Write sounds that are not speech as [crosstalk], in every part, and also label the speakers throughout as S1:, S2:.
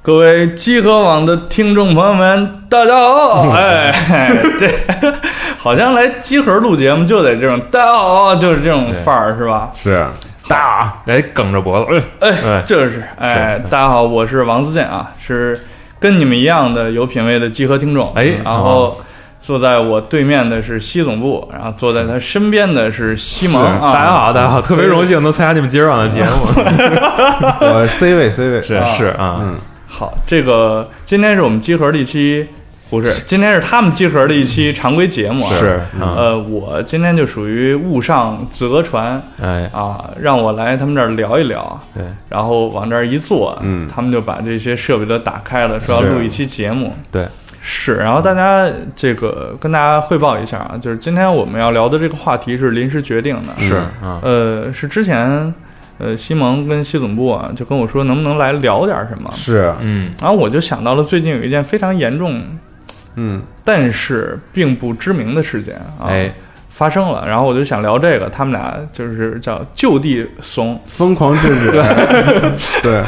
S1: 各位集合网的听众朋友们，大家
S2: [laughs]
S1: 好！哎，这好像来集合录节目就得这种大家好，就是这种范儿是吧？
S3: 是
S2: 大，哎，梗着脖子，哎
S1: 哎，就是哎，大家好，我是王思健啊，是跟你们一样的有品位的集合听众。
S2: 哎
S1: 然后坐在我对面的是西总部，然后坐在他身边的是西蒙
S3: 是
S1: 啊。
S2: 大家好，大家好，特别荣幸能参加你们集市网的节 [laughs] 目，
S3: 我 C 位 C 位
S2: 是是啊，
S1: 好，这个今天是我们集合的一期，不是，今天是他们集合的一期常规节目啊。
S2: 是啊，
S1: 呃，我今天就属于误上则传
S2: 哎，
S1: 啊，让我来他们这儿聊一聊，
S2: 对，
S1: 然后往这儿一坐，
S3: 嗯
S1: 他们就把这些设备都打开了，说要
S2: 是
S1: 录一期节目。
S2: 对，
S1: 是，然后大家这个跟大家汇报一下啊，就是今天我们要聊的这个话题是临时决定的，
S2: 是啊，
S1: 呃，是之前呃西蒙跟西总部啊就跟我说能不能来聊点什么，
S3: 是
S2: 嗯，
S1: 然后我就想到了最近有一件非常严重
S3: 嗯
S1: 但是并不知名的事件啊，
S2: 哎，
S1: 发生了，然后我就想聊这个，他们俩就是叫就地怂， [laughs]
S3: 疯狂制止，对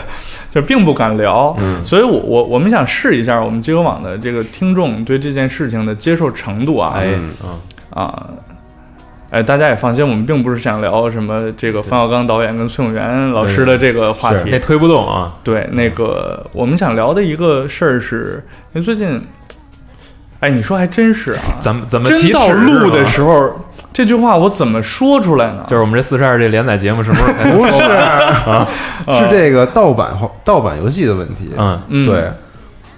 S1: 就并不敢聊，
S2: 嗯
S1: 所以我我我们想试一下我们集合网的这个听众对这件事情的接受程度啊，
S2: 哎
S3: 嗯，
S2: 嗯，
S1: 啊，哎，大家也放心，我们并不是想聊什么这个冯小刚导演跟宋元老师的这个话
S3: 是
S2: 那
S1: 题，
S2: 推不动啊，
S1: 对，那个我们想聊的一个事儿是，因为最近，哎，你说还真是啊，
S2: 怎 [laughs] 么怎么
S1: 真
S2: 起
S1: 到
S2: 尺
S1: 录的
S2: 是吗
S1: 时候，这句话我怎么说出来呢？
S2: 就是我们这四十二这连载节目什么时候才？
S3: 不是
S1: 啊
S3: [laughs] 是这个盗版盗版游戏的问题，
S2: 嗯，
S1: 嗯，
S3: 对。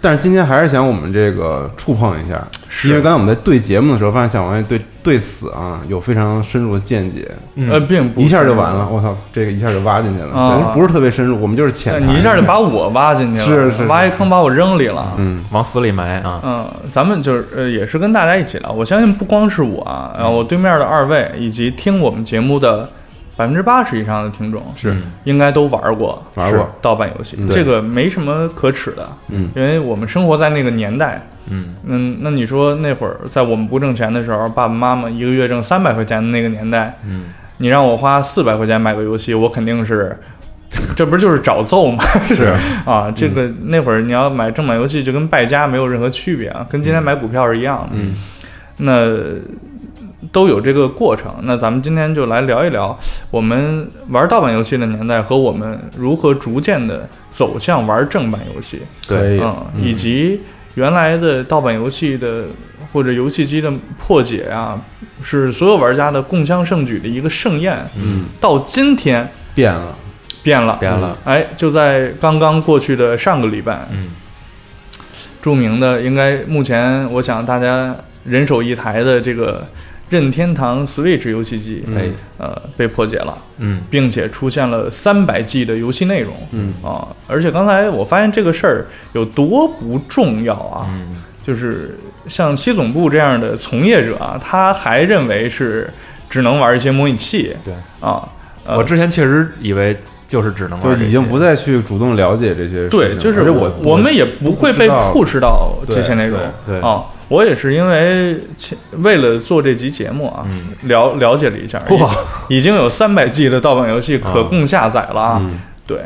S3: 但是今天还是想我们这个触碰一下，
S1: 是
S3: 因为刚才我们在对节目的时候，发现小王爷对对此啊有非常深入的见解，
S2: 嗯
S1: 呃，并不
S3: 一下
S1: 是
S3: 就完了。我操，这个一下就挖进去了，
S1: 啊
S3: 但是不是特别深入，我们就是浅
S1: 但
S3: 谈。
S1: 呃你一下就把我挖进去了，
S3: 是是是
S1: 挖一坑把我扔里了。
S3: 嗯
S2: 往死里埋啊，
S1: 嗯，咱们就是呃，也是跟大家一起聊。我相信不光是我啊，然后
S3: 嗯
S1: 我对面的二位以及听我们节目的百分之八十以上的听众，
S3: 是
S1: 应该都玩过
S3: 玩过
S1: 是盗版游戏，
S3: 嗯
S1: 这个没什么可耻的，
S3: 嗯
S1: 因为我们生活在那个年代。
S2: 嗯，
S1: 嗯，那你说那会儿在我们不挣钱的时候，爸爸妈妈一个月挣三百块钱的那个年代，
S2: 嗯，
S1: 你让我花四百块钱买个游戏，我肯定是，这不就是找揍吗？ [laughs]
S3: 是嗯
S1: 啊，这个那会儿你要买正版游戏，就跟败家没有任何区别啊，跟今天买股票是一样的。
S3: 嗯，
S1: 那都有这个过程。那咱们今天就来聊一聊我们玩盗版游戏的年代和我们如何逐渐的走向玩正版游戏，
S3: 可以
S2: 对，
S1: 嗯，以及原来的盗版游戏的或者游戏机的破解啊，是所有玩家的共襄盛举的一个盛宴。
S3: 嗯
S1: 到今天
S3: 变了，
S1: 嗯变了，
S2: 变了，
S1: 哎，就在刚刚过去的上个礼拜，
S2: 嗯，
S1: 著名的，应该目前我想大家人手一台的这个任天堂 Switch 游戏机，
S2: 哎，
S1: 呃，被破解了，
S2: 嗯，
S1: 并且出现了三百 G 的游戏内容。
S3: 嗯
S1: 啊，而且刚才我发现这个事儿有多不重要啊，
S2: 嗯，
S1: 就是像西总部这样的从业者啊，他还认为是只能玩一些模拟器。
S2: 对
S1: 啊，呃
S2: 我之前确实以为就是只能玩
S3: 就是已经不
S2: 在
S3: 再去主动了解这些事情了。
S1: 对，就是
S3: 而且
S1: 我
S3: 我
S1: 我们也不会被
S3: 不知道
S1: push 到这些内容。
S2: 对，
S1: 啊、我也是因为前为了做这集节目啊，
S2: 嗯
S1: 了了解了一下，
S2: 嚯
S1: 已已经有三百 G 的盗版游戏可供下载了啊，
S3: 嗯
S1: 对，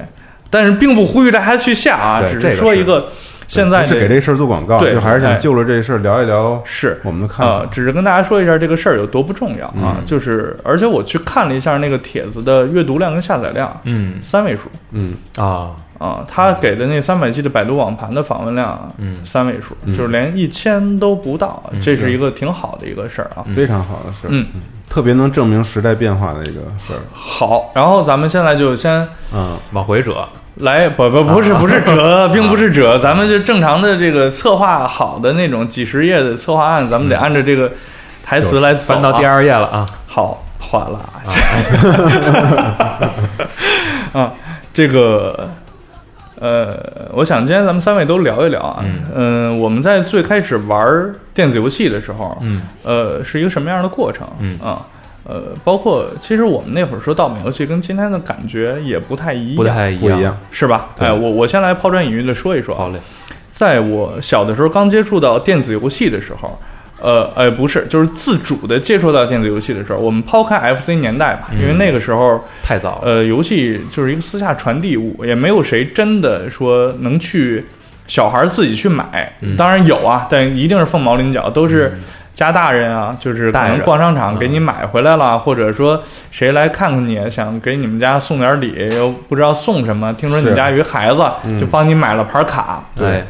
S1: 但是并不呼吁大家去下啊，
S2: 对
S1: 只
S2: 这
S1: 是
S2: 个
S1: 说
S2: 是
S1: 一个现在
S3: 不是
S1: 这
S3: 给这事儿做广告，
S1: 对
S3: 就还是
S1: 哎
S3: 想就着这事儿聊一聊
S1: 是
S3: 我们的看
S1: 啊、呃
S3: 法。
S1: 只是跟大家说一下这个事儿有多不重要啊，就是而且我去看了一下那个帖子的阅读量跟下载量，
S2: 嗯
S1: 三位数
S3: 嗯，
S2: 啊，
S1: 啊，他给的那三百 G 的百度网盘的访问量啊，
S2: 嗯
S1: 三位数，就是连一千都不到，这是一个挺好的一个事儿啊，
S3: 非常好的事儿，
S1: 嗯
S3: 特别能证明时代变化的一个事儿。
S1: 好，然后咱们现在就先
S3: 嗯，
S2: 往回折，
S1: 来，不不不是不是
S2: 啊
S1: 折，并不是折，咱们就正常的这个策划好的那种几十页的策划案，咱们得按照这个台词来走、啊。
S2: 翻到第，二页了啊，
S1: 好，哗啦，
S2: [laughs]
S1: 啊，这个。呃，我想今天咱们三位都聊一聊啊，嗯、我们在最开始玩电子游戏的时候，
S2: 嗯，
S1: 呃，是一个什么样的过程？
S2: 嗯
S1: 啊，呃，包括其实我们那会儿说盗版游戏跟今天的感觉也不太一样，
S2: 不太
S3: 不一样，
S1: 是吧？哎，我我先来抛砖引玉的说一说
S2: 好
S1: 啊，
S2: 嘞，
S1: 在我小的时候刚接触到电子游戏的时候。呃，呃，不是，就是自主的接触到电子游戏的时候，我们抛开 FC 年代吧，
S2: 嗯
S1: 因为那个时候，
S2: 太早了，
S1: 呃，游戏就是一个私下传递物，也没有谁真的说能去小孩自己去买
S2: 嗯，
S1: 当然有啊，但一定是凤毛麟角，都是家大人啊，就是可
S2: 大
S1: 能
S2: 人嗯
S1: 逛商场给你买回来了，或者说谁来看看你，想给你们家送点礼，又不知道送什么，听说你
S3: 是
S1: 们家有一孩子
S3: 嗯，
S1: 就帮你买了盘卡。
S2: 对，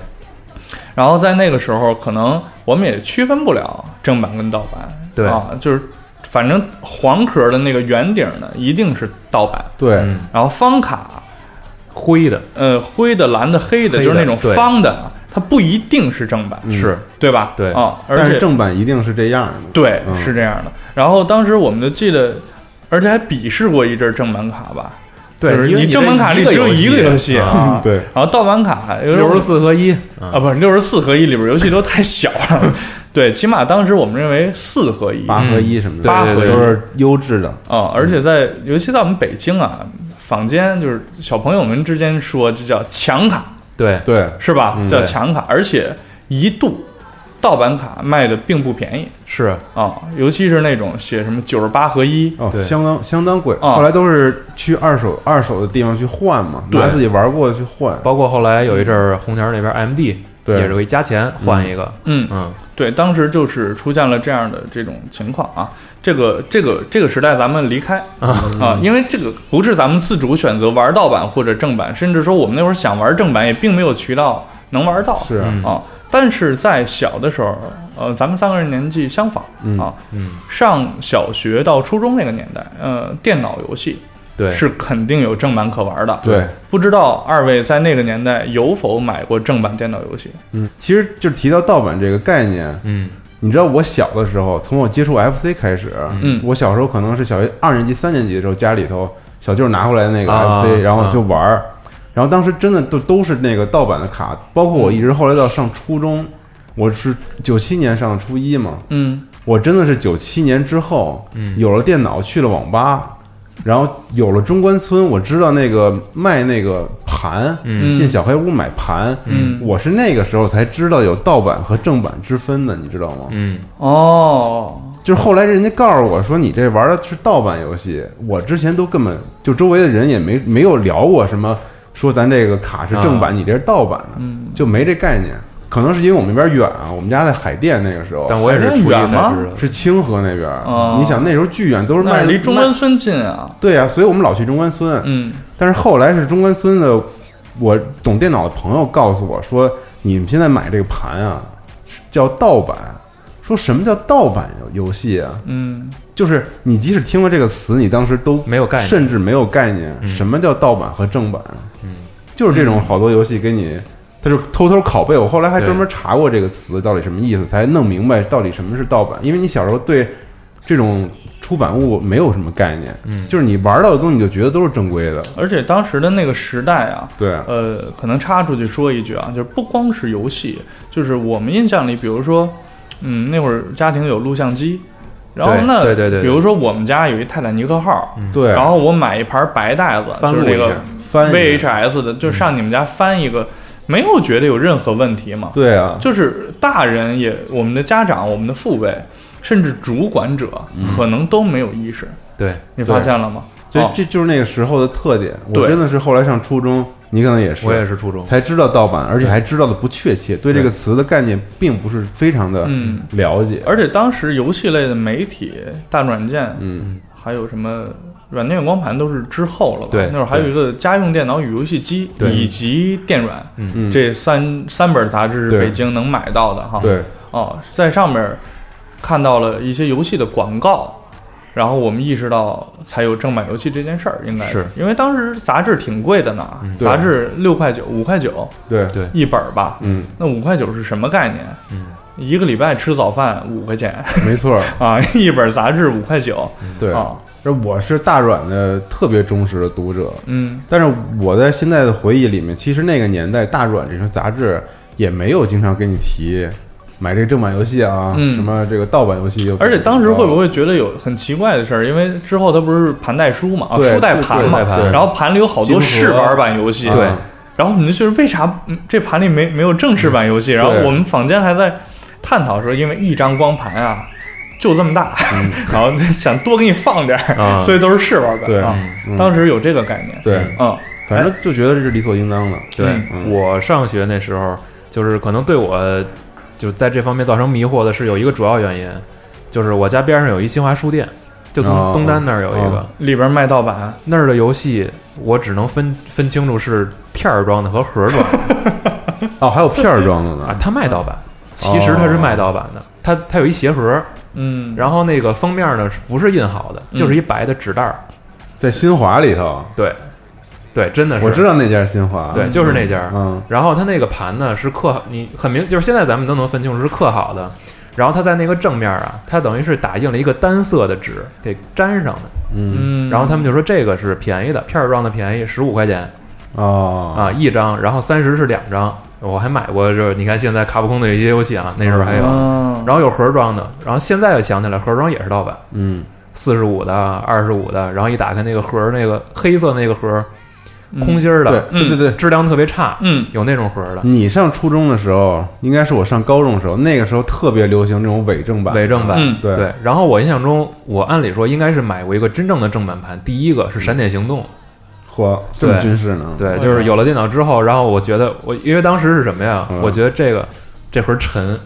S1: 然后在那个时候，可能我们也区分不了正版跟盗版，
S2: 对
S1: 啊，就是反正黄壳的那个圆顶的一定是盗版，
S3: 对，
S2: 嗯，
S1: 然后方卡，
S2: 灰的
S1: 呃，灰的、蓝的、黑的，
S2: 黑的
S1: 就是那种
S2: 对
S1: 方的，啊它不一定是正版，
S3: 嗯
S2: 是
S1: 对吧？
S2: 对
S1: 啊，而
S3: 但是
S1: 且
S3: 正版一定是这样的。
S1: 对
S3: 嗯
S1: 是这样的。然后当时我们就记得，而且还比试过一阵儿正版卡吧，
S2: 对，
S1: 就是
S2: 因为
S1: 你正版卡里
S2: 这
S1: 只有一个游戏 [laughs]
S2: [laughs]
S1: 啊，
S3: 嗯。对，
S1: 然后盗版卡有时候
S2: 六十四合一
S1: 啊，不是六十四合一里边游戏都太小了，对，起码当时我们认为四合一
S3: 八合一什么的，
S1: 嗯八合一
S3: 都是优质的。
S1: 啊，而且在尤其在我们北京啊，坊间就是小朋友们之间说这叫强卡
S2: 对，
S3: 对，
S1: 是吧？
S3: 嗯
S1: 叫强卡，而且一度盗版卡卖的并不便宜
S2: 是
S1: 啊，尤其是那种写什么九十八合一，
S3: 哦
S2: 对，
S3: 相当相当贵。
S1: 啊
S3: 后来都是去二手二手的地方去换嘛，
S1: 对嗯
S3: 拿自己玩过的去换。
S2: 包括后来有一阵儿红桥那边 MD
S3: 对
S2: 也是会加钱换一个，
S1: 嗯，
S2: 嗯，
S1: 对，当时就是出现了这样的这种情况啊。这个这个这个时代咱们离开啊因为这个不是咱们自主选择玩盗版或者正版，甚至说我们那会儿想玩正版也并没有渠道能玩到，
S3: 是啊，
S2: 嗯
S1: 啊。但是在小的时候，呃，咱们三个人年纪相仿
S3: 嗯
S1: 啊，
S2: 嗯，
S1: 上小学到初中那个年代，呃，电脑游戏
S2: 对，
S1: 是肯定有正版可玩的。
S3: 对，
S1: 不知道二位在那个年代有否买过正版电脑游戏？
S3: 嗯，其实就是提到盗版这个概念，
S2: 嗯，
S3: 你知道我小的时候，从我接触 FC 开始，
S1: 嗯
S3: 我小时候可能是小学二年级、三年级的时候，家里头小舅拿回来的那个
S2: 啊
S3: FC，、然后就玩儿、然后当时真的都都是那个盗版的卡，包括
S1: 嗯
S3: 我一直后来到上初中，我是九七年上的初一嘛，
S1: 嗯，
S3: 我真的是九七年之后，有了电脑去了网吧，然后有了中关村，我知道那个卖那个盘，
S1: 嗯
S3: 进小黑屋买盘，
S1: 嗯
S3: 我是那个时候才知道有盗版和正版之分的，你知道吗？
S2: 嗯，
S1: 哦，
S3: 就是后来人家告诉我说你这玩的是盗版游戏，我之前都根本就周围的人也没没有聊过什么说咱这个卡是正
S1: 啊
S3: 版，你这是盗版的，
S1: 嗯
S3: 就没这概念。可能是因为我们那边远啊，我们家在海淀那个时候，
S2: 但我也是初一才知
S1: 哦还是
S2: 道，
S3: 是清河那边儿。
S1: 哦
S3: 你想那时候巨远，都是卖
S1: 那离中关
S3: 卖
S1: 村近啊。
S3: 对呀、所以我们老去中关村。
S1: 嗯
S3: 但是后来是中关村的，我懂电脑的朋友告诉我说，你们现在买这个盘啊，是叫盗版。说什么叫盗版游游戏啊？
S1: 嗯
S3: 就是你即使听了这个词，你当时都
S2: 没有概念，嗯
S3: 甚至没有概念，什么叫盗版和正版？嗯，就是这种好多游戏给你，他就偷偷拷贝。我后来还专门查过这个词到底什么意思，才弄明白到底什么是盗版。因为你小时候对这种出版物没有什么概念，
S2: 嗯
S3: 就是你玩到的东西你就觉得都是正规的，
S1: 而且当时的那个时代啊，
S3: 对，
S1: 呃，可能插出去说一句啊，就是不光是游戏，就是我们印象里，比如说，嗯，那会儿家庭有录像机，然后
S2: 对
S1: 呢，
S2: 对对对对嗯
S1: 比如说我们家有一泰坦尼克号，
S3: 对，
S1: 然后我买一盘白带子，
S2: 翻
S1: 就
S2: 录
S1: 是
S2: 一
S1: 那
S2: 下嗯
S1: 个，
S3: 翻译
S1: VHS 的，就上你们家翻一个，没有觉得有任何问题嘛，
S3: 对
S2: 哦
S3: 啊，
S1: 就是大人也，我们的家长，我们的父辈，甚至主管者，可能都没有意识，
S2: 嗯对，
S1: 你发
S3: 对
S1: 现了吗？
S3: 这
S1: 哦
S3: 这就是那个时候的特点。我
S1: 对
S3: 真的是后来上初中，你可能也是，
S2: 我也是初中，
S3: 才知道盗版，而且还知道的不确切，对这个词的概念并不是非常的
S1: 嗯
S3: 了解。
S1: 而且当时游戏类的媒体、大软件，
S3: 嗯，
S1: 还有什么软件光盘都是之后了吧？
S2: 对
S1: 那会儿还有一个家用电脑与游戏机，
S2: 对
S1: 以及电软，
S3: 嗯
S1: 这三三本杂志是
S3: 对
S1: 北京能买到的哈。，
S3: 嗯对
S1: 哦，在上面看到了一些游戏的广告。然后我们意识到才有正版游戏这件事儿，应该
S2: 是
S1: 因为当时杂志挺贵的呢，
S2: 嗯
S3: 对
S1: 杂志六块九、五块九
S3: 对
S2: 对
S1: [laughs] 一本儿吧。
S3: 嗯，
S1: 那五块九是什么概念？
S2: 嗯，
S1: 一个礼拜吃早饭五块钱，
S3: 没错儿，
S1: 啊，一本杂志五块九
S3: 对。
S1: 啊，
S3: 这我是大软的特别忠实的读者，
S1: 嗯，
S3: 但是我在现在的回忆里面，其实那个年代大软这些杂志也没有经常跟你提买这个正版游戏啊，
S1: 嗯
S3: 什么这个盗版游戏又怎
S1: 而
S3: 么着。
S1: 且当时会不会
S3: 嗯
S1: 觉得有很奇怪的事儿？因为之后它不是盘带书嘛，啊，
S3: 对
S1: 书带盘嘛
S2: 对对对对，
S1: 然后盘里有好多
S3: 金
S1: 试
S3: 盒
S1: 玩版游戏，
S3: 对
S1: 然后我们就觉得为啥嗯这盘里没没有正式版游戏？然后
S3: 对
S1: 我们坊间还在探讨说，因为一张光盘啊就这么大，
S2: 嗯
S1: [laughs] 然后想多给你放点儿，
S2: 啊
S1: 所以都是试玩版
S3: 对
S1: 啊
S3: 嗯。
S1: 当时有这个概念，
S3: 对
S1: 嗯，
S3: 反正就觉得这是理所应当的。
S2: 对、
S3: 嗯
S2: 我上学那时候，就是可能对我就在这方面造成迷惑的是有一个主要原因，就是我家边上有一新华书店，就东、
S3: 哦
S2: 东单那儿有一个、
S3: 哦
S1: 里边卖盗版，
S2: 那儿的游戏，我只能分分清楚是片儿装的和盒儿装的
S3: 哦，还有片儿装的
S2: 啊
S3: 呢，，
S2: 他卖盗版。其实他是卖盗版
S3: 哦
S2: 的，他他有一鞋盒，
S1: 嗯，
S2: 然后那个封面呢是不是印好的，就是
S3: 嗯
S2: 一白的纸袋儿。
S3: 在新华里头，
S2: 对，对，真的是
S3: 我知道那家是新华，
S2: 对，就是那家。
S3: 嗯，
S2: 然后它那个盘呢是刻好，你很明，就是现在咱们都能分清楚是刻好的。然后它在那个正面啊，它等于是打印了一个单色的纸给粘上的。
S3: 嗯
S1: 嗯，
S2: 然后他们就说这个是便宜的，片儿装的便宜，十五块钱
S3: 哦
S2: 啊一张，然后三十是两张。我还买过，就是你看现在卡普空的有一些游戏啊，那时候还有，
S1: 嗯
S2: 然后有盒装的，然后现在想起来盒装也是盗版，
S3: 嗯
S2: 四十五的、二十五的，然后一打开那个盒儿，那个黑色那个盒儿，空心儿
S3: 对
S2: 的，
S3: 对对对，
S2: 质量特别差，
S1: 嗯，
S2: 有那种盒儿的。
S3: 你上初中的时候，应该是我上高中的时候，那个时候特别流行这种伪正版，
S2: 伪正版，
S1: 嗯
S3: 对
S2: 对。然后我印象中，我按理说应该是买过一个真正的正版盘，第一个是《闪电行动》，
S3: 嚯，这么
S2: 对
S3: 军事呢？
S2: 对，
S1: 嗯
S2: 就是有了电脑之后，然后我觉得我因为当时是什么呀？
S3: 嗯
S2: 我觉得这个这盒沉，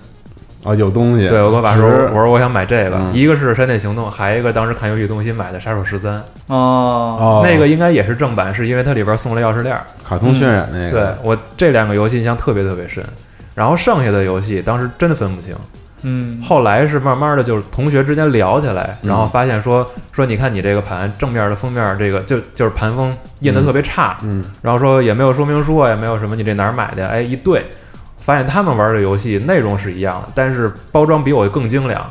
S3: 啊，有东西，
S2: 对我跟我爸说，
S3: 值
S2: 我说我想买这个，
S3: 嗯
S2: 一个是《闪电行动》，还有一个当时看游戏中心买的《杀手十三》，
S1: 哦，
S3: 哦，
S2: 那个应该也是正版，是因为它里边送了钥匙链儿。
S3: 卡通渲染那
S2: 嗯对
S3: 个，
S2: 我这两个游戏印象特别特别深。然后剩下的游戏当时真的分不清，
S1: 嗯，
S2: 后来是慢慢的就是同学之间聊起来，
S3: 嗯
S2: 然后发现说说你看你这个盘正面的封面这个就就是盘封印的特别差，
S3: 嗯，
S2: 然后说也没有说明书啊，也没有什么你这哪儿买的，哎一对，发现他们玩的游戏内容是一样的，但是包装比我更精良，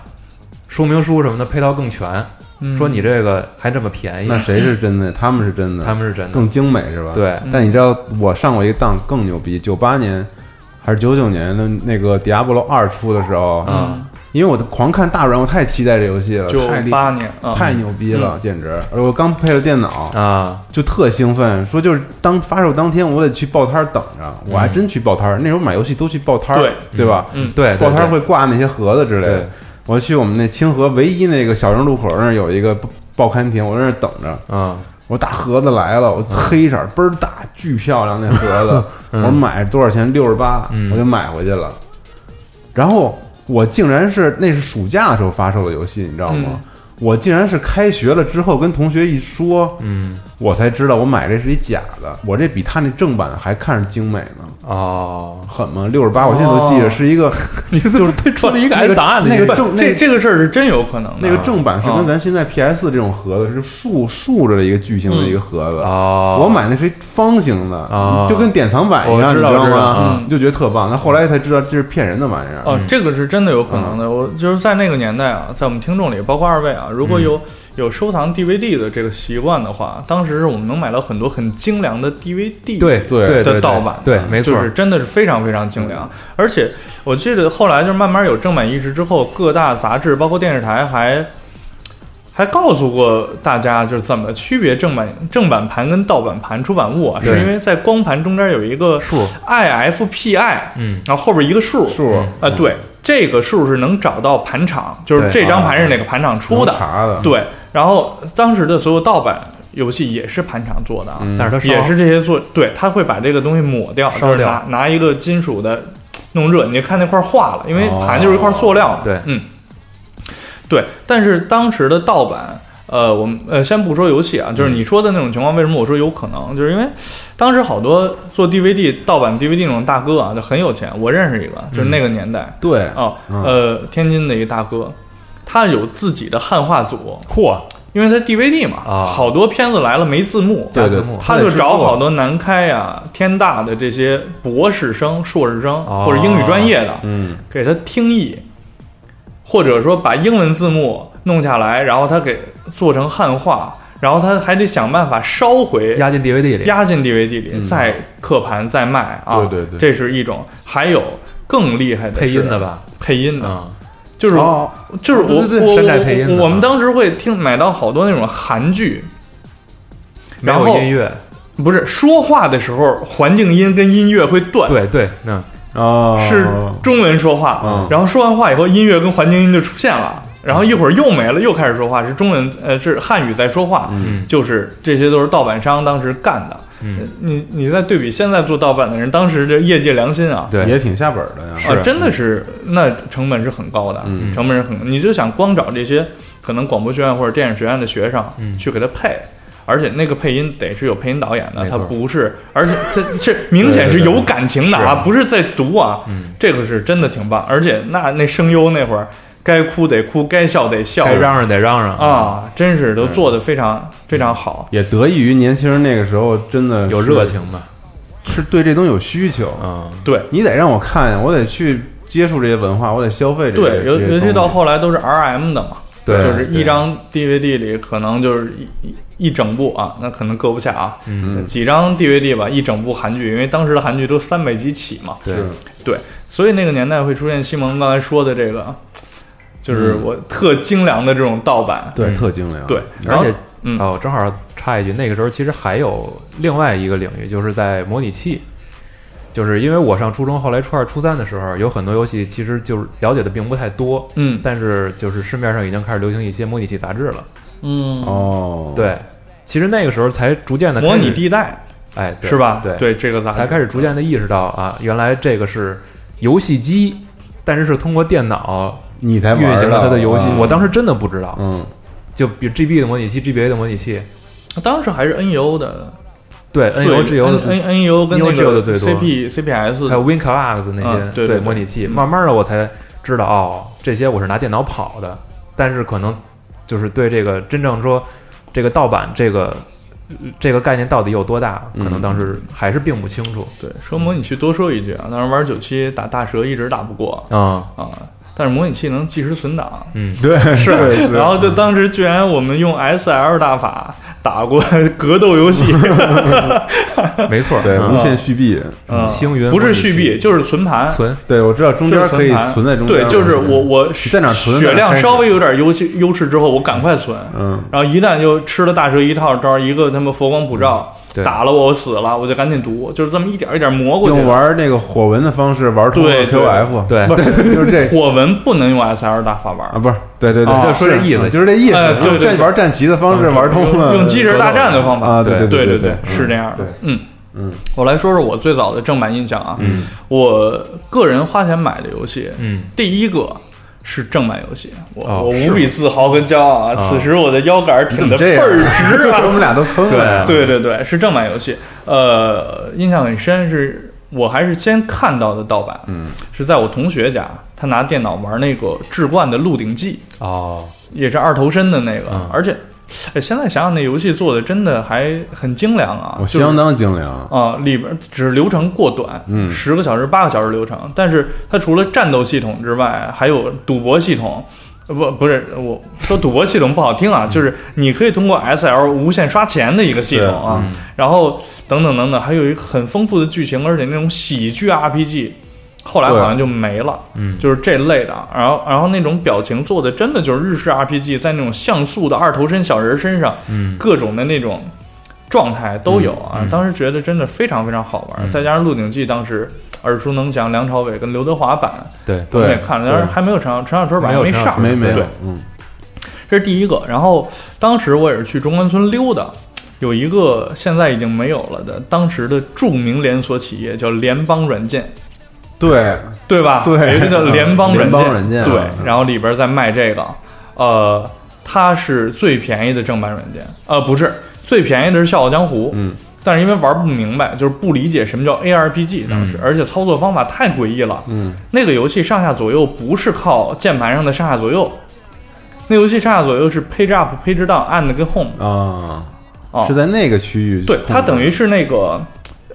S2: 说明书什么的配套更全，
S1: 嗯
S2: 说你这个还这么便宜
S3: 那，谁是真的？他们是真的，
S2: 哎他们是真的，
S3: 更精美是吧？。
S2: 对，
S3: 但你知道我上过一个当更牛逼，九八年还是九九年的那个《迪亚波罗二》出的时候，
S2: 嗯，
S3: 因为我狂看大软，我太期待这游戏了，
S1: 九
S3: 太厉
S1: 八年，嗯
S3: 太牛逼了，简直！而我刚配了电脑，
S2: 啊，
S3: 就特兴奋，说就是当发售当天，我得去报摊儿等着。我还真去报摊儿，那时候买游戏都去报摊儿，
S1: 对
S3: 对吧？
S1: 嗯
S2: 嗯对，对
S3: 报摊儿会挂那些盒子之类
S2: 对
S3: 的。，我去我们那清河唯一那个小城路口那儿有一个报报刊亭，我在那儿等着。
S2: 嗯，
S3: 我大盒子来了，我黑色儿倍儿大，巨漂亮那盒
S2: [laughs]
S3: 子，
S2: 嗯
S3: 我买多少钱？六十八
S2: 嗯，
S3: 我就买回去了。然后我竟然是那是暑假的时候发售的游戏，你知道吗
S1: 嗯？
S3: 我竟然是开学了之后跟同学一说，
S2: 嗯，
S3: 我才知道我买这是一假的，我这比他那正版还看着精美呢，
S2: 哦，
S3: 狠吗？六十八，我现在都记着是一个
S2: [laughs] 你怎么被出了一个挨答案的
S3: 那
S2: 一
S3: 个
S2: 个嗯
S3: 正那
S1: 这
S3: 个
S1: 这个事儿是真有可能
S3: 那
S1: 的，
S3: 个正版是
S1: 啊
S3: 跟咱现在 PS 这种盒子是竖竖着的一个巨型
S2: 嗯
S3: 的一个盒子。
S2: 哦，
S3: 我买那是一方形的，
S2: 啊
S3: 就跟典藏版一
S2: 我
S3: 样，
S2: 知
S3: 你
S2: 道
S3: 道
S2: 知道
S3: 吗？
S1: 嗯
S3: 就觉得特棒。那后来才知道这是骗人的玩意儿。
S1: 哦，
S2: 嗯
S1: 这个是真的有可能的。我就是在那个年代啊，在我们听众里，包括二位
S2: 嗯
S1: 啊，如果有、有收藏 DVD 的这个习惯的话，当时是我们能买到很多很精良的 DVD
S2: 对
S3: 对
S2: 对
S1: 的
S2: 对
S1: 盗版的，啊
S2: 对，没错
S1: 就，是真的是非常非常精良。而且我记得后来就是慢慢有正版意识之后，各大杂志包括电视台还。还告诉过大家，就是怎么区别正版正版盘跟盗版盘出版物啊，是
S2: 对
S1: 因为在光盘中间有一个
S2: 数
S1: IFPI，
S2: 嗯
S1: 然后后边一个数
S3: 数
S1: 啊，对，这个数是能找到盘场，就是
S2: 对
S1: 这张盘是哪个盘场出的
S3: 能，查的，
S1: 对。然后当时的所有盗版游戏也是盘场做的啊，
S3: 嗯，
S2: 但是它
S1: 也
S2: 烧
S1: 是这些做，对，他会把这个东西抹掉，
S2: 烧
S1: 就是
S2: 掉
S1: 拿拿一个金属的弄热，你就看那块化了，因为
S3: 哦
S1: 盘就是一块塑料嘛。
S2: 对
S1: 嗯，对。但是当时的盗版，呃，我们呃先不说游戏啊，就是你说的那种情况，为什么我说有可能？就是因为当时好多做 DVD 盗版 DVD 那种大哥啊，就很有钱。我认识一个，就是那个年代
S3: 对
S1: 啊、哦
S3: 嗯
S1: 呃，天津的一个大哥，他有自己的汉化组，
S2: 嚯，
S1: 因为他 DVD 嘛，
S2: 啊
S1: 好多片子来了没字幕，
S2: 加
S3: 对
S2: 字
S3: 对
S2: 幕，
S1: 他就找好多南开啊、天大的这些博士生、硕士生
S2: 哦
S1: 或者英语专业的，
S3: 嗯，
S1: 给他听译，或者说把英文字幕弄下来，然后他给做成汉化，然后他还得想办法烧回。
S2: 压进 DVD 里，
S1: 压进 DVD 里，
S2: 嗯
S1: 再刻盘再卖啊！
S3: 对对对
S1: 这是一种。还有更厉害的
S2: 配音的
S1: 吧？
S2: 吧？
S1: 配音的，
S2: 嗯，
S1: 就是
S3: 哦，
S1: 就是我
S3: 对对对
S1: 我
S2: 山寨配音的
S1: 我我我们
S2: 啊
S1: 当时会听买到好多那种韩剧，
S2: 没
S1: 然
S2: 有
S1: 后
S2: 音乐，
S1: 不是说话的时候，环境音跟音乐会断，
S2: 对对，嗯，
S3: 哦，
S1: 是中文说话，
S3: 嗯
S1: 然后说完话以后，音乐跟环境音就出现了，然后一会儿又没了，又开始说话，是中文呃是汉语在说话，
S3: 嗯
S1: 就是这些都是盗版商当时干的。呃
S2: 嗯，
S1: 你你再对比现在做盗版的人，当时这业界良心啊，
S2: 对，
S3: 也挺下本的呀。
S1: 啊，真的是那成本是很高的，啊
S3: 嗯
S1: 成本是很，你就想光找这些可能广播学院或者电影学院的学生
S2: 嗯
S1: 去给他配。而且那个配音得是有配音导演的，
S2: 没
S1: 他
S2: 错
S1: 不是，而且这是
S2: [laughs]
S1: 明显是有感情的啊，
S2: 是
S1: 不是在读啊，
S2: 嗯
S1: 这个是真的挺棒。而且那那声优那会儿，该哭得哭，该笑得笑
S2: 该嚷嚷嗯得嚷嚷，
S1: 啊，真是都做得非常非常好。
S3: 也得益于年轻人那个时候真的
S2: 嗯有
S3: 是
S2: 热，情吧，
S3: 是对这东西有需求。
S2: 嗯，
S1: 对
S3: 你得让我看，我得去接触这些文化，我得消费这些。
S1: 对，尤
S3: 这些
S1: 尤其到
S3: 东西
S1: 后来都是 RM 的嘛，
S2: 对
S1: 就是一
S2: 对
S1: 张 DVD 里可能就是一一一整部啊，那可能搁不下啊，
S2: 嗯
S1: 几张 DVD 吧，一整部韩剧，因为当时的韩剧都三百集起嘛，
S2: 对
S3: 是
S1: 对，所以那个年代会出现西蒙刚才说的这个，就是我特精良的这种盗版，
S3: 对
S2: 嗯
S3: 特精良，
S1: 对，然
S2: 而
S1: 后
S2: 且
S1: 嗯
S2: 哦，正好插一句，那个时候其实还有另外一个领域，就是在模拟器，就是因为我上初中，后来初二、初三的时候，有很多游戏其实就是了解的并不太多，
S1: 嗯
S2: 但是就是市面上已经开始流行一些模拟器杂志了。
S1: 嗯，
S3: 哦，，
S2: 对，其实那个时候才逐渐的
S1: 模拟，地带
S2: 哎，对
S1: 是吧？
S2: 对，
S1: 对，这个杂志
S2: 才开始逐渐的意识到啊，原来这个是游戏机，但是是通过电脑
S3: 你才
S2: 运行了它的游
S1: 嗯
S2: 戏。我当
S3: 时
S2: 时真的不知道，
S3: 嗯，
S2: 就比如 GB 的模拟器、GBA 的模拟器，
S1: 当时还是 NU 的
S2: 对 NU、
S1: 最
S2: GU E 的
S1: N
S2: E
S1: N U 跟那
S2: NU 的
S1: 个
S2: 最多
S1: CP CPS
S2: 还有 WinClarks 那些、
S1: 嗯对对对
S2: 模拟器，
S1: 嗯
S2: 慢慢的我才知道哦，这些我是拿电脑跑的，但是可能就是对这个真正说这个盗版这个呃这个概念到底有多大，可
S1: 嗯
S2: 能当时还是并不清楚
S1: 对，说模拟器多说一句啊，当时玩九七打大蛇一直打不过
S2: 啊，
S1: 啊，但是模拟器能即时存档。
S2: 嗯，
S3: [laughs] 对，
S1: [laughs]
S3: 是，是
S1: 然后啊就当时居然我们用 S L 大法打过 [laughs] 格斗游
S3: [laughs]
S1: 戏， [laughs]
S2: 没错，
S3: 对
S2: 嗯
S3: 无限续币，
S1: 嗯，
S2: 星云
S1: 不
S2: 模
S1: 是
S2: 拟器
S1: 续币就是存盘，
S2: 存
S3: 对我知道中
S1: 就
S3: 间
S1: 是
S3: 可以
S1: 盘
S3: 存在中间，
S1: 对，就是我，我
S3: 在哪儿存
S1: 血
S3: 在哪儿
S1: 量
S3: 开
S1: 稍
S3: 始
S1: 微有点优势优势之后，我赶快存，
S3: 嗯，
S1: 然后一旦就吃了大蛇一套招，一个他妈佛光普照
S3: 嗯
S2: 对
S1: 打了我，我死了，我就赶紧读，就是这么一点儿一点儿磨过去
S3: 用。玩那个火纹的方式玩通
S1: 对
S3: 了
S1: 对
S3: QF，
S2: 对
S3: 不是就是这
S1: 火纹不能用 S L 打法玩
S3: 啊，，不是，对对对，
S1: 哦
S3: 就是嗯
S2: 这意思
S3: 就是这意思
S1: 哎，对对
S3: 站
S1: 对嗯
S3: 玩战旗的方式玩通
S1: [laughs]
S3: 了，
S1: 用机器人大战的方法
S3: 啊，对
S2: 对
S1: 对
S3: 对
S1: 对
S3: 对，
S1: 是这样的
S3: 对。
S1: 嗯
S3: 嗯，
S1: 我来说说我最早的正版印象啊，
S2: 嗯
S1: 我个人花钱买的游戏，
S2: 嗯
S1: 第一个。是正版游戏，我、
S2: 哦
S1: 我
S2: 是
S1: 无
S2: 吗
S1: 比自豪跟骄傲啊！
S2: 啊
S1: 此时我的腰杆儿
S3: 怎
S1: 挺
S3: 么
S1: 得
S3: [laughs] 这
S1: 倍
S3: 样
S1: 儿直啊！
S3: 嗯我们俩都坑了，
S1: 对对对，是正版游戏。呃，印象很深，是我还是先看到的盗版，
S3: 嗯，
S1: 是在我同学家，他拿电脑玩那个《志冠》的《鹿鼎记
S2: 哦》，
S1: 也是二头身的那个，
S2: 嗯
S1: 而且，哎，现在想想那游戏做的真的还很精良啊，
S3: 我
S1: 就是
S3: 相当精良，
S1: 啊、里边只是流程过短，
S3: 嗯
S1: 十个小时、八个小时流程，但是它除了战斗系统之外，还有赌博系统。呃不，不是我说赌博系统不好听啊，就是你可以通过 S L 无限刷钱的一个系统啊，
S2: 对嗯
S1: 然后等等等等，还有一个很丰富的剧情，而且那种喜剧 R P G，后来好像就没了，
S2: 嗯
S1: 就是这类的。啊然后，然后那种表情做的真的就是日式 R P G，在那种像素的二头身小人身上，
S2: 嗯
S1: 各种的那种状态都有啊。
S2: 嗯嗯
S1: 当时觉得真的非常非常好玩，
S2: 嗯
S1: 再加上《鹿鼎记》当时耳熟能详，梁朝伟跟刘德华版
S2: 对
S1: 我们也看了，
S3: 对
S1: 但是还没有陈小陈小春版
S2: 没有
S1: 还
S2: 陈小
S1: 上，
S2: 春
S3: 没没有
S1: 对，
S3: 嗯，
S1: 这是第一个。然后当时我也是去中关村溜达。有一个现在已经没有了的，当时的著名连锁企业叫联邦软件，
S3: 对，
S1: 对吧？
S3: 对
S1: 有一个叫联邦软件，
S3: 联邦软件啊
S1: 对
S3: 嗯，
S1: 然后里边在卖这个，呃，它是最便宜的正版软件，呃，不是最便宜的是《笑傲江湖》，
S3: 嗯，
S1: 但是因为玩不明白，就是不理解什么叫 ARPG，当时、
S2: 嗯
S1: 而且操作方法太诡异了，
S3: 嗯，
S1: 那个游戏上下左右不是靠键盘上的上下左右，那游戏上下左右是 page up page down 按的跟 home
S3: 啊，
S1: 啊
S3: 是，在那个区域控制
S1: 对
S3: 的，，
S1: 它等于是那个。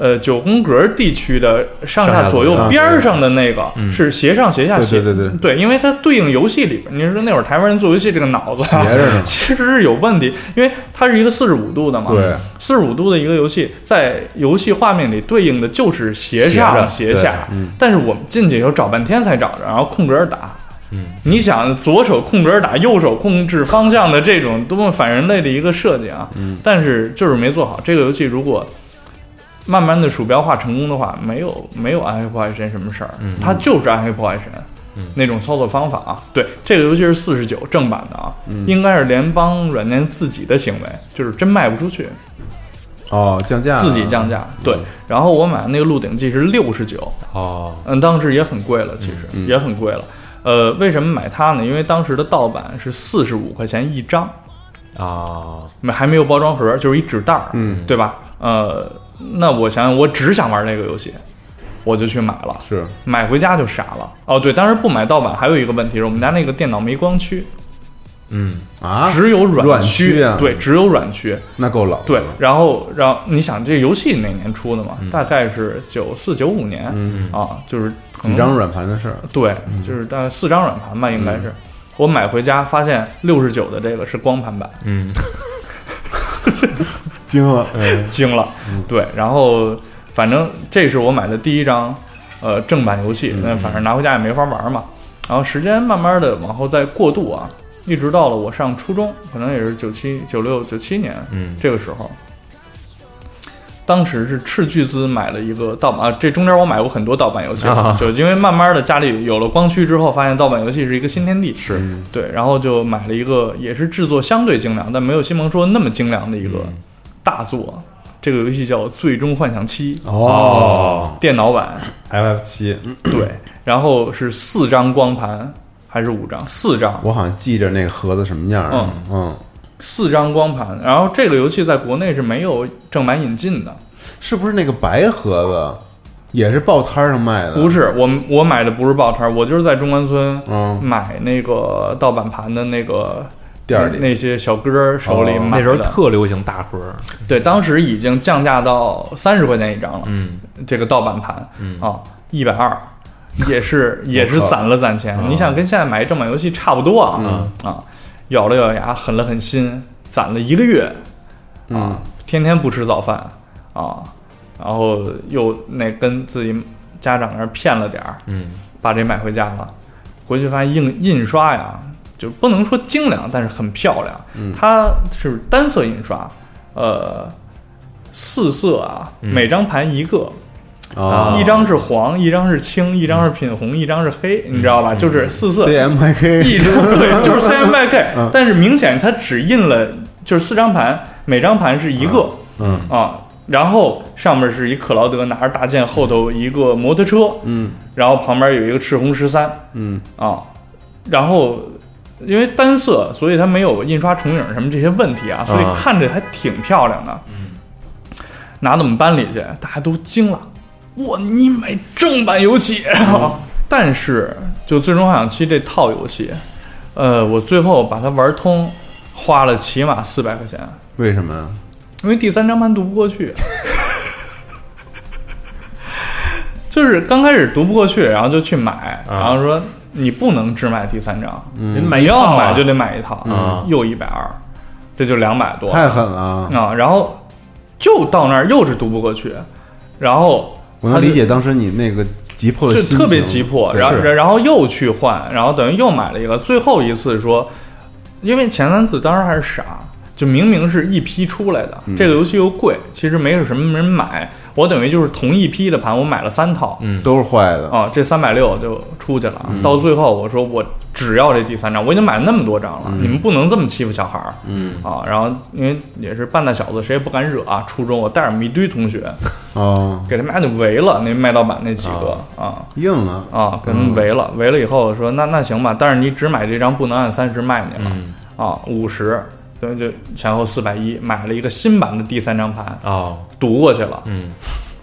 S1: 呃，九宫格地区的上
S2: 上
S1: 下
S2: 下
S1: 左
S2: 左
S1: 右
S3: 右
S1: 边儿上的那个
S2: 嗯
S1: 是斜上斜下
S3: 对
S1: 斜
S3: 对对对
S1: 对，因为它对应游戏里边，你说那会儿台湾人做游戏这个脑子啊
S3: 斜着呢
S1: [laughs] 其实是有问题，因为它是一个四十五度的嘛，
S3: 对，
S1: 四十五度的一个游戏，在游戏画面里对应的就是斜上
S2: 斜着
S1: 下，
S2: 对
S3: 嗯
S1: 但是我们进去以后找半天才找着，然后空格儿打。
S2: 嗯，
S1: 你想左手空格儿打，右手控制方向的这种多么反人类的一个设计啊！
S3: 嗯，
S1: 但是就是没做好。这个游戏如果慢慢的鼠标化成功的话，没有没有暗黑破坏神什么事儿，
S2: 嗯
S1: 它就是暗黑破坏神、
S2: 嗯
S1: 那种操作方法啊。对，这个游戏是四十九正版的啊，
S3: 嗯
S2: 啊
S1: 应该是联邦软件自己的行为，就是真卖不出去。
S3: 哦，降价
S1: 自己降价，对。
S2: 嗯
S1: 然后我买那个《鹿鼎记》是六十九，
S2: 哦，
S1: 嗯，当时也很贵了，其实、
S3: 嗯
S1: 也很贵了。呃，为什么买它呢？因为当时的盗版是四十五块钱一张，
S2: 啊，
S1: 没还没有包装盒，就是一纸袋儿，
S3: 嗯，
S1: 对吧？呃，那我想想，我只想玩那个游戏，我就去买了。
S3: 是
S1: 买回家就傻了哦，对，当时不买盗版还有一个问题是我们家那个电脑没光驱，
S2: 嗯，
S3: 啊，
S1: 只有软
S3: 软驱啊哦
S1: 对，只有软驱，
S3: 那够老
S1: 对
S3: 了。
S1: 然后，然后你想这游戏哪年出的嘛？大概是九四九五年、
S3: 嗯，
S1: 啊，就是可能
S3: 几张软盘的事儿，
S1: 对，就是大概四张软盘吧，应该是。我买回家发现六十九的这个是光盘版，
S2: 嗯，
S3: 惊了，
S1: 惊了。对，然后反正这是我买的第一张呃正版游戏，那反正拿回家也没法玩嘛。然后时间慢慢的往后再过渡啊，一直到了我上初中，可能也是九七、九六、九七年，
S2: 嗯
S1: 这个时候，当时是斥巨资买了一个盗版、啊，这中间我买过很多盗版游戏，
S2: 啊
S1: 就因为慢慢的家里有了光驱之后，发现盗版游戏是一个新天地，
S2: 是
S3: 嗯
S1: 对，然后就买了一个也是制作相对精良，但没有西蒙说那么精良的一个
S2: 嗯
S1: 大作。这个游戏叫《最终幻想七》，
S2: 啊
S3: 哦
S1: 电脑
S2: [clears throat]
S1: 版，
S3: ，FF 七，
S1: 对，然后是四张光盘还是五张？四张，
S3: 我好像记着那个盒子什么样儿，嗯，
S1: 四张光盘。然后这个游戏在国内是没有正版引进的，
S3: 是不是那个白盒子也是报摊儿上卖的？
S1: 不，是我我买的不是报摊儿，我就是在中关村
S3: 嗯，
S1: 买那个盗版盘的那个
S3: 店儿里
S1: 那那些小哥儿手里
S3: 哦
S1: 买的。
S2: 那时候特流行大盒，
S1: 对，当时已经降价到三十块钱一张了，
S2: 嗯
S1: 这个盗版盘、
S2: 嗯
S1: 啊，一百二。也
S3: [laughs]
S1: 是也是
S3: 我靠哦
S1: 攒了攒钱，
S2: 嗯
S1: 你想跟现在买一正版游戏差不多啊、
S3: 嗯
S1: 啊！咬了咬牙，狠了狠心，攒了一个月，
S3: 嗯，
S1: 天天不吃早饭啊，然后又那跟自己家长那儿骗了点儿，
S2: 嗯
S1: 把这买回家了，回去发现印印刷呀，就不能说精良，但是很漂亮。
S3: 嗯
S1: 它是单色印刷，呃，四色啊，
S2: 嗯
S1: 每张盘一个，
S3: 啊
S1: 一张是黄，一张是青，一张是品红，一张是黑，你知道吧？就是四色，[laughs]
S3: ，CMYK，
S1: 一张对，就是 CMYK，
S3: [laughs] 嗯
S1: 但是明显它只印了就是四张盘，每张盘是一个。
S3: 嗯
S1: 啊，然后上面是一克劳德拿着大剑，后头一个摩托车，
S3: 嗯
S1: 然后旁边有一个赤红十三
S3: 嗯，
S1: 啊，然后因为单色，所以它没有印刷重影什么这些问题啊，所以
S2: 啊
S1: 看着还挺漂亮的。拿到我们班里去，大家都惊了，哇，你买正版游戏？然后， [laughs] 但是就《最终幻想七》这套游戏，呃，我最后把它玩通，花了起码四百块钱，
S3: 为什么呀？
S1: 因为第三张盘读不过去， [laughs] 就是刚开始读不过去，然后就去买，
S2: 啊
S1: 然后说你不能只买第三张，
S3: 嗯
S4: 买
S1: 你
S4: 一套
S1: 要
S4: 啊
S1: 买就得买一套，
S2: 嗯
S1: 又一百二，这就两百多
S3: 太狠了啊！
S1: 啊，然后就到那儿又是读不过去，然后
S3: 我能理解当时你那个急迫的
S1: 就
S3: 心情，
S1: 特别急迫，然后
S2: 是
S1: 然后又去换，然后等于又买了一个，最后一次说，因为前三次当时还是傻，就明明是一批出来的，
S3: 嗯
S1: 这个游戏又贵，其实没有什么人买，我等于就是同一批的盘，我买了三套。
S2: 嗯，
S3: 都是坏的，
S1: 啊，这三百六就出去了。到最后，我说我只要这第三张，我已经买了那么多张了，你们不能这么欺负小孩儿。
S3: 嗯
S1: 啊，然后因为也是半大小子，谁也不敢惹啊。初中我带着我们一堆同学，
S3: 哦，
S1: 给他们俩就围了那卖盗版那几个啊
S3: 硬啊，
S1: 啊，给他
S2: 嗯
S1: 们围了，围了以后说那那行吧，但是你只买这张，不能按三十卖你了、
S2: 嗯
S1: 啊，五十，等于就前后四百一，买了一个新版的第三张盘，
S2: 哦，
S1: 赌过去了，
S2: 嗯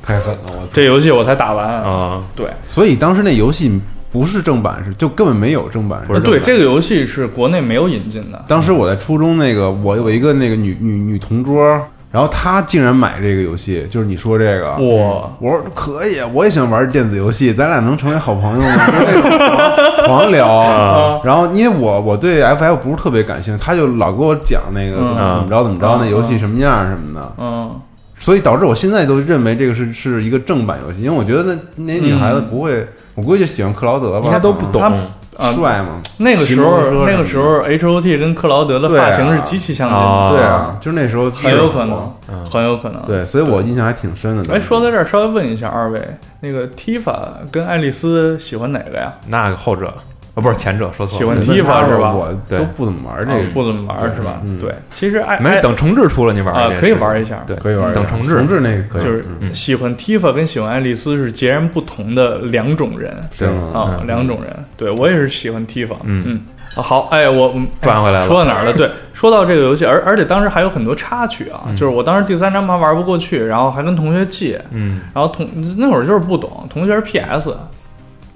S3: 太狠了，我操！
S1: 这游戏我才打完。
S2: 啊，
S1: 对，
S3: 所以当时那游戏不是正版，是就根本没有正版，
S2: 不是
S1: 啊对，
S2: 正版
S1: 这个游戏是国内没有引进的，
S3: 当时我在初中那个，我有一个那个女女女同桌，然后她竟然买这个游戏，就是你说这个，
S2: 嗯
S1: 哇
S3: 我说可以，啊我也想玩电子游戏，咱俩能成为好朋友吗？就是那种狂 [laughs] 狂
S1: 啊
S3: 聊，然后因为我我对 FF 不是特别感兴趣，他就老给我讲那个怎么
S2: 嗯
S3: 怎么着怎么着，
S1: 嗯
S3: 那游戏什么样什么的，
S1: 嗯，
S3: 所以导致我现在都认为这个是是一个正版游戏，因为我觉得那那女孩子
S1: 嗯
S3: 不会，我估计就喜欢克劳德吧，
S2: 应该都不懂
S1: 他
S3: 可能帅嘛，
S1: 那个时
S3: 骑摩托车什
S1: 候
S3: 么的
S1: 那个时候 H O T 跟克劳德的
S3: 对啊
S1: 发型是极其相近的，
S2: 哦
S3: 对啊，就是那时候
S1: 很有可
S3: 是
S1: 能
S3: 我，
S2: 嗯
S1: 很有可能。
S3: 对，所以我印象还挺深的。当
S1: 哎，
S3: 时
S1: 说到这儿，稍微问一下二位，那个 Tifa 跟爱丽丝喜欢哪个呀？
S2: 那个后者啊，不是前者，说错了，
S1: 喜欢
S2: 对
S1: 踢法是吧
S3: 我
S2: 对
S3: 都不怎么玩这
S1: 哦
S2: 嗯
S3: 个，
S1: 不怎么玩儿是吧
S3: 嗯？
S1: 对，其实爱
S2: 没
S1: 爱
S2: 事，等重置出了你玩
S1: 哎啊
S2: 儿这
S1: 可以
S2: 事
S1: 玩一下
S2: 对，
S3: 可以玩一下。
S2: 等重置
S3: 重，置那个可以，
S1: 就是
S3: 嗯
S1: 喜欢 Tifa 跟喜欢爱丽丝是截然不同的两种人
S3: 对吗？
S1: 啊，
S2: 嗯
S1: 两种人。对我也是喜欢 Tifa，
S2: 嗯
S1: 嗯，啊好，哎，我嗯哎
S2: 转回来了
S1: 说到哪儿了？对，说到这个游戏，而而且当时还有很多插曲啊，就是我当时第三张牌玩不过去，然后还跟同学借，
S2: 嗯，
S1: 然后同那会儿就是不懂，同学是 PS，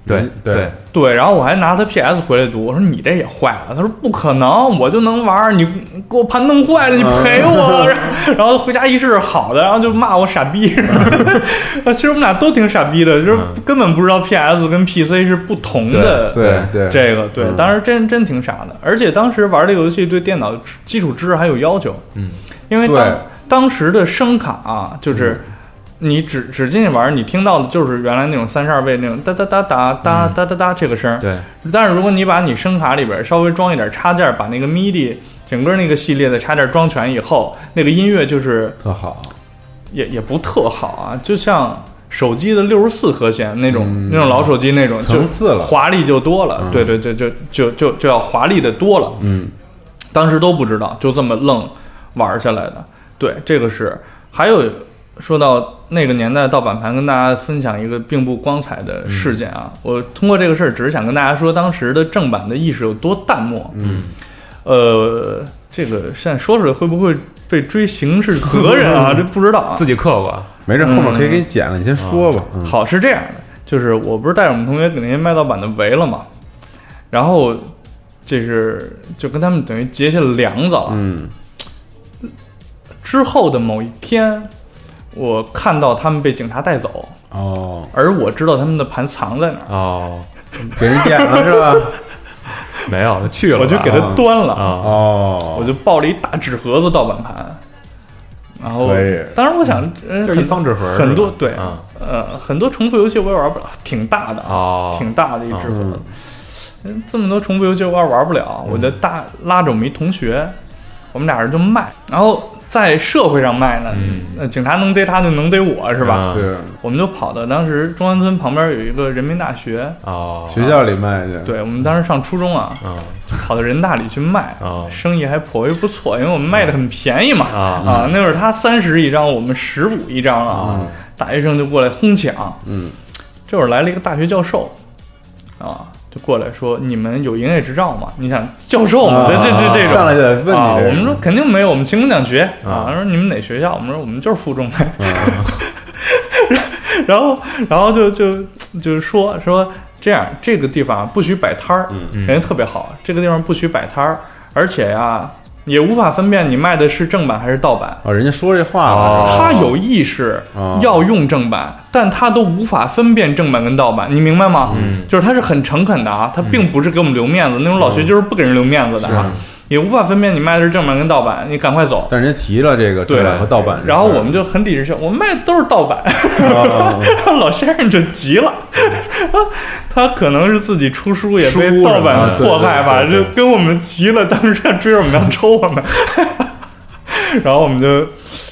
S2: 对
S3: 嗯对，
S1: 对，然后我还拿他 PS 回来读，我说你这也坏了。他说不可能，我就能玩儿，你给我盘弄坏了，你赔我。
S3: 嗯
S1: 然后然后回家一试是好的，然后就骂我傻
S3: [laughs]
S1: 逼。其实我们俩都挺傻逼的，就是
S2: 嗯
S1: 根本不知道 PS 跟 PC 是不同的。
S3: 对对，
S1: 这个对，
S3: 嗯
S1: 当时真真挺傻的，而且当时玩这个游戏对电脑基础知识还有要求，
S2: 嗯，
S1: 因为
S3: 对嗯
S1: 当当时的声卡、啊、就是你只只进去玩，你听到的就是原来那种三十二位那种哒哒哒哒哒哒哒哒这个声儿，
S2: 对，
S1: 但是如果你把你声卡里边稍微装一点插件儿，把那个 MIDI 整个那个系列的插件儿装全以后，那个音乐就是
S3: 特好，
S1: 也也不特好啊，就像手机的六十四和弦那种、
S3: 嗯
S1: 那种老手机那种就
S3: 层次了，
S1: 华丽就多了，
S3: 嗯
S1: 对对对，就就就就要华丽的多了。
S3: 嗯，
S1: 当时都不知道，就这么愣玩下来的。对，这个是还有说到那个年代盗版盘，跟大家分享一个并不光彩的
S3: 嗯
S1: 事件啊。我通过这个事儿，只是想跟大家说，当时的正版的意识有多淡漠。嗯，呃，这个现在说出来会不会被追刑
S3: [laughs]
S1: 事责任啊？这不知道啊。
S2: 自己刻过，
S3: 没事，后面可以给你剪了，你先说吧。嗯
S1: 好，是这样的，就是我不是带着我们同学给那些卖盗版的围了嘛，然后这是就跟他们等于结下了梁子了。
S3: 嗯，
S1: 之后的某一天，我看到他们被警察带走，
S3: 哦，
S1: 而我知道他们的盘藏在哪儿，
S2: 哦，
S3: 给人剪了是吧？
S2: 没有去了吧，
S1: 我就给他嗯端了，
S2: 啊，
S3: 哦，
S1: 我就抱了一大纸盒子盗版盘，然后
S3: 可以
S1: 当时我想，呃
S2: 就是一方纸盒儿是吧，
S1: 很多对，
S2: 啊，
S1: 呃，很多重复游戏我也玩不了，挺大的啊，
S2: 哦，
S1: 挺大的一纸盒子。
S3: 嗯
S1: 嗯这么多重复游戏我也玩不了，
S2: 嗯
S1: 我就大拉着我们一同学，我们俩人就卖，然后在社会上卖呢，
S2: 嗯
S1: 呃警察能逮他就能逮我是吧？
S2: 啊
S3: 是
S1: 我们就跑到当时中关村旁边有一个人民大学，
S2: 哦，
S3: 学校里卖去，
S1: 对我们当时上初中
S2: [laughs]
S1: 啊，
S2: 嗯，
S1: 跑到人大里去卖
S2: 哦，
S1: 生意还颇为不错，因为我们卖的很便宜嘛
S2: 啊
S1: 啊，那会儿他三十一张，我们十五一张啊
S2: 啊，
S1: 大学生就过来哄抢，
S3: 嗯，
S1: 这会儿来了一个大学教授，啊，就过来说你们有营业执照吗？你想教授嘛，这这这这种
S3: 啊上来就得问你
S1: 啊，我
S3: 这人
S1: 们说肯定没有，我们勤工俭学啊
S2: 啊。
S1: 他说你们哪学校？我们说我们就是附中的。
S3: 啊
S1: [laughs] 然后，然后就就就是说说这样，这个地方不许摆摊儿，
S3: 嗯
S1: 人家特别好，这个地方不许摆摊儿，而且呀、也无法分辨你卖的是正版还是盗版。
S3: 哦，人家说这话了，
S2: 哦
S1: 他有意识
S3: 哦
S1: 要用正版，但他都无法分辨正版跟盗版，你明白吗？
S2: 嗯
S1: 就是他是很诚恳的啊，他并不是给我们留面子，那种老学究是不给人留面子的啊，也无法分辨你卖的是正版跟盗版，你赶快走。
S3: 但人家提了这个正
S1: 对
S3: 版和盗版这事儿，
S1: 然后我们
S3: [laughs]
S1: 就很理直气壮，我们卖的都是盗版，
S3: 哦
S1: 然后 [laughs] 老先生就急了， [laughs] 他可能是自己出书也
S3: 书什
S1: 被
S3: 么的
S1: 盗版迫害吧，
S3: 对对
S1: 就
S3: 对对
S1: 跟我们急了，当时要追着我们要抽我们， [laughs] 然后我们就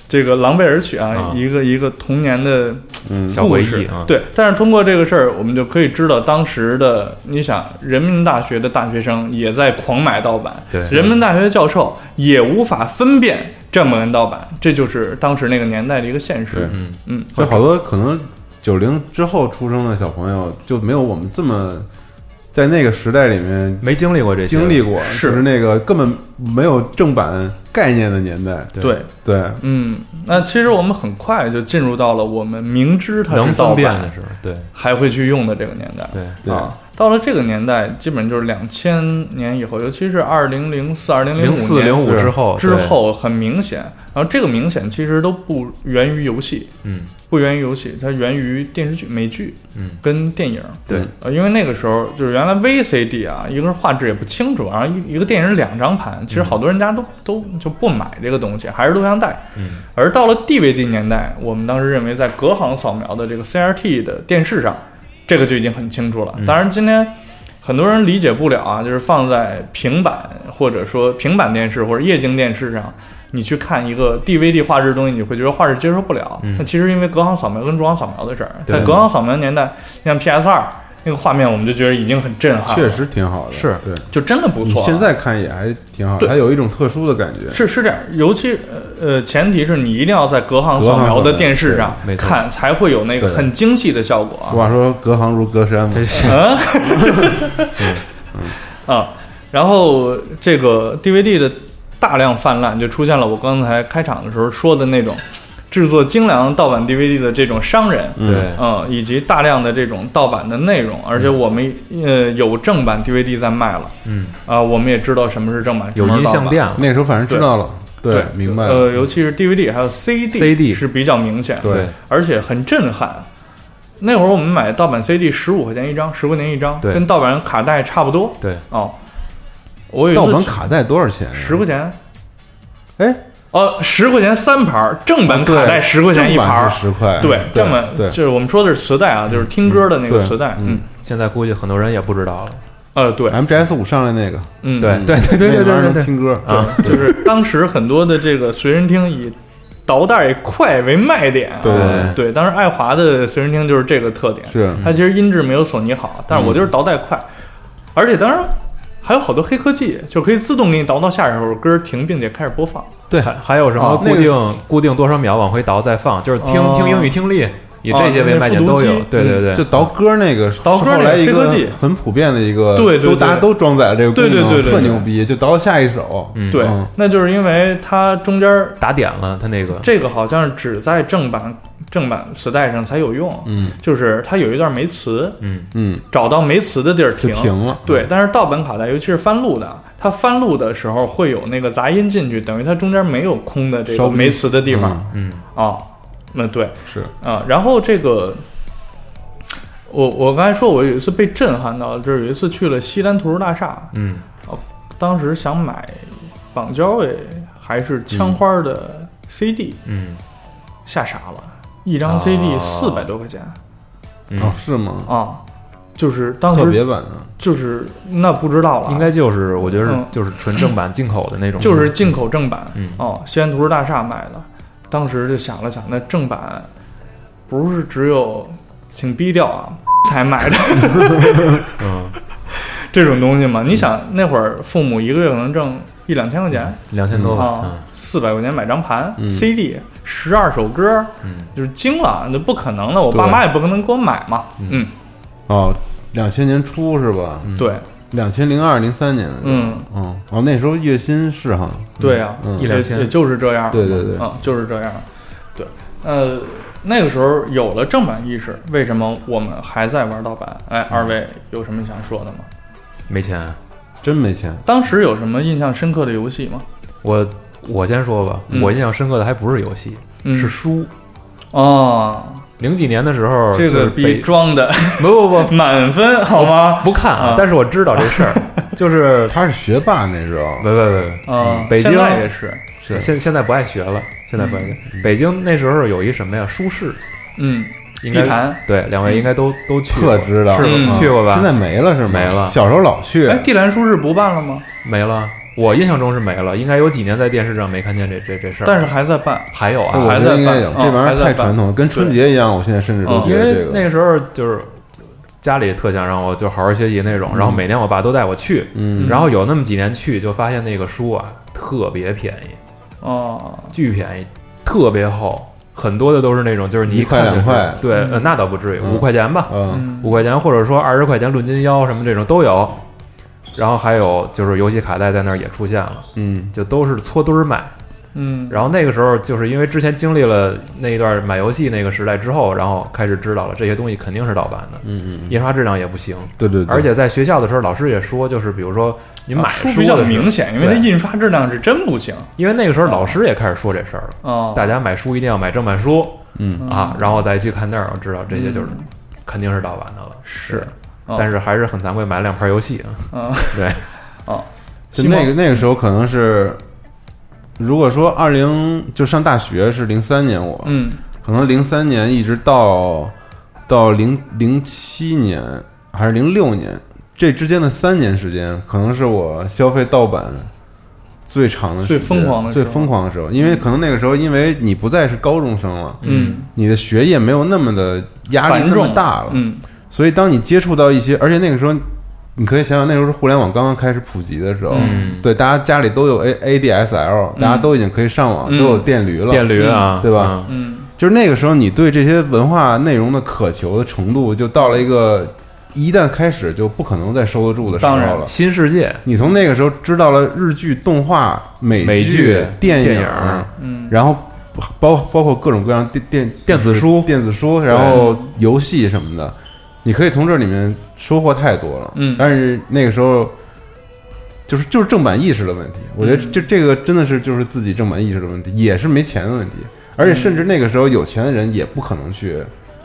S1: 这个狼狈而去啊
S2: 啊，
S1: 一个一个童年的
S3: 嗯
S2: 小回
S1: 故事
S2: 忆啊，
S1: 对，但是通过这个事儿，我们就可以知道当时的，你想，人民大学的大学生也在狂买盗版，
S2: 对
S1: 人民大学的教授也无法分辨正版跟盗版，这就是当时那个年代的一个现
S3: 对
S1: 实。
S2: 嗯
S1: 嗯，
S3: 所以好多可能九零之后出生的小朋友就没有我们这么在那个时代里面
S2: 没经历过这些，
S3: 经历过，
S1: 是
S3: 就是那个根本没有正版概念的年代。
S2: 对
S1: 对，
S3: 对，
S1: 嗯，那其实我们很快就进入到了我们明知它
S2: 能
S1: 是盗
S2: 分辨的
S1: 版
S2: 是，对
S1: 还会去用的这个年代。
S2: 对，
S3: 对
S1: 啊，到了这个年代，基本就是两千年以后，尤其是二零零四、二零
S2: 零
S1: 五
S2: 四
S1: 年
S2: 零五
S3: 是
S2: 之后
S1: 之
S2: 对
S1: 后很明显，然后这个明显其实都不源于游戏，
S2: 嗯
S1: 不源于游戏，它源于电视剧、美剧
S2: 嗯
S1: 跟电影。
S2: 对
S1: 呃，因为那个时候就是原来 VCD 啊，一个是画质也不清楚，然后一一个电影两张盘，其实好多人家都、都就不买这个东西，还是录像带。
S2: 嗯
S1: 而到了 DVD 年代，我们当时认为在隔行扫描的这个 CRT 的电视上，这个就已经很清楚了。
S2: 嗯
S1: 当然，今天很多人理解不了啊，就是放在平板或者说平板电视或者液晶电视上，你去看一个 DVD 画质的东西，你会觉得画质接受不了。
S2: 嗯
S1: 那其实因为隔行扫描跟中行扫描的事儿，
S2: 对
S1: 在隔行扫描年代，像 PS 二。那个画面我们就觉得已经很震撼了，
S3: 确实挺好的，
S2: 是
S3: 对。
S1: 就真的不
S3: 你
S1: 错啊。
S3: 现在看也还挺好，
S1: 对
S3: 还有一种特殊的感觉。
S1: 是是这样，尤其呃呃，前提是你一定要在隔行
S3: 隔行
S1: 扫描
S3: 扫
S1: 的
S3: 描
S1: 电视上
S2: 没错
S1: 看，才会有那个
S3: 对
S1: 很精细的效果啊
S3: 俗。话说隔行如隔山嘛，
S2: 这是
S1: 嗯，啊，然后这个 DVD 的大量泛滥，就出现了我刚才开场的时候说的那种制作精良盗版 DVD 的这种商人，
S3: 嗯
S2: 对
S1: 嗯，以及大量的这种盗版的内容，而且
S3: 嗯
S1: 我们呃有正版 DVD 在卖了，
S2: 嗯，
S1: 啊，我们也知道什么是正版，什
S2: 有
S1: 么是
S2: 音
S1: 盗
S2: 像
S1: 版
S2: 店。了，
S3: 那时候反正知道了，
S1: 对，
S3: 明白
S1: 呃，
S3: 了。
S1: 尤其是 DVD 还有 CD,
S2: CD
S1: 是比较明显的，
S3: 对
S1: 而且很震撼。那会儿我们买盗版 CD 十五块钱一张，十块钱一张，
S2: 对
S1: 跟盗版卡带差不多。
S2: 对
S1: 哦，我有
S3: 盗
S1: 一
S3: 版
S1: 次
S3: 卡带多少钱？啊
S1: 十块钱，
S3: 哎，
S1: 哦，十块钱三盘儿，正版卡
S3: 哦对
S1: 带十块钱一
S3: 正版
S1: 盘儿。
S3: 是十块，
S1: 对，正版
S3: 对
S1: 就是我们说的是磁带啊，就是听歌的那个
S3: 对
S1: 磁带，嗯，
S2: 现在估计很多人也不知道了。
S1: 呃，对，
S3: ，MGS 五上来那个，
S1: 嗯，
S2: 对
S3: 嗯
S2: 对对对
S3: 那
S2: 对
S3: 玩意儿
S2: 对
S3: 能
S2: 对
S3: 听歌
S2: 啊，
S1: [laughs] 就是当时很多的这个随身听以倒带快为卖点啊，
S3: 对
S2: 对
S1: 对，当时爱华的随身听就是这个特点，
S3: 是
S1: 它其实音质没有索尼好，但是我就是倒带快，而且当然还有好多黑科技，就可以自动给你倒到下一首歌停，并且开始播放。
S3: 对
S2: 还还有什么
S1: 啊
S2: 固
S3: 那个
S2: 定、固定多少秒往回倒再放，就是听、
S1: 哦
S2: 听英语听力，以
S1: 哦
S2: 这些为卖点
S1: 那
S2: 都
S1: 复读
S2: 有。
S1: 机嗯
S2: 对对对，
S3: 就倒歌那个，
S1: 倒歌那个
S3: 后来一
S1: 黑科
S3: 个
S1: 技
S3: 很普遍的一个，
S1: 对对对
S3: 都大家都装载了这个功能，
S1: 对对对对
S3: 特牛逼，就倒到下一首，
S2: 嗯
S1: 对，
S3: 嗯
S1: 那就是因为它中间儿
S2: 打点了他那个，
S1: 这个好像是只在正版正版磁带上才有用，
S3: 嗯
S1: 就是它有一段没词，
S2: 嗯，
S3: 嗯，
S1: 找到没词的地儿
S3: 就停了，
S1: 对，但是盗版卡带，尤其是翻录的，啊它翻录的时候会有那个杂音进去，等于它中间没有空的这
S3: 稍
S1: 个
S3: 微
S1: 没词的地方啊、
S2: 嗯，
S1: 那对
S3: 是
S1: 啊、然后这个，我我刚才说，我有一次被震撼到，就是有一次去了西单图书大厦，
S2: 嗯
S1: 当时想买绑交位还是枪花的 CD，、
S2: 嗯
S1: 吓傻了，一张 CD
S2: 哦
S1: 四百多块钱
S2: 嗯，
S3: 哦，是吗？
S1: 啊、就是当
S3: 特别
S1: 时
S3: 版啊，
S1: 就是那不知道了，
S2: 应该就是我觉得是
S1: 嗯
S2: 就是纯正版进口的那
S1: [clears throat]
S2: 种，
S1: 就是进口正版，
S2: 嗯
S1: 哦，西安图书大厦买的，当时就想了想，那正版不是只有请逼掉啊才买的
S2: [laughs] 嗯
S1: 这种东西吗？你想那会儿父母一个月可能挣一两千块钱
S2: 两千多吧嗯
S1: 啊，，四百块钱买张盘、
S3: 嗯
S1: CD 十二首歌，
S2: 嗯
S1: 就是惊了，那不可能的，我
S3: 对
S1: 爸妈也不可能给我买嘛，
S2: 嗯
S1: 嗯，
S3: 哦，两千年初是吧？
S2: 嗯
S1: 对，
S3: 两千零二零三年，
S1: 嗯，
S3: 嗯，哦，那时候月薪是哈，
S1: 对啊，
S3: 嗯
S2: 一两千
S1: 也也就是这样，
S3: 对对对
S1: 嗯，就是这样，对，呃，那个时候有了正版意识，为什么我们还在玩盗版？哎，二位有什么想说的吗？
S2: 没钱。
S3: 嗯真没钱，
S1: 当时有什么印象深刻的游戏吗？
S2: 我我先说吧，
S1: 嗯
S2: 我印象深刻的还不是游戏，
S1: 嗯
S2: 是书。
S1: 哦，
S2: 零几年的时候，
S1: 这
S2: 就是
S1: 个比
S2: 北
S1: 装的 [laughs]
S2: 不不不
S1: 满分好吗？
S2: 不看啊
S1: 啊，
S2: 但是我知道这事儿，就是
S3: 他是学霸那时候，
S2: 喂喂喂，
S1: 嗯，
S2: 北京
S1: 现在也是，
S3: 是
S2: 现现在不爱学了，现在不爱学。北京那时候有一什么呀，书市，
S1: 嗯，
S2: 应该
S1: 地坛
S2: 对，两位应该都都去过，
S3: 特知道，
S2: 是吧
S1: 嗯
S2: 去过吧？
S3: 现在没了是吗？
S2: 没了
S3: 小时候老去
S1: 哎，，地坛书市不办了吗？
S2: 没了。我印象中是没了，应该有几年在电视上没看见这这这事儿。
S1: 但是还在办，
S2: 还有
S3: 那
S2: 啊，
S3: 我觉
S1: 还在
S3: 得应该
S1: 办
S3: 有，
S1: 嗯
S3: 这玩意
S1: 还
S3: 儿
S1: 在
S3: 太
S1: 办
S3: 传统了，跟春节一样。我现在甚至都
S1: 嗯
S3: 觉
S2: 因
S3: 得
S2: 为
S3: 这个，
S2: 那时候就是家里特想让我就好好学习那种，然后每年我爸都带我去，
S3: 嗯，
S2: 然后有那么几年去，就发现那个书啊特别便宜，
S1: 哦，
S2: 巨便宜，特别厚，很多的都是那种就是你一
S3: 一块
S2: 看就是
S3: 两块
S2: 对，
S1: 嗯
S2: 呃那倒不至于，
S3: 嗯
S2: 五块钱吧，
S3: 嗯，
S1: 嗯
S2: 五块钱或者说二十块钱论斤腰什么这种都有。然后还有就是游戏卡带在那儿也出现了，
S3: 嗯，
S2: 就都是搓堆儿买。
S1: 嗯，
S2: 然后那个时候就是因为之前经历了那一段买游戏那个时代之后，然后开始知道了这些东西肯定是盗版的，
S3: 嗯嗯，
S2: 印刷质量也不行。
S3: 对对对，
S2: 而且在学校的时候，老师也说，就是比如说你买
S1: 啊
S2: 书
S1: 书
S2: 的
S1: 比
S2: 时
S1: 较
S2: 候
S1: 明，显，因为它
S2: 对
S1: 印刷质量是真不行
S2: 因为那个时候老师也开始说这事儿了，
S1: 哦，
S2: 大家买书一定要买正版书
S3: 嗯，
S1: 嗯
S2: 啊，然后再去看那儿，我知道这些就是
S1: 嗯
S2: 肯定是盗版的了。
S1: 是
S2: 对，
S1: 哦
S2: 但是还是很惭愧，买了两盘游戏啊。
S1: 嗯，
S2: [laughs] 对，
S1: 哦，
S3: 就
S1: 西蒙
S3: 那个那个时候可能是，如果说二零就上大学是零三年我，
S1: 嗯
S3: 可能零三年一直到到零零七年还是零六年这之间的三年时间，可能是我消费盗版最长的时间、
S1: 最疯狂的时
S3: 最
S1: 候
S3: 疯狂的时候，因为可能那个时候，因为你不再是高中生了，
S1: 嗯，
S3: 你的学业没有那么的压力
S1: 繁
S3: 那
S1: 重
S3: 么大了，
S1: 嗯
S3: 所以当你接触到一些，而且那个时候，你可以想想那时候是互联网刚刚开始普及的时候，
S2: 嗯
S3: 对，大家家里都有 A A D S L，大家都已经可以上网，
S1: 嗯
S3: 都有电驴了，
S2: 电驴啊，
S3: 对吧？
S1: 嗯，
S3: 就是那个时候，你对这些文化内容的渴求的程度，就到了一个一旦开始就不可能再收得住的时候
S1: 当然
S3: 了
S2: 嗯？。新世界，
S3: 你从那个时候知道了日剧、动画、美
S2: 美剧
S3: 电
S2: 电影
S1: 嗯
S3: 然后包包括各种各样电电
S2: 电子书
S3: 电子书，然后游戏什么的，你可以从这里面收获太多了。
S1: 嗯
S3: 但是那个时候。就是就是正版意识的问题，我觉得
S1: 嗯
S3: 这这个真的是就是自己正版意识的问题，也是没钱的问题，而且甚至那个时候有钱的人也不可能去，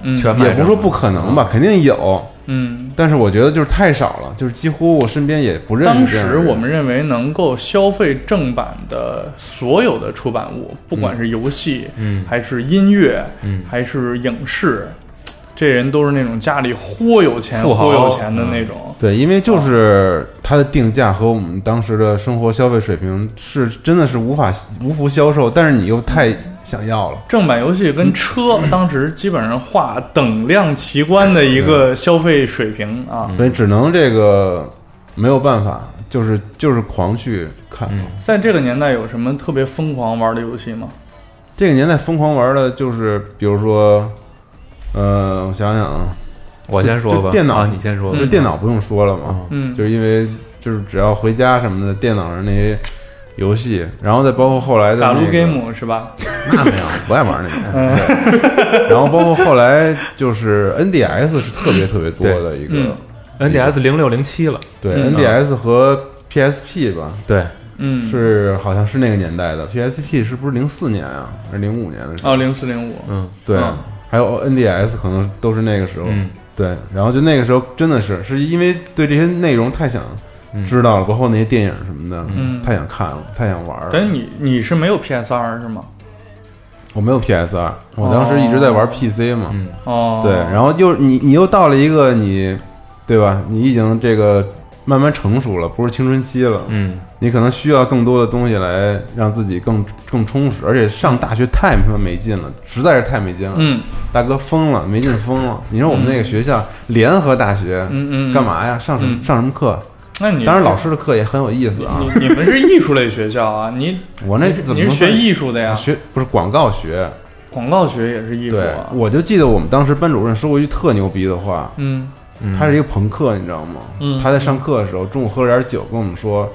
S1: 嗯
S2: 全买
S3: 也不是说不可能吧，肯定有，
S1: 嗯。
S3: 但是我觉得就是太少了，就是几乎我身边也不认识。
S1: 当时我们认为能够消费正版的所有的出版物，不管是游戏，
S2: 嗯
S1: 还是音乐，
S2: 嗯
S1: 还是影视，这人都是那种家里豁有钱、
S2: 富豪
S1: 豁有钱的
S3: 嗯
S1: 那种。
S3: 对，因为
S1: 哦
S3: 就是它的定价和我们当时的生活消费水平是真的是无法无福消受，但是你又太想要了。
S1: 正版游戏跟车
S3: 嗯
S1: 当时基本上画等量齐观的一
S3: 嗯
S1: 个消费水平啊。
S3: 所以只能这个没有办法，就是就是狂去看。
S2: 嗯
S1: 在这个年代有什么特别疯狂玩的游戏吗？
S3: 这个年代疯狂玩的就是，比如说，呃，我想想啊，
S2: 我先说
S3: 就
S2: 吧，
S3: 电脑
S2: 啊你先说吧，
S3: 就电脑不用说了嘛，
S1: 嗯
S3: 就是因为就是只要回家什么的，电脑上那些游戏，然后再包括后来的、
S1: 打
S3: 那
S1: 撸
S3: 个、
S1: game 是吧？
S3: [laughs] 啊那没有，不爱玩那个。
S1: [laughs]
S3: 对然后包括后来就是 NDS 是特别特别多的一个，
S2: NDS 零六零七了，
S3: 对
S1: 嗯
S3: NDS 和 PSP 吧，
S2: 对，
S1: 嗯，
S3: 是好像是那个年代的，PSP 是不是零四年啊，还是零五年的时候？
S1: 哦，零四零五，
S2: 嗯
S3: 对
S1: 嗯，
S3: 还有 NDS 可能都是那个时候，
S2: 嗯
S3: 对，然后就那个时候真的是是因为对这些内容太想
S2: 嗯
S3: 知道了，包括那些电影什么的，
S1: 嗯
S3: 太想看了，太想玩了。
S1: 等于你你是没有 PS 二是吗？
S3: 我没有 PS 二，我当时一直在玩 PC 嘛，
S2: 嗯，
S1: 哦，
S3: 对，然后又你你又到了一个你，对吧？你已经这个慢慢成熟了，不是青春期了，
S2: 嗯，
S3: 你可能需要更多的东西来让自己更更充实。而且上大学太他妈没劲了，实在是太没劲了。
S1: 嗯
S3: 大哥疯了，没劲疯了。你说我们那个学校联合大学，
S1: 嗯嗯，
S3: 干？嘛呀？上什么、
S1: 嗯
S3: 上什么课？
S1: 那你
S3: 当然老师的课也很有意思啊。
S1: 你你们是艺术类学校啊？你
S3: 我那 [laughs] 怎么
S1: 你是学
S3: 算
S1: 艺啊术的呀？
S3: 学不是广告学？
S1: 广告学也是艺术
S3: 对
S1: 啊，。
S3: 我就记得我们当时班主任说过一句特牛逼的话，
S1: 嗯
S2: 嗯
S3: 他是一个朋克，你知道吗？
S1: 嗯
S3: 他在上课的时候，中午喝了点酒，跟我们说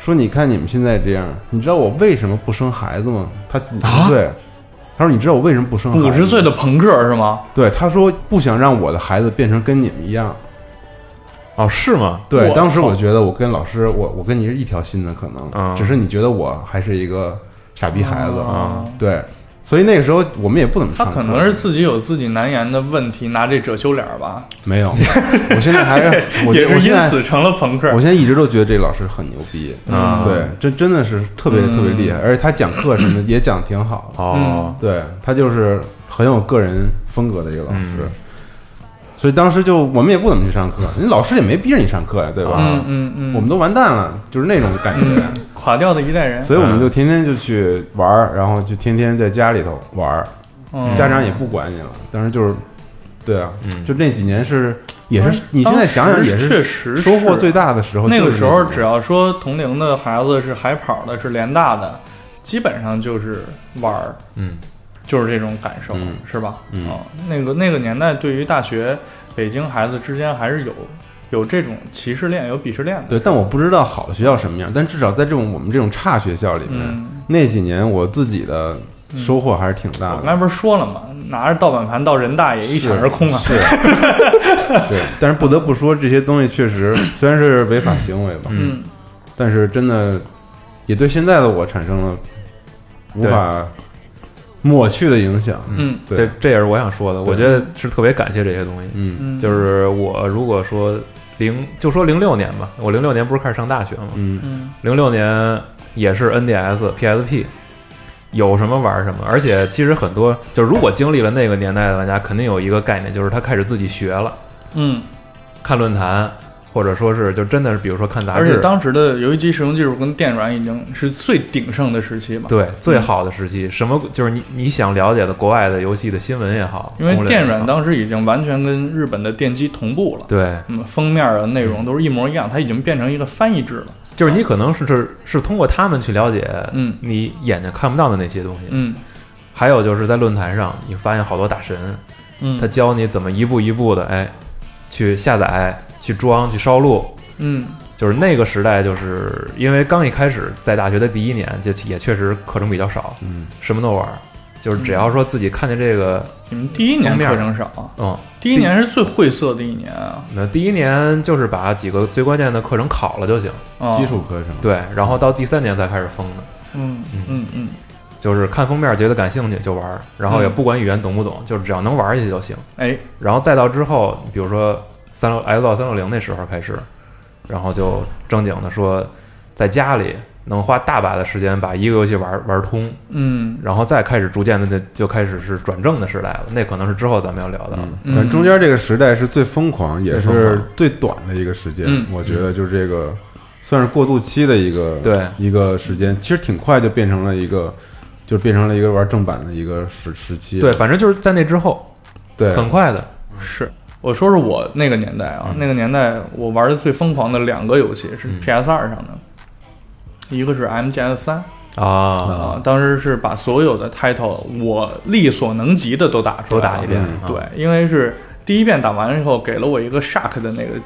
S3: 说，你看你们现在这样，你知道我为什么不生孩子吗？他五十岁，他说你知道我为什么不生孩子吗？
S1: 啊五十岁的朋克是吗？
S3: 对，他说不想让我的孩子变成跟你们一样。
S2: 哦是吗？
S3: 对，
S1: 我
S3: 当时
S1: 操
S3: 我觉得我跟老师，我我跟你是一条心的，可能、
S2: 嗯
S3: 只是你觉得我还是一个傻逼孩子。
S1: 啊
S3: 对，所以那个时候我们也不怎么
S1: 他
S3: 上课。
S1: 可能是自己有自己难言的问题，拿这遮羞脸儿吧，
S3: 没有，我现在还是我
S1: 也
S3: 我
S1: 是
S3: 现
S1: 因
S3: 在
S1: 此成了朋克
S3: 我。现在一直都觉得这老师很牛逼。
S1: 嗯
S2: 啊，
S3: 对，这真的是特别
S1: 嗯
S3: 特别厉害，而且他讲课什么的也讲挺好的。
S2: 哦，
S3: 对他就是很有个人风格的一个老师
S2: 嗯，
S3: 所以当时就我们也不怎么去上课，人老师也没逼着你上课呀，对吧？
S1: 嗯嗯嗯，
S3: 我们都完蛋了，就是那种感觉。
S1: 垮掉的一代人，
S3: 所以我们就天天就去玩儿，然后就天天在家里头玩儿，
S1: 嗯
S3: 家长也不管你了。当时就是，对啊，
S2: 嗯
S3: 就那几年是也是你现在
S1: 当时
S3: 想想也是
S1: 确实是
S3: 收获最大的时候。
S1: 那个
S3: 哦就是
S1: 时候，
S3: 几年
S1: 只要说同龄的孩子是海跑的，是联大的，基本上就是玩儿，
S2: 嗯，
S1: 就是这种感受，
S3: 嗯
S1: 是吧？
S3: 嗯
S1: 啊那个那个年代，对于大学北京孩子之间还是有有这种歧视链，有鄙视链的。
S3: 对，但我不知道好的学校什么样，但至少在这种我们这种差学校里面，
S1: 嗯，
S3: 那几年我自己的收获还是挺大
S1: 我刚
S3: 的。
S1: 才不是说了吗？拿着盗版盘到人大也一抢而空啊！ [laughs]
S3: 是，对，但是不得不说，这些东西确实虽然是违法行为吧，
S1: 嗯，
S3: 但是真的也对现在的我产生了无法抹去的影响。
S1: 嗯
S2: 这
S3: 对，
S2: 这也是我想说的，我觉得是特别感谢这些东西，
S3: 嗯
S1: 嗯，
S2: 就是我如果说零就说零六年吧，我零六年不是开始上大学嘛，
S3: 嗯
S1: 嗯
S2: 零六年也是 NDS、PSP，有什么玩什么。而且其实很多，就是如果经历了那个年代的玩家，肯定有一个概念，就是他开始自己学了，
S1: 嗯
S2: 看论坛，或者说是就真的是比如说看杂
S1: 而且
S2: 志，
S1: 当时的游戏机使用技术跟电软已经是最鼎盛的时期嘛。
S2: 对最好的时期，什么就是你你想了解的国外的游戏的新闻也好，
S1: 因为
S2: 攻略也
S1: 电
S2: 好
S1: 软当时已经完全跟日本的电机同步了，
S2: 对，
S1: 嗯，封面啊内容都是一模一样，它已经变成一个翻译制了。
S2: 就是你可能是是是通过他们去了解
S1: 嗯
S2: 你眼睛看不到的那些东西，
S1: 嗯
S2: 还有就是在论坛上你发现好多大神，
S1: 嗯，
S2: 他教你怎么一步一步的哎去下载、去装、去烧录，
S1: 嗯
S2: 就是那个时代，就是因为刚一开始在大学的第一年，就也确实课程比较少，
S3: 嗯，
S2: 什么都玩儿，就是只要说自己看见这个，
S1: 你们第一年
S2: 封面
S1: 课程少啊，
S2: 嗯，
S1: 第一年是最晦涩的一年啊，
S2: 那第一年就是把几个最关键的课程考了就行，
S1: 啊
S3: 基，础课程，
S2: 对，然后到第三年才开始封的，
S1: 嗯嗯嗯，
S2: 就是看封面觉得感兴趣就玩儿，然后也
S1: 嗯
S2: 不管语言懂不懂，就是只要能玩儿下去就行。
S1: 哎，
S2: 然后再到之后，比如说三六 S 到三六零那时候开始，然后就正经的说，在家里能花大把的时间把一个游戏玩玩通，
S1: 嗯
S2: 然后再开始逐渐的就就开始是转正的时代了。那可能是之后咱们要聊到的
S3: 嗯，反正中间这个时代是最疯狂，也
S2: 最疯
S3: 是
S2: 狂
S3: 最短的一个时间
S1: 嗯。
S3: 我觉得就是这个算是过渡期的一个
S2: 对
S3: 一个时间，其实挺快就变成了一个，就变成了一个玩正版的一个时时期。
S2: 对，反正就是在那之后，
S3: 对，
S2: 很快的，
S1: 是。我说说我那个年代啊，那个年代我玩的最疯狂的两个游戏是
S2: 嗯
S1: PS 二上的，一个是 MGS 三
S2: 啊，
S1: 啊，当时是把所有的 title 我力所能及的都打出
S2: 多
S1: 来，
S2: 打一遍，
S3: 嗯
S2: 啊
S1: 对，，因为是第一遍打完以后，给了我一个 shark 的那个，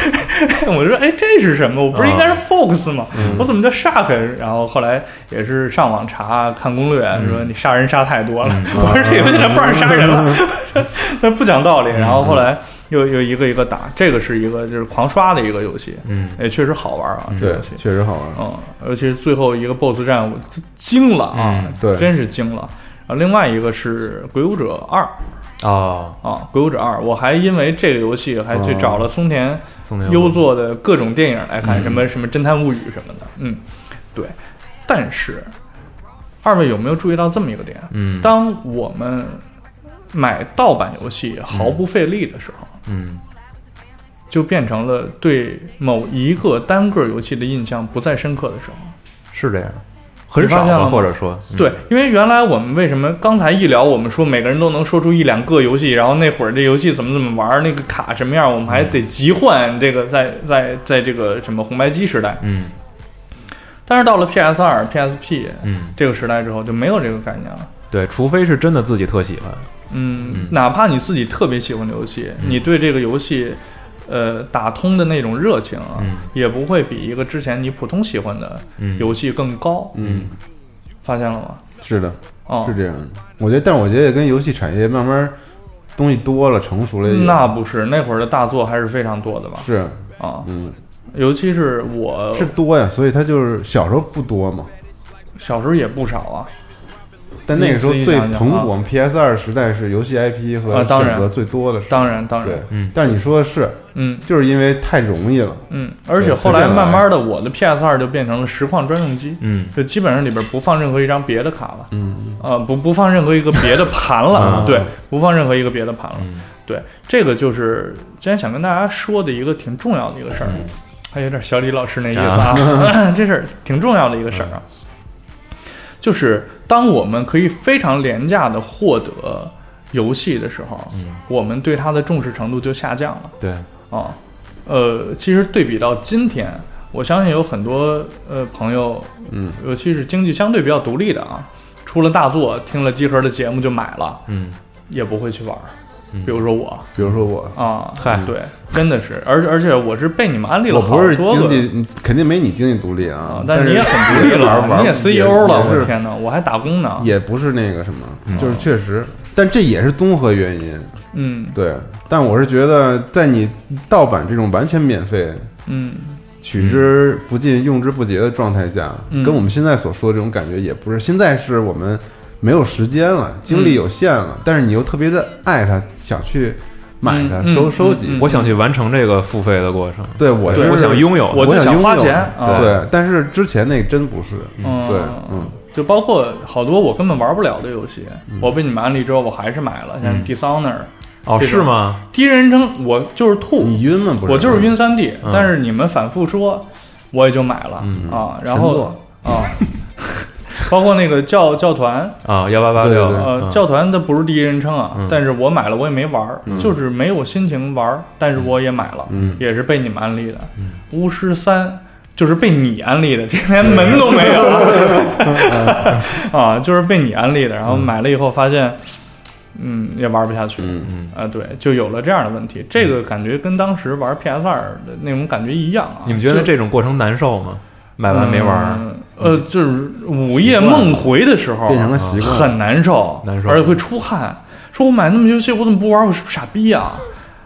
S1: [laughs] 我就说，哎，这是什么？我不是应
S2: 啊
S1: 该是 fox 吗？
S2: 嗯
S1: 我怎么叫 shark？然后后来也是上网查看攻略，
S2: 嗯
S1: 说你杀人杀太多了，我说这游戏 [laughs] 不让杀人了，
S2: 嗯
S1: [laughs] 那不讲道理。然后后来又又一个一个打，这个是一个就是狂刷的一个游戏，
S2: 嗯，
S1: 也确实好玩啊，这个
S3: 对
S1: 游戏，。
S3: 确实好玩。
S1: 嗯，而且最后一个 BOSS 战我惊了啊，
S2: 嗯
S3: 对
S1: 真是惊了。然后另外一个是《鬼武者二》，
S2: 哦，
S1: 啊，《鬼武者二》，我还因为这个游戏还去找了松田
S2: 宋宁
S1: 优，作的各种电影来看，什么什么《侦探物语》什么的。嗯，对。但是，二位有没有注意到这么一个点？
S2: 嗯，
S1: 当我们买盗版游戏毫不费力的时候，
S2: 嗯，
S1: 就变成了对某一个单个游戏的印象不再深刻的时候。
S2: 是这样，很
S1: 发
S2: 少
S1: 现了吗
S2: 了，或者说，嗯
S1: 对，，因为原来我们为什么刚才一聊，我们说每个人都能说出一两个游戏，然后那会儿这游戏怎么怎么玩，那个卡什么样，我们还得急换这个在在在这个什么红白机时代。
S2: 嗯
S1: 但是到了 PS 二、PSP
S2: 嗯，
S1: 这个时代之后，就没有这个概念了。
S2: 对，除非是真的自己特喜欢，
S1: 嗯，哪怕你自己特别喜欢的游戏，你对这个游戏。呃，打通的那种热情啊，
S2: 嗯
S1: 也不会比一个之前你普通喜欢的
S2: 嗯，
S1: 游戏更高，
S3: 嗯，
S1: 发现了吗？
S3: 是的，
S1: 哦，
S3: 是这样的。我觉得，但是我觉得也跟游戏产业慢慢东西多了，成熟了也，
S1: 那不是那会儿的大作还是非常多的吧？
S3: 是
S1: 啊，
S3: 嗯
S1: 尤其是我
S3: 是多呀，所以它就是小时候不多嘛。
S1: 小时候也不少啊，
S3: 但那个时候
S1: 你仔细
S3: 最
S1: 想想
S3: 蓬
S1: 啊
S3: 勃，我们 PS 二时代是游戏 IP 和
S1: 啊当然
S3: 选择最多的时候，
S1: 当然当
S3: 对
S1: 然，，
S2: 嗯
S3: 但是你说的是，
S1: 嗯
S3: 就是因为太容易了，
S1: 嗯，而且后来
S3: 啊
S1: 慢慢的，我的 PS 二就变成了实况专用机，
S2: 嗯
S1: 就基本上里边不放任何一张别的卡了，
S3: 嗯，
S1: 啊，不不放任何一个别的盘了
S2: 啊，
S1: [laughs] 对，不放任何一个别的盘了
S2: 嗯，
S1: 对，这个就是今天想跟大家说的一个挺重要的一个事儿，
S2: 嗯
S1: 还有点小李老师那意思啊， [laughs] 这事儿挺重要的一个事儿啊，
S2: 嗯
S1: 就是当我们可以非常廉价的获得游戏的时候，
S2: 嗯，
S1: 我们对它的重视程度就下降了
S2: 对，
S1: 啊。呃，其实对比到今天，我相信有很多呃朋友，
S3: 嗯，
S1: 尤其是经济相对比较独立的啊，出了大作，听了集合的节目就买了，
S2: 嗯，
S1: 也不会去玩儿
S2: 嗯。
S1: 比如说我
S3: 比如说我，
S1: 啊，
S2: 嗨
S1: 对，真的是，而而且我是被你们安利了
S3: 我
S1: 好
S3: 不是
S1: 多
S3: 经
S1: 个。
S3: 济，你肯定没你经济独立啊
S1: 啊，，
S3: 但
S1: 但你也很独立
S3: 玩
S1: 了，啊
S3: 玩
S1: 你也 CEO 了，我
S3: 也
S1: 的
S3: 是
S1: 天啊哪，我还打工呢。
S3: 也不是那个什么，
S2: 嗯
S3: 就是确实，但这也是综合原因，
S1: 嗯
S3: 对，但我是觉得在你盗版这种完全免费。
S1: 嗯，
S3: 取之不尽、用之不竭的状态下，
S1: 嗯
S3: 跟我们现在所说的这种感觉也不是。现在是我们没有时间了，精
S1: 嗯
S3: 力有限了，但是你又特别的爱它，想去买它、
S1: 嗯
S3: 收
S1: 嗯
S3: 收集。
S1: 嗯
S2: 我想去完成这个付费的过程，
S3: 对我
S1: 对
S3: 是
S2: 我想拥有，
S1: 我就
S3: 嗯我想
S1: 想花
S3: 拥有
S1: 钱啊
S3: 对，但是之前那个真不是，
S1: 嗯
S3: 对，嗯，
S1: 就包
S3: 嗯
S1: 括好多我根本玩不了的游戏，我被你们安利之后，我还是买了，像 Dishonor
S2: 哦，
S1: 这种
S2: 是吗？
S1: 第一人称我就是吐，
S3: 嗯你晕吗？不是，
S1: 我就是晕三 D，、
S2: 嗯
S1: 但是你们反复说，我也就买了、
S2: 嗯
S1: 啊。
S3: 神
S1: 然
S3: 作
S1: 后啊， [laughs] 包括那个教教团，
S2: 啊，幺八八
S3: 对
S2: 六，
S3: 对
S1: 呃，
S2: 嗯
S1: 教团它不是第一人称啊，
S2: 嗯
S1: 但是我买了我也没玩儿，就是没有心情玩儿，但是我也买了，
S3: 嗯
S1: 也是被你们安利的。巫师三就是被你安利的，这连门都没有 [laughs] 啊，就是被你安利的，然后买了以后发现，嗯，也玩不下去。
S3: 嗯
S2: 嗯，
S1: 啊，对，就有了这样的问题，这个感觉跟当时玩 PS 二的那种感觉一样啊。
S2: 你们觉得
S1: 就
S2: 这种过程难受吗？买完没玩儿，
S1: 嗯呃，就是午夜梦回的时候，
S3: 变成了习惯，
S1: 很难受，
S2: 难受
S1: 而且会出汗。说我买那么多游戏，我怎么不玩？我是不是傻逼啊？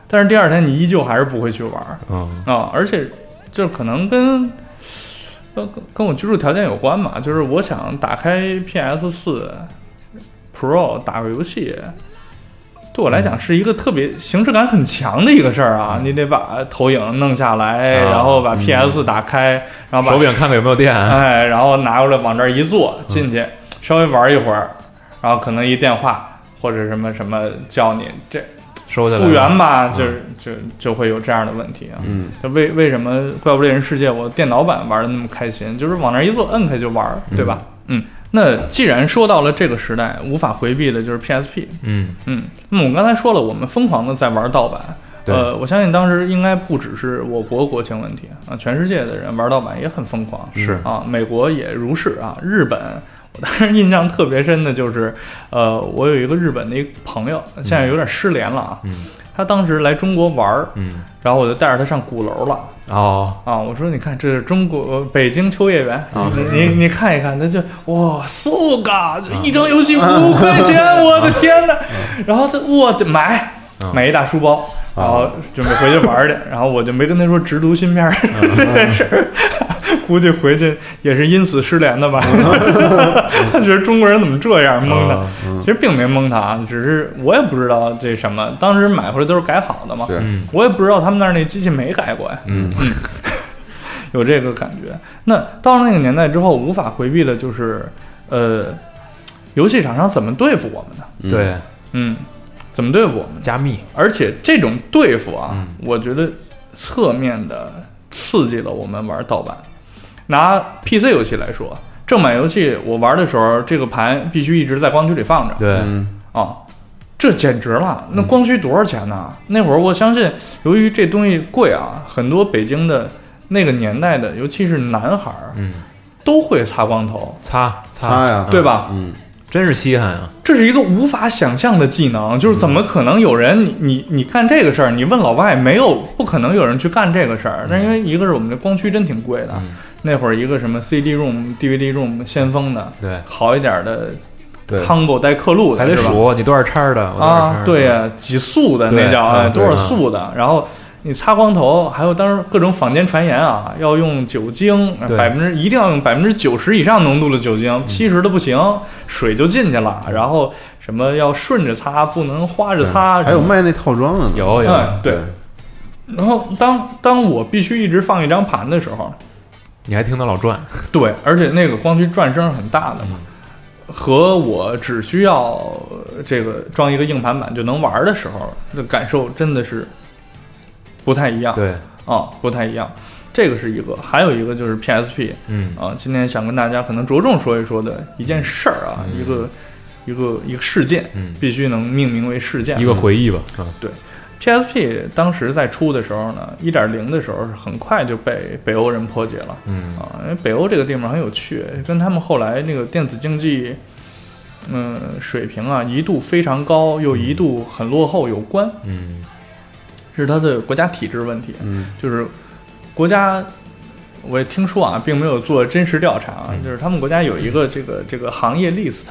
S1: 但是第二天你依旧还是不会去玩儿
S2: 嗯
S1: 啊，而且就是可能跟跟跟我居住条件有关嘛，就是我想打开 PS 四 Pro 打个游戏。对我来讲是一个特别形式感很强的一个事儿啊！你得把投影弄下来，
S2: 嗯啊
S1: 然后把 PS 打开，然后把
S2: 嗯手柄看看有嗯没有电，啊
S1: 哎，然后拿过来往这儿一坐，进去稍微玩一会儿，然后可能一电话或者什么什么叫你这
S2: 收下来了
S1: 复原吧，就是就就会有这样的问题啊。
S3: 嗯
S1: 就为为什么《怪物猎人世界》我电脑版玩的那么开心，就是往那儿一坐，摁开就玩儿，对吧？嗯，那既然说到了这个时代，无法回避的就是 PSP。
S2: 嗯
S1: 嗯，那么我刚才说了，我们疯狂的在玩盗版。
S2: 对
S1: 呃，我相信当时应该不只是我国国情问题啊，全世界的人玩盗版也很疯狂，
S2: 是
S1: 啊，美国也如是啊，日本。我当时印象特别深的就是，呃，我有一个日本的一个朋友，现在有点失联了啊。
S2: 嗯
S1: 他当时来中国玩儿，
S2: 嗯，
S1: 然后我就带着他上鼓楼了
S2: 哦，
S1: 啊。我说：“你看，这是中国呃北京秋叶原，
S3: 啊
S1: 你你你看一看，他就哇，so ga，就
S2: 啊
S1: 一张游
S2: [laughs]
S1: 戏五块钱，我的天哪！然后他我的买
S2: 啊
S1: 买一大书包，然后准备回去玩儿去，然后我就没跟他说直读芯片
S2: 啊
S1: 儿这件事儿，估计回去也是因此失联的
S2: [laughs]
S1: 吧。他觉得中国人怎么这样蒙他
S2: 啊，
S1: 其实并没蒙他啊，只是我也不知道这什么，当时买回来都是改好的嘛，
S3: 是
S2: 嗯
S1: 我也不知道他们那儿那机器没改过呀。
S2: 嗯
S1: [laughs] 有这个感觉。那到了那个年代之后，无法回避的就是，呃，游戏厂商怎么对付我们呢？
S3: 嗯
S2: 对，
S1: 嗯，怎么对付我们呢？
S2: 加密，
S1: 而且这种对付啊，
S2: 嗯
S1: 我觉得侧面的刺激了我们玩盗版。拿 PC 游戏来说，正版游戏我玩的时候，这个盘必须一直在光驱里放着。
S2: 对，
S3: 嗯
S1: 啊，这简直了！
S2: 嗯
S1: 那光驱多少钱呢、那会儿我相信，由于这东西贵啊，很多北京的那个年代的，尤其是男孩儿
S2: 嗯，
S1: 都会擦光头，
S2: 擦
S3: 擦呀
S1: 对吧？
S3: 嗯
S2: 真是稀罕啊！
S1: 这是一个无法想象的技能，就是
S2: 嗯
S1: 怎么可能有人你你你干这个事儿？你问老外没有，不可能有人去干这个事儿。那因为一个是我们的光驱真挺贵的，
S2: 嗯
S1: 那会儿一个什么 CD room、DVD room 先锋的，
S2: 对，
S1: 好一点的
S3: 对
S1: combo 带刻录的，
S2: 还得
S1: 是吧
S2: 数你多少叉儿的我多少叉儿
S1: 啊，
S2: 的
S1: 对呀，几速的
S2: 对
S1: 那叫哎，
S2: 嗯
S1: 多少
S2: 对嗯
S1: 速的，然后。你擦光头，还有当时各种坊间传言啊，要用酒精，
S2: 对嗯
S1: 百分之一定要用百分之九十以上浓度的酒精，七十的不行，水就进去了。然后什么要顺着擦，不能花着擦。
S3: 还有卖那套装的呢，
S2: 有有
S1: 嗯，对
S3: 对。
S1: 然后当当我必须一直放一张盘的时候，
S2: 你还听他老转，
S1: 对，而且那个光驱转声是很大的
S2: 嗯
S1: 嘛，和我只需要呃这个装一个硬盘板就能玩的时候，这感受真的是不太一样。
S2: 对，
S1: 啊，不太一样。这个是一个，还有一个就是 PSP
S2: 嗯
S1: 啊，今天想跟大家可能着重说一说的一件事儿啊，
S2: 嗯
S1: 一个一个一个事件，
S2: 嗯，
S1: 必须能命名为事件。啊
S2: 一个回忆吧，嗯
S1: PSP 当时在出的时候呢，一点零的时候是很快就被北欧人破解了。
S2: 嗯
S1: 啊，因为北欧这个地方很有趣，跟他们后来那个电子竞技，嗯、水平啊一度非常高，又一度很落后有关，
S2: 嗯
S1: 是它的国家体制问题，
S3: 嗯
S1: 就是国家。我也听说啊，并没有做真实调查啊，就是他们国家有一个这个这个行业 list，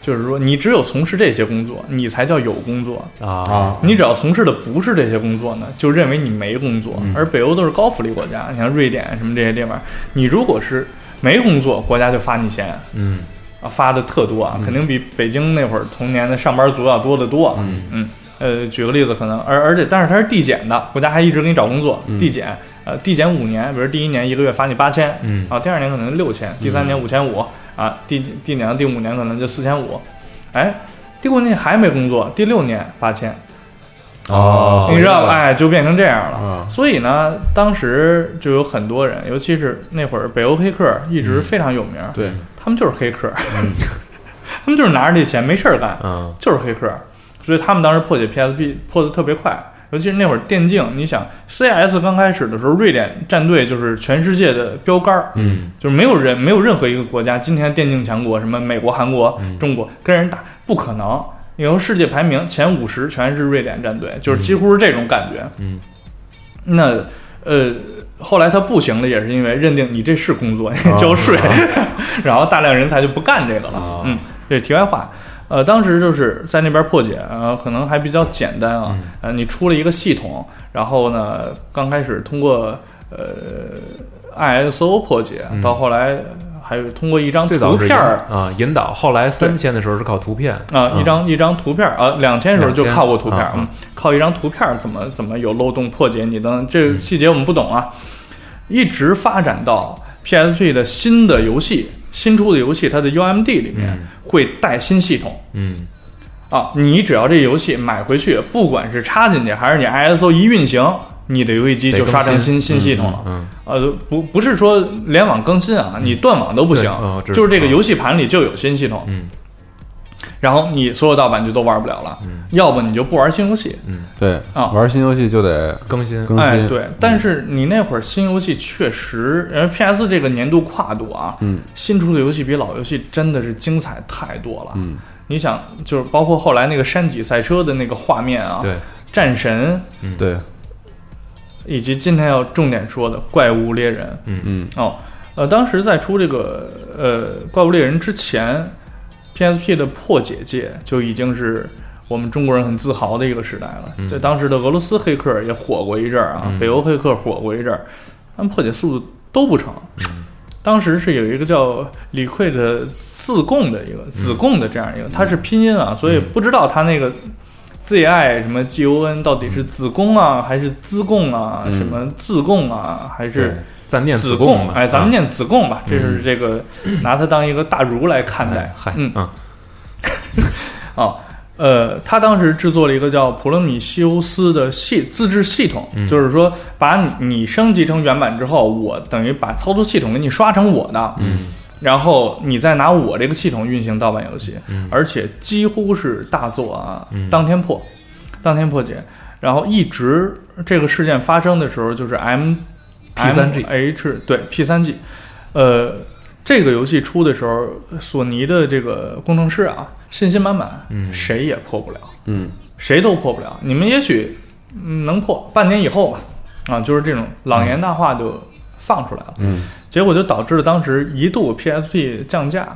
S1: 就是啊说你只有从事这些工作，你才叫有工作。
S2: 啊
S3: 啊
S1: 你只要从事的不是这些工作呢，就认为你没工作。
S2: 嗯
S1: 而北欧都是高福利国家，你像瑞典什么这些地方，你如果是没工作，国家就发你钱
S2: 嗯
S1: 啊，发的特多啊，肯定比北京那会儿童年的上班族要多得多。
S2: 嗯
S1: 嗯，呃，举个例子，可能而而且但是它是递减的，国家还一直给你找工
S2: 嗯
S1: 作，递减，呃，递减五年，比如第一年一个月发你八千，
S2: 嗯
S1: 啊，第二年可能六千，第三年五千五，啊，第第两第五年可能就四千五，哎，第五年还没工作，第六年八千，
S3: 哦
S1: 你知道吧？哎，就变成这样了。
S3: 啊
S1: 所以呢，当时就有很多人，尤其是那会儿北欧黑客一直非常有名，
S3: 嗯对，嗯
S1: 他们就是黑客， [laughs] 他们就是拿着这钱没事儿干，
S2: 嗯
S1: 就是黑客。所以他们当时破解 PSP 破的特别快，尤其是那会儿电竞，你想 CS 刚开始的时候，瑞典战队就是全世界的标杆儿，
S2: 嗯
S1: 就是没有人没有任何一个国家今天电竞强国，什么美国、韩国、
S2: 嗯
S1: 中国跟人打不可能。你说世界排名前五十全是瑞典战队，就是几乎是这种感觉。
S2: 嗯，
S1: 那呃，后来他不行了，也是因为认定你这是工作，
S2: 哦
S1: 你交税， [laughs] 然后大量人才就不干这个了。
S2: 啊
S1: 嗯，这是题外话。呃，当时就是在那边破解，呃，可能还比较简单啊。
S2: 嗯
S1: 呃，你出了一个系统，然后呢，刚开始通过呃 ISO 破解，到后来还有通过一张
S2: 嗯最
S1: 图
S2: 早是引
S1: 片儿
S2: 啊引导，后来三千的时候是靠图片
S1: 啊、一张一张图片儿啊，两千时候就
S2: 2000
S1: 靠过图片儿
S2: 嗯
S1: 嗯，
S2: 啊，
S1: 靠一张图片儿怎么怎么有漏洞破解你的这
S2: 嗯
S1: 个细节我们不懂啊，一直发展到 PSP 的新的游戏，新出的游戏它的 UMD 里面会带新系统。
S2: 嗯
S1: 啊，你只要这游戏买回去，不管是插进去还是你 ISO 一运行，你的游戏机就刷成新新系统了。
S2: 嗯
S1: 呃，不不是说联网更新啊，你断网都不行
S2: 对哦，知道
S1: 就是这个游戏盘里就有新系统。
S2: 嗯
S1: 然后你所有盗版就都玩不了了，
S2: 嗯
S1: 要不你就不玩新游戏。
S3: 对，
S1: 啊
S3: 玩新游戏就得
S2: 更新
S3: 更
S1: 哎，
S3: 新，
S1: 对，
S2: 嗯
S1: 但是你那会儿新游戏确实，因为 PS 这个年度跨度啊，
S3: 嗯
S1: 新出的游戏比老游戏真的是精彩太多了。
S3: 嗯，
S1: 你想，就是包括后来那个山脊赛车的那个画面啊，
S2: 对
S1: 战神，
S3: 嗯对，
S1: 以及今天要重点说的《怪物猎人》
S3: 嗯
S1: 哦，呃，当时在出这个呃《怪物猎人》之前，PSP 的破解界就已经是我们中国人很自豪的一个时代了。在、当时的俄罗斯黑客也火过一阵儿啊，北欧黑客火过一阵儿，他们破解速度都不成。当时是有一个叫李逵的自贡的一个子贡的这样一个，它是拼音啊，所以不知道他那个 Z I 什么 G O N 到底是子贡啊，还是资贡啊，
S3: 嗯
S1: 什么自贡啊，还是
S2: 对咱念
S1: 子
S2: 子
S1: 贡
S2: 嘛，
S1: 哎，咱们
S2: 啊嗯
S1: 念子贡吧，这是这个拿它当一个大儒来看待
S2: 哎。嗨
S1: 嗯
S2: 嗯
S1: 啊，呃，他当时制作了一个叫普罗米修斯的系自制系统，
S2: 嗯
S1: 就是说把你你升级成原版之后，我等于把操作系统给你刷成我的，嗯，然后你再拿我这个系统运行盗版游戏，而且几乎是大作啊，当天破，当天破解，然后一直这个事件发生的时候就是 M
S2: P3G
S1: H 对 P 三 G，呃。这个游戏出的时候，索尼的这个工程师啊，信心满满，嗯，谁也破不了，
S3: 嗯
S1: 谁都破不了。你们也许嗯能破，半年以后吧，啊，就是这种朗言大话就放出来了，
S3: 嗯
S1: 结果就导致了当时一度 PSP 降价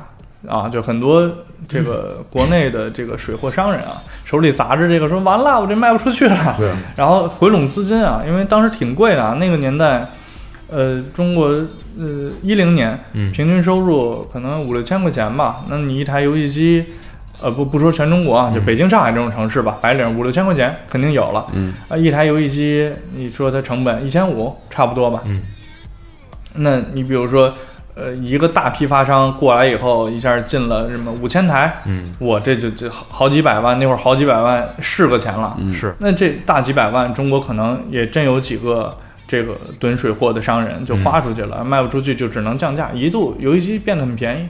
S1: 啊，就很多这个国内的这个水货商人啊，手里砸着这个说完了，我这卖不出去了，
S3: 对，
S1: 然后回笼资金啊，因为当时挺贵的啊，那个年代，呃，中国呃一零年
S2: 嗯
S1: 平均收入可能五六千块钱吧，那你一台游戏机。呃，不不说全中国啊，就北京、上海这种城市吧，白领五六千块钱肯定有了。
S3: 嗯
S1: 啊，一台游戏机，你说它成本一千五差不多吧？
S2: 嗯，
S1: 那你比如说，呃，一个大批发商过来以后，一下进了什么五千台，
S2: 嗯
S1: 我这就就好好几百万，那会儿好几百万是个钱了。
S3: 嗯
S2: 是
S1: 那这大几百万，中国可能也真有几个这个囤水货的商人就花出去了，卖不出去就只能降价，一度游戏机变得很便宜，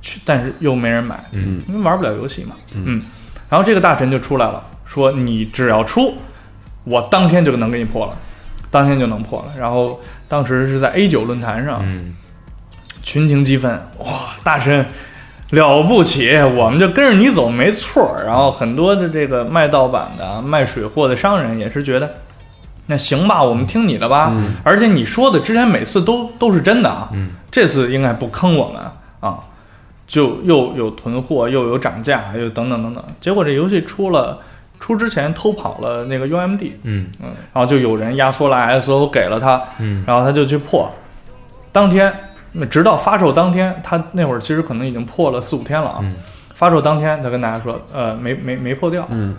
S1: 去但是又没人买，
S3: 嗯
S1: 因为玩不了游戏嘛，嗯，然后这个大臣就出来了，说你只要出，我当天就能给你破了，当天就能破了。然后当时是在 A 九论坛上，
S2: 嗯
S1: 群情激愤，哇，大神了不起，我们就跟着你走，没错儿。然后很多的这个卖盗版的、卖水货的商人也是觉得，那行吧，我们听你的吧。
S3: 嗯
S1: 而且你说的之前每次都都是真的啊，
S2: 嗯
S1: 这次应该不坑我们啊。就又有囤货，又有涨价，又等等等等。结果这游戏出了，出之前偷跑了那个 UMD，
S2: 嗯
S1: 嗯，然后就有人压缩了 ISO 给了他，
S2: 嗯
S1: 然后他就去破。当天，那直到发售当天，他那会儿其实可能已经破了四五天了啊。
S2: 嗯
S1: 发售当天，他跟大家说，呃，没没没破掉。
S3: 嗯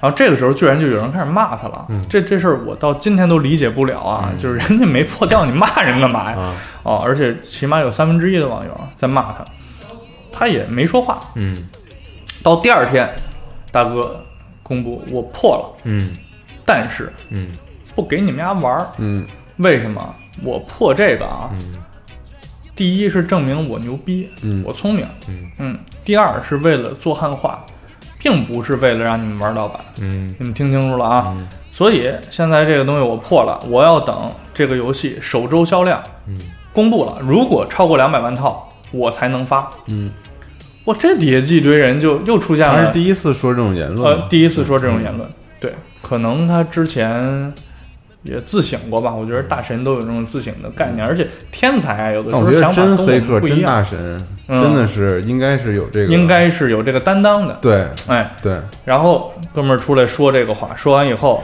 S1: 然后这个时候，居然就有人开始骂他了。
S2: 嗯
S1: 这这事儿我到今天都理解不了啊！就是人家没破掉，你骂人干嘛呀？
S2: 啊
S1: 哦，而且起码有三分之一的网友在骂他，他也没说话。
S2: 嗯
S1: 到第二天，大哥公布我破了，
S2: 嗯
S1: 但是
S2: 嗯
S1: 不给你们家玩儿。
S3: 嗯
S1: 为什么我破这个啊？
S2: 嗯
S1: 第一是证明我牛逼，
S3: 嗯
S1: 我聪明，
S2: 嗯
S1: 嗯。第二是为了做汉化，并不是为了让你们玩盗版。
S2: 嗯
S1: 你们听清楚了啊！
S2: 嗯
S1: 所以现在这个东西我破了，我要等这个游戏首周销量
S2: 嗯
S1: 公布了，如果超过两百万套，我才能发。
S3: 嗯，
S1: 哇，这底下这一堆人就又出现
S3: 他是
S1: 了，
S3: 第一次说这种言论
S1: 呃
S3: 吗，，
S1: 第一次说这种言论，对，可能他之前。也自省过吧，我觉得大神都有这种自省的概念，而且天才啊，有的时
S3: 嗯但我
S1: 候
S3: 觉
S1: 想法
S3: 得真
S1: 跟我
S3: 黑
S1: 们
S3: 客、
S1: 不一
S3: 真
S1: 样，
S3: 大啊神，
S1: 嗯
S3: 真的是应该是有这个，
S1: 应该是有这个担当的。
S3: 对
S1: 哎，
S3: 对，
S1: 然后哥们儿出来说这个话，说完以后，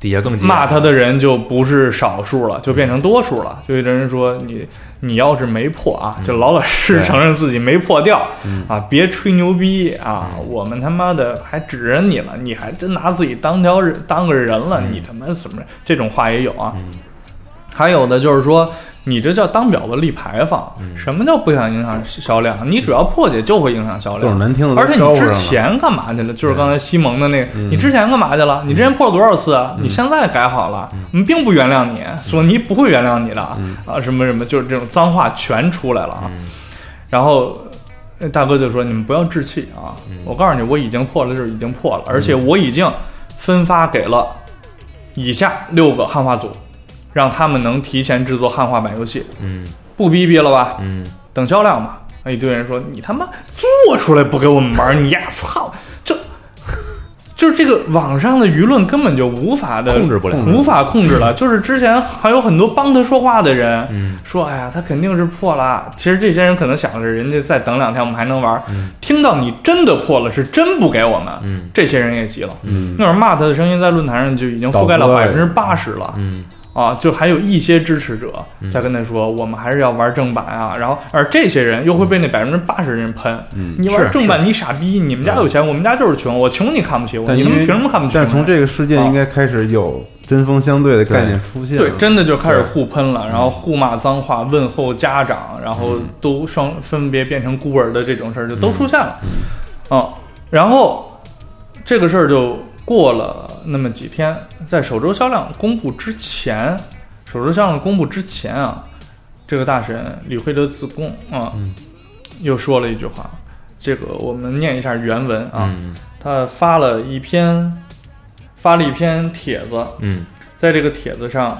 S2: 底下更急
S1: 骂他的人就不是少数了，就变成多数了。就有的人说你你要是没破
S2: 嗯
S1: 啊，就老老实实
S3: 对
S1: 承认自己没破掉
S3: 嗯
S1: 啊，别吹牛逼啊！
S2: 嗯
S1: 我们他妈的还指着你了，你还真拿自己当条人当个人了，
S2: 嗯
S1: 你他妈什么人？这种话也有啊。还有的就是说，你这叫当婊子立牌坊。
S3: 嗯
S1: 什么叫不想影响销量？你只要破解就会影响销
S3: 各种
S1: 量。
S3: 难听的都
S1: 而且
S3: 招
S1: 你
S3: 呼上
S1: 之
S3: 了嗯
S1: 前干嘛去了？就是刚才西蒙的那个，你之前干嘛去了？你之前破了多少次啊？你现在改好
S3: 嗯
S1: 了，我们并不原谅你，索尼不会原谅你的啊！什么什么，就是这种脏话全出来了啊！
S3: 嗯
S1: 然后呃大哥就说：“你们不要置气啊！
S3: 嗯
S1: 我告诉你，我已经破了，就是已经破了，而且我已经分发给了以下六个汉化组，让他们能提前制作汉化版游戏。
S2: 嗯
S1: 不逼逼了吧？
S2: 嗯
S1: 等销量吧。”那一堆人说：“你他妈做出来不给我们玩，你呀操！这就是这个网上的舆论根本就无法的
S2: 控制不了
S1: 无法控制了。就是之前还有很多帮他说话的人，
S2: 嗯
S1: 说：“哎呀，他肯定是破了。”其实这些人可能想的是，人家再等两天我们还能玩儿。听到你真的破了，是真不给我们，
S2: 嗯
S1: 这些人也急了。
S3: 嗯
S1: 那会儿骂他的声音在论坛上就已经覆盖了
S3: 倒戈
S1: 百
S3: 呀
S1: 分之八十了。
S2: 嗯
S1: 啊，就还有一些支持者
S3: 嗯
S1: 在跟他说，我们还是要玩正版啊。然后，而这些人又会被那百分之八十人喷，
S3: 嗯
S1: 你玩
S2: 是
S1: 正版你傻逼，你们家有钱，我们家就是穷，我穷你看不起我，
S3: 但
S1: 你
S3: 因
S1: 们
S3: 为
S1: 凭什么看不起我
S3: 但
S1: 呢？哦
S3: 是从这个事件应该开始有针锋相对的概念出现了，
S1: 对，真的就开始互喷了，然后互骂脏话、问候家长，然后都双分别变成孤儿的这种事儿就都出现了，啊，然后这个事儿就过了那么几天，在首周销量公布之前，首周销量公布之前啊，这个大神李惠德子贡啊，又说了一句话，这个我们念一下原文啊，
S2: 嗯
S1: 他发了一篇发了一篇帖子，
S2: 嗯
S1: 在这个帖子上，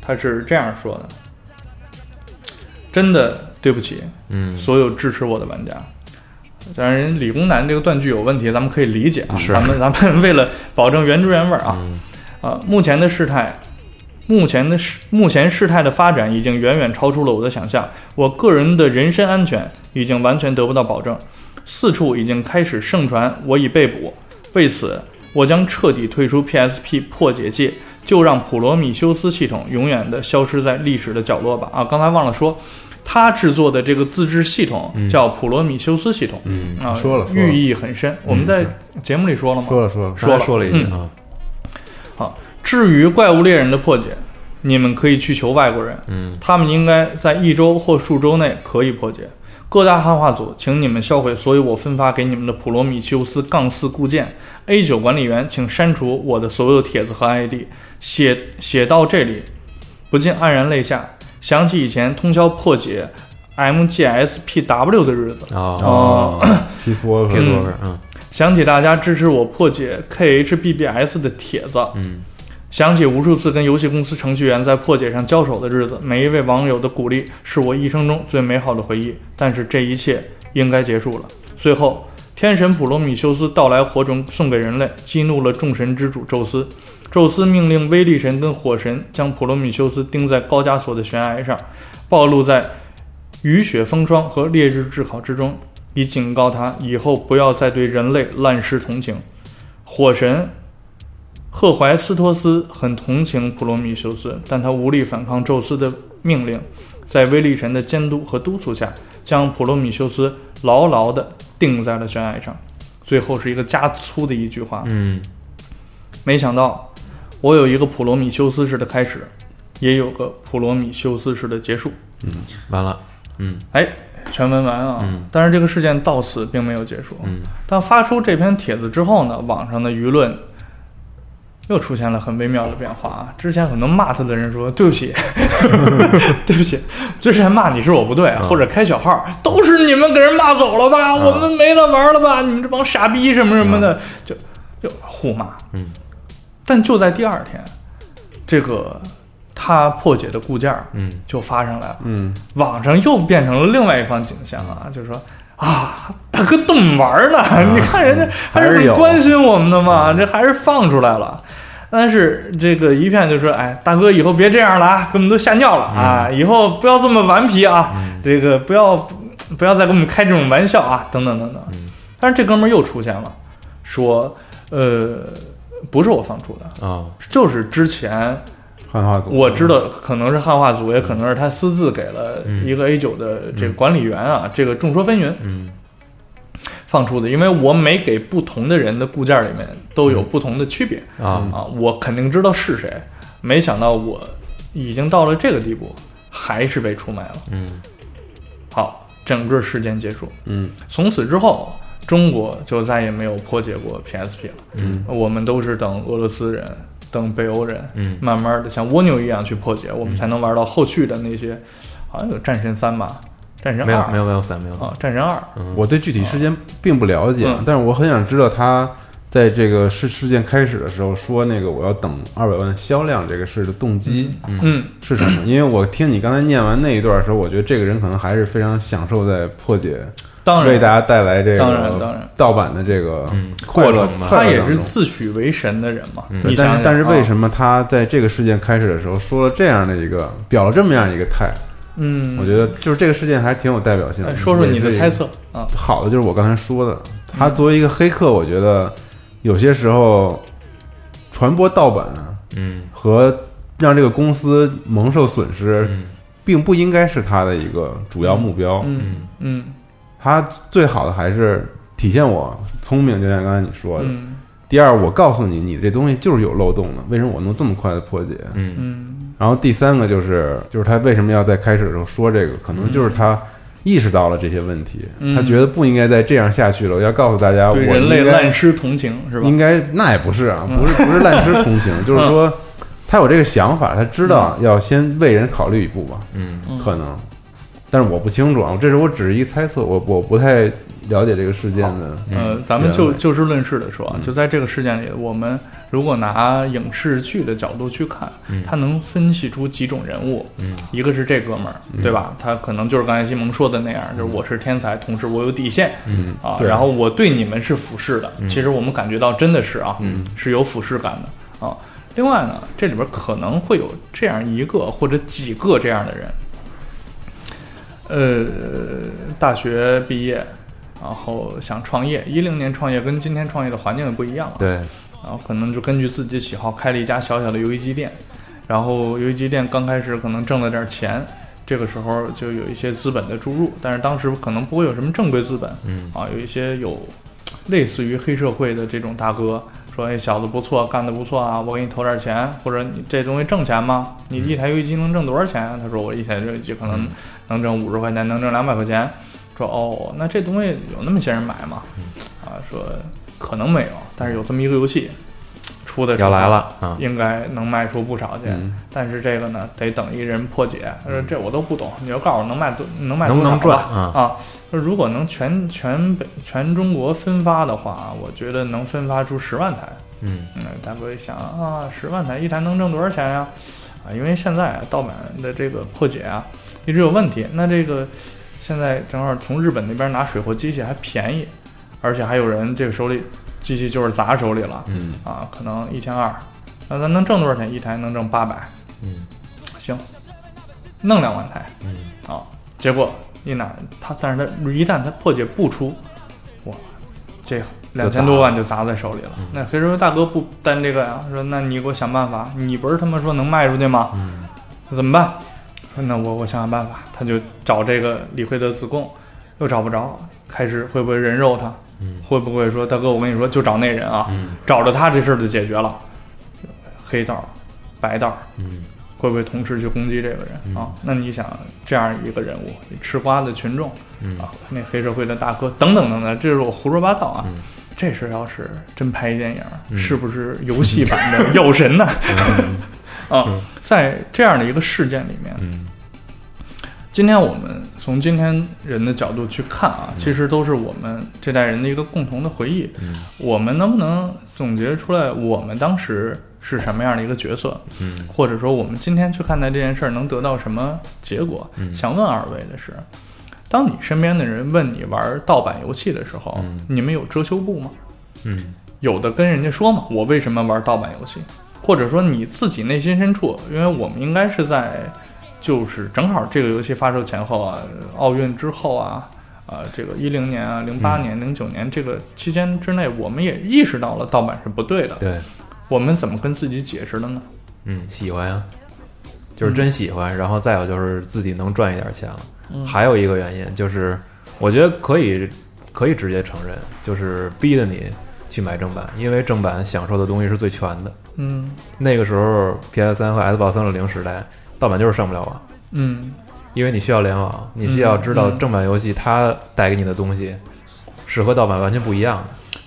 S1: 他是这样说的：“真的对不起，
S2: 嗯
S1: 所有支持我的玩家。”当然，人理工男这个断句有问题，咱们可以理解啊。咱们咱们为了保证原汁原味儿啊，啊，目前的事态，目前的事，目前事态的发展已经远远超出了我的想象。我个人的人身安全已经完全得不到保证，四处已经开始盛传我已被捕，为此我将彻底退出 PSP 破解界，就让普罗米修斯系统永远的消失在历史的角落吧。啊，刚才忘了说。他制作的这个自制系统叫普罗米修斯系统，
S2: 嗯
S1: 啊，
S3: 嗯说了说了嗯
S1: 寓意很深。我们在
S2: 是
S1: 节目里说了吗？
S3: 说了说了，
S1: 说了
S2: 说了一句啊
S1: 好，至于怪物猎人的破解，你们可以去求外国人，
S2: 嗯
S1: 他们应该在一周或数周内可以破解。各大汉化组，请你们销毁所有我分发给你们的普罗米修斯杠四固件。A 九管理员，请删除我的所有帖子和 ID。写写到这里，不禁黯然泪下，想起以前通宵破解 MGSPW 的日子。
S2: 哦
S1: 哦，
S3: 皮索
S2: ，K 多克嗯
S1: 想起大家支持我破解 KHBBS 的帖子，
S2: 嗯
S1: 想起无数次跟游戏公司程序员在破解上交手的日子，每一位网友的鼓励是我一生中最美好的回忆。但是这一切应该结束了。最后，天神普罗米修斯到来火种送给人类，激怒了众神之主宙斯。宙斯命令威力神跟火神将普罗米修斯钉在高加索的悬崖上，暴露在雨雪风霜和烈日炙烤之中，以警告他以后不要再对人类滥施同情。火神赫怀斯托斯很同情普罗米修斯，但他无力反抗宙斯的命令，在威力神的监督和督促下，将普罗米修斯牢牢地钉在了悬崖上。最后是一个加粗的一句话：
S2: 嗯
S1: 没想到，我有一个普罗米修斯式的开始，也有个普罗米修斯式的结束。
S2: 完了嗯
S1: 哎，全文完啊。
S2: 嗯
S1: 但是这个事件到此并没有结束。
S2: 嗯
S1: 但发出这篇帖子之后呢，网上的舆论又出现了很微妙的变化啊。之前很多骂他的人说：“对不起， [laughs] 对不起，之前骂你是我不对，啊
S2: 嗯
S1: 或者开小号，都是你们给人骂走了吧，
S2: 嗯
S1: 我们没得玩了吧，你们这帮傻逼什么什么的，就就互骂。”
S2: 啊嗯
S1: 但就在第二天，这个他破解的固件儿
S2: 嗯
S1: 就发上来了。
S3: 嗯，
S1: 网上又变成了另外一方景象啊，就是说啊，大哥逗玩儿呢， [laughs] 你看人家还
S3: 啊嗯还
S1: 是
S3: 是有嗯
S1: 很关心我们的嘛，这还是放出来了。但是这个一片就说，哎，大哥以后别这样了啊，给我们都吓尿了啊，
S3: 嗯
S1: 以后不要这么顽皮啊，这个不要不要再给我们开这种玩笑啊，等等等等。
S3: 嗯
S1: 但是这哥们儿又出现了，说，呃，不是我放出的，
S2: 哦
S1: 就是之前
S3: 汉化组，
S1: 我知道可能是汉化组，也
S2: 嗯
S1: 可能是他私自给了一个 A 九的这个管理员啊，这个众说纷纭
S2: 嗯
S1: 放出的，因为我每给不同的人的固件里面都有不同的区别、
S2: 嗯啊
S1: 啊，我肯定知道是谁，没想到我已经到了这个地步，还是被出卖了。
S2: 嗯
S1: 好，整个事件结束，
S3: 嗯
S1: 从此之后。中国就再也没有破解过 PSP 了，
S3: 嗯
S1: 我们都是等俄罗斯人、等北欧人，
S2: 嗯
S1: 慢慢的像蜗牛一样去破解，
S3: 嗯
S1: 我们才能玩到后续的那些，好像有战神三吧，战神
S2: 没有
S1: 二
S2: 没有没有伞没有伞
S1: 啊，战神二，
S2: 嗯
S3: 我对具体事件并不了解，
S1: 嗯
S3: 但是我很想知道他在这个事事件开始的时候说那个我要等二百万销量这个事的动机
S1: 嗯，
S3: 是 [clears throat] 什么？因为我听你刚才念完那一段的时候，我觉得这个人可能还是非常享受在破解，
S1: 当
S3: 为大
S1: 然，
S3: 家带来这
S1: 当然当
S3: 个
S1: 然
S3: 盗版的这个
S2: 嗯
S3: 快乐
S2: 过程，吧
S1: 他
S3: 快乐
S1: 也
S3: 当
S1: 是
S3: 中
S1: 自诩为神的人嘛，
S2: 嗯
S1: 你
S3: 对
S1: 想啊
S3: 但是
S1: 想
S3: 但是为
S1: 么？
S3: 什么他在这个事件开始的时候说了这样的一个表了这么样一个态？
S1: 嗯，
S3: 我觉得就是这个事件还挺有代表性
S1: 哎
S3: 的。
S1: 说说你的
S3: 也是
S1: 猜测嗯啊，
S3: 好的就是我刚才说的，他作为一个黑客，我觉得有些时候传播盗版啊
S2: 嗯
S3: 和让这个公司蒙受损失，
S2: 嗯
S3: 并不应该是他的一个主要目标。
S1: 嗯
S2: 嗯
S1: 嗯
S3: 他最好的还是体现我聪明，就像刚才你说的。
S1: 嗯
S3: 第二，我告诉你，你这东西就是有漏洞的，为什么我能这么快的破解？
S2: 嗯
S1: 嗯
S3: 然后第三个就是，就是他为什么要在开始的时候说这个，可能就是他意识到了这些问题，
S1: 嗯
S3: 他觉得不应该再这样下去了。我要告诉大家，我
S1: 对人类
S3: 应该
S1: 滥施同情是吧？嗯
S3: 应该那也不是啊，不是不是滥施
S1: [laughs]
S3: 同情，就是说他有这个想法，他知道要先为人考虑一步吧，
S2: 嗯
S1: 嗯
S3: 可能，但是我不清楚啊，这是我只是一猜测，我我不太了解这个事件的，
S1: 呃，咱们就
S3: 嗯原来嗯
S1: 就事论事的说啊，就在这个事件里，我们如果拿影视剧的角度去看，
S3: 嗯
S1: 他能分析出几种人物，一个是这哥们儿，对
S3: 嗯
S1: 吧？他可能就是刚才西蒙说的那样，就是我是天才，同时我有底线，
S3: 嗯
S1: 啊，
S3: 对
S1: 然后我对你们是俯视的，其实我们感觉到真的是啊，是有俯视感的啊。另外呢，这里边可能会有这样一个或者几个这样的人，呃，大学毕业，然后想创业，一零年创业跟今天创业的环境也不一样了，
S2: 对
S1: 然后可能就根据自己的喜好开了一家小小的游戏机店，然后游戏机店刚开始可能挣了点钱，这个时候就有一些资本的注入，但是当时可能不会有什么正规资本，
S2: 嗯
S1: 啊，有一些有类似于黑社会的这种大哥说：“哎，小子不错，干得不错啊，我给你投点钱，或者你这东西挣钱吗？你
S2: 嗯
S1: 一台游戏机能挣多少钱啊？”他说：“我一台游戏机可能能挣五十块钱，能挣两百块钱。”说：“哦，那这东西有那么些人买吗？”
S2: 嗯
S1: 啊，说可能没有，但是有这么一个游戏出的时
S2: 要
S1: 候
S2: 来了啊
S1: 应该能卖出不少去。
S3: 嗯
S1: 但是这个呢，得等一人破解。他说这我都不懂，你就告诉我能卖多能卖
S2: 嗯
S1: 多
S2: 能不
S1: 少
S2: 能赚
S1: 吧
S2: 啊
S1: 啊？说如果能全全北全中国分发的话，我觉得能分发出十万台。
S2: 嗯
S1: 嗯，大哥一想啊，十万台一台能挣多少钱呀、啊？因为现在啊，盗版的这个破解啊，一直有问题。那这个现在正好从日本那边拿水货机器还便宜，而且还有人这个手里机器就是砸手里了，
S2: 嗯
S1: 啊，可能一千二，那咱能挣多少钱？一台能挣八百，
S2: 嗯
S1: 行，弄两万台
S2: 嗯
S1: 啊。结果一拿他，但是他一旦他破解不出，哇，这两千多万就砸在手里了。那黑社会大哥不担这个呀，说那你给我想办法，你不是他妈说能卖出去吗？
S2: 嗯
S1: 那怎么办？说那我我想想办法，他就找这个李慧德子贡，又找不着，开始会不会人肉他？
S2: 嗯
S1: 会不会说大哥，我跟你说，就找那人啊，
S2: 嗯
S1: 找着他这事儿就解决了，黑道、白道、
S2: 嗯
S1: 会不会同时去攻击这个人啊？那你想这样一个人物，吃瓜的群众
S2: 嗯
S1: 啊，那黑社会的大哥等等等等，这是我胡说八道啊。
S2: 嗯
S1: 这是要是真拍一电影，
S2: 嗯
S1: 是不是游戏版的 [laughs] 《药神》呢？ [laughs] 啊，在这样的一个事件里面，
S2: 嗯
S1: 今天我们从今天人的角度去看啊，其实都是我们这代人的一个共同的回忆。
S2: 嗯
S1: 我们能不能总结出来，我们当时是什么样的一个角色，
S2: 嗯
S1: 或者说我们今天去看待这件事儿能得到什么结果？
S2: 嗯
S1: 想问二位的是，当你身边的人问你玩盗版游戏的时候，
S2: 嗯
S1: 你们有遮羞布吗？
S2: 嗯
S1: 有的跟人家说嘛，我为什么玩盗版游戏，或者说你自己内心深处，因为我们应该是在就是正好这个游戏发售前后啊，奥运之后啊，啊、这个一零年啊、零八年、零九年这个期间之内，我们也意识到了盗版是不对的，
S2: 对，
S1: 我们怎么跟自己解释的呢？
S2: 嗯喜欢呀、
S1: 嗯
S2: 就是真喜欢，然后再有就是自己能赚一点钱了。
S1: 嗯
S2: 还有一个原因就是，我觉得可以可以直接承认，就是逼着你去买正版，因为正版享受的东西是最全的。
S1: 嗯
S2: 那个时候 PS 三和 Xbox 三六零时代，盗版就是上不了网，
S1: 嗯
S2: 因为你需要联网，你需要知道
S1: 嗯嗯
S2: 正版游戏它带给你的东西是和盗版完全不一样的。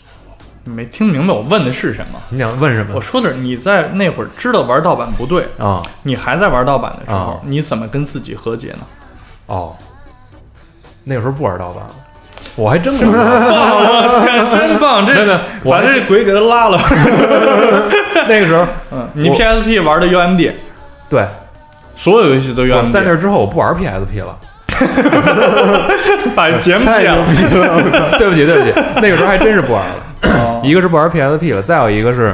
S1: 嗯没听明白我问的是什么。
S2: 你想问什么
S1: 我？说的是你在那会儿知道玩盗版不对，
S2: 啊、
S1: 你还在玩盗版的时候，
S2: 啊
S1: 你怎么跟自己和解呢？
S2: 哦，那个时候不玩盗版了，我还真不
S1: [laughs]
S2: 知道。 [laughs]
S1: 我天，真棒！这
S2: 没有没有
S1: 个
S2: 我
S1: 把这鬼给他拉了。
S2: 那个时候，
S1: 嗯，你
S2: 我
S1: PSP 玩的 UMD，
S2: [laughs] 对，
S1: 所有游戏都
S2: 我
S1: UMD，
S2: 在那之后我不玩 PSP 了。 [laughs]
S1: 把节目
S3: 太
S1: 剪
S3: 牛
S1: 了。
S3: 逼了！
S2: 对不起，对不起，那个时候还真是不玩了。
S1: 哦
S2: 一个是不玩 PSP 了，再有一个是，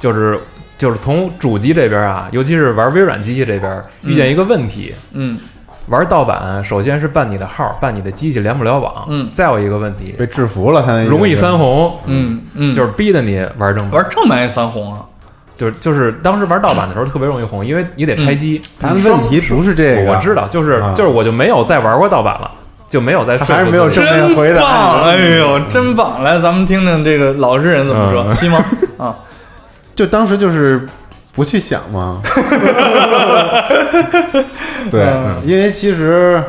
S2: 就是就是从主机这边啊，尤其是玩微软机器这边，遇见一个问题，
S1: 嗯
S2: 玩盗版首先是办你的号，办你的机器连不了网，
S1: 嗯
S2: 再有一个问题，
S3: 被制服了，他那
S2: 容易三
S3: 红，
S2: 红，
S1: 嗯嗯，
S2: 就是逼的你玩正版，
S1: 玩正版也三红啊。
S2: 就是就是当时玩盗版的时候特别容易红，因为你得拆机，
S3: 他的
S2: 你
S3: 问
S2: 双
S3: 题不是这个，
S2: 我知道，就是
S3: 啊
S2: 就是我就没有再玩过盗版了，就没有再说服
S3: 还是没有
S2: 自己
S3: 正面
S1: 真
S3: 回答
S1: 棒！哎呦，真棒！来，咱们听听这个老实人怎么说。
S2: 嗯
S1: 西蒙
S2: [laughs]
S1: 啊，
S3: 就当时就是不去想
S2: [laughs]
S3: 嘛。对，
S2: 嗯
S3: 因为其实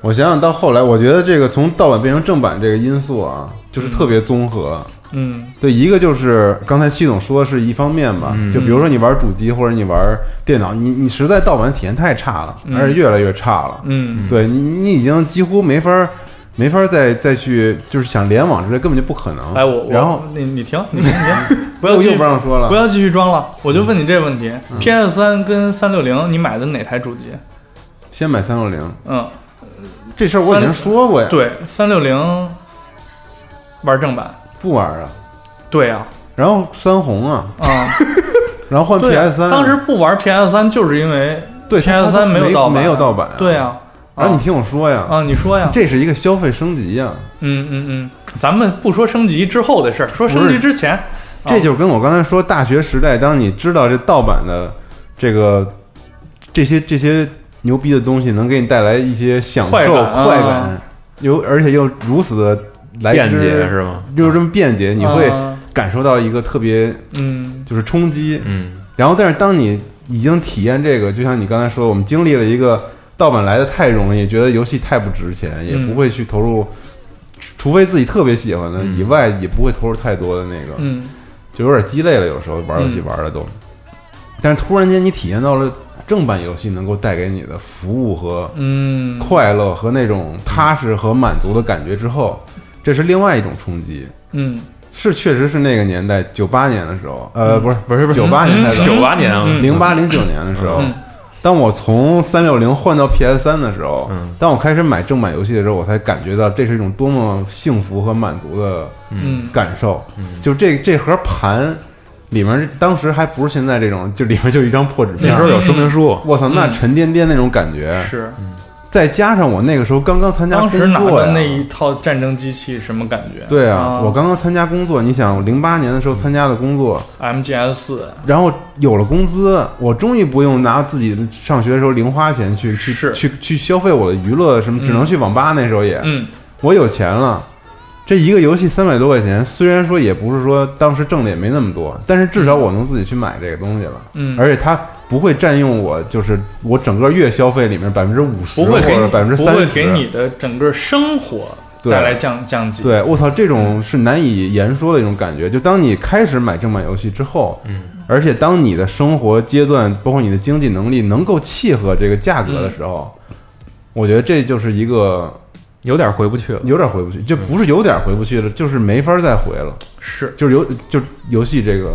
S3: 我想想到后来，我觉得这个从盗版变成正版这个因素啊，就是特别综合。
S1: 嗯
S3: 对，一个就是刚才戚总说的是一方面吧，
S2: 嗯
S3: 就比如说你玩主机或者你玩电脑，你你实在盗版体验太差了，
S1: 嗯
S3: 而且越来越差了。
S1: 嗯
S3: 对你，你已经几乎没法儿没法儿再再去，就是想联网之类，根本就不可能。
S1: 哎，我我
S3: 然后
S1: 你你停，你停，你停，不要
S3: [laughs] 又
S1: 继续
S3: 不让说了，嗯
S1: 不要继续装了。我就问你这个问题：PS 三跟三六零，你买的哪台主机？
S3: 先买三六零，
S1: 嗯，
S3: 这事儿我已经说过呀，
S1: 对，三六零玩正版。
S3: 不玩儿啊。
S1: 对呀、
S3: 然后三红啊，
S1: 啊，
S3: [laughs]
S1: 啊，
S3: 然后换
S1: 对啊
S3: PS 三、
S1: 当时不玩 PS 三就是因为，
S3: 对
S1: PS3
S3: 它它
S1: 没
S3: 没
S1: 有盗版啊
S3: 没有盗版、
S1: 对呀、啊，
S3: 然后你听我说呀，
S1: 啊，你说呀，
S3: 这是一个消费升级啊呀、
S1: 嗯嗯嗯，咱们不说升级之后的事儿，说升级之前，
S3: 这就跟我刚才说大学时代，当你知道这盗版的这个这些这些牛逼的东西能给你带来一些享受
S1: 快
S3: 快
S1: 感啊
S3: 又而且又如此的来之
S2: 辩解是吗？
S3: 又这么便捷，你会
S1: 啊
S3: 感受到一个特别
S1: 嗯
S3: 就是冲击。
S2: 嗯
S3: 然后，但是当你已经体验这个，就像你刚才说，我们经历了一个盗版来的太容易，觉得游戏太不值钱，也
S1: 嗯
S3: 不会去投入，除除非自己特别喜欢的
S2: 嗯
S3: 以外，也不会投入太多的那个，
S1: 嗯
S3: 就有点鸡肋了。有时候玩游戏玩的都，但是突然间你体验到了正版游戏能够带给你的服务和
S1: 嗯，
S3: 快乐和那种踏实和满足的感觉之后，这是另外一种冲击。
S1: 嗯
S3: 是，确实是那个年代，九八年的时候，呃，
S1: 嗯
S3: 不是
S2: 不是不是
S3: 九八年代的，
S2: 九八年啊
S1: 嗯
S3: [laughs] 零八零九年的时候
S1: 嗯，
S3: 当我从三六零换到 PS 三的时候
S2: 嗯，
S3: 当我开始买正版游戏的时候，我才感觉到这是一种多么幸福和满足的
S1: 嗯
S3: 感受。就这这盒盘里面，当时还不是现在这种，就里面就一张破纸
S2: 那
S3: 片
S2: 时候。有说明书，
S3: 我操，那
S1: 嗯
S3: 沉甸甸那种感觉，
S1: 是，
S3: 再加上我那个时候刚刚参加
S1: 当时
S3: 工
S1: 拿
S3: 作
S1: 的
S3: 呀
S1: 那一套战争机器什么感觉？
S3: 对啊，我刚刚参加工作，你想零八年的时候参加的工作，
S1: 嗯 MGS 四，
S3: 然后有了工资，我终于不用拿自己上学的时候零花钱去
S1: 是
S3: 去去去消费我的娱乐什么，只能去网吧。那时候也、
S1: 嗯
S3: 我有钱了，这一个游戏三百多块钱，虽然说也不是说当时挣的也没那么多，但是至少我能自己去买这个东西了。
S1: 嗯，
S3: 而且它不会占用我就是我整个月消费里面百分之五十
S1: 不
S3: 或
S1: 会给
S3: 者
S1: 你
S3: 百分之
S1: 不
S3: 三
S1: 会
S3: 十，
S1: 给你的整个生活
S3: 对
S1: 带来降降级。
S3: 对我操，这种是难以言说的一种感觉。就当你开始买正版游戏之后，
S2: 嗯，
S3: 而且当你的生活阶段，包括你的经济能力能够契合这个价格的时候，
S1: 嗯
S3: 我觉得这就是一个
S2: 有点回不去了。
S3: 有点回不去，就不是有点回不去了，就是没法再回了。
S1: 是，
S3: 就是游就游戏这个，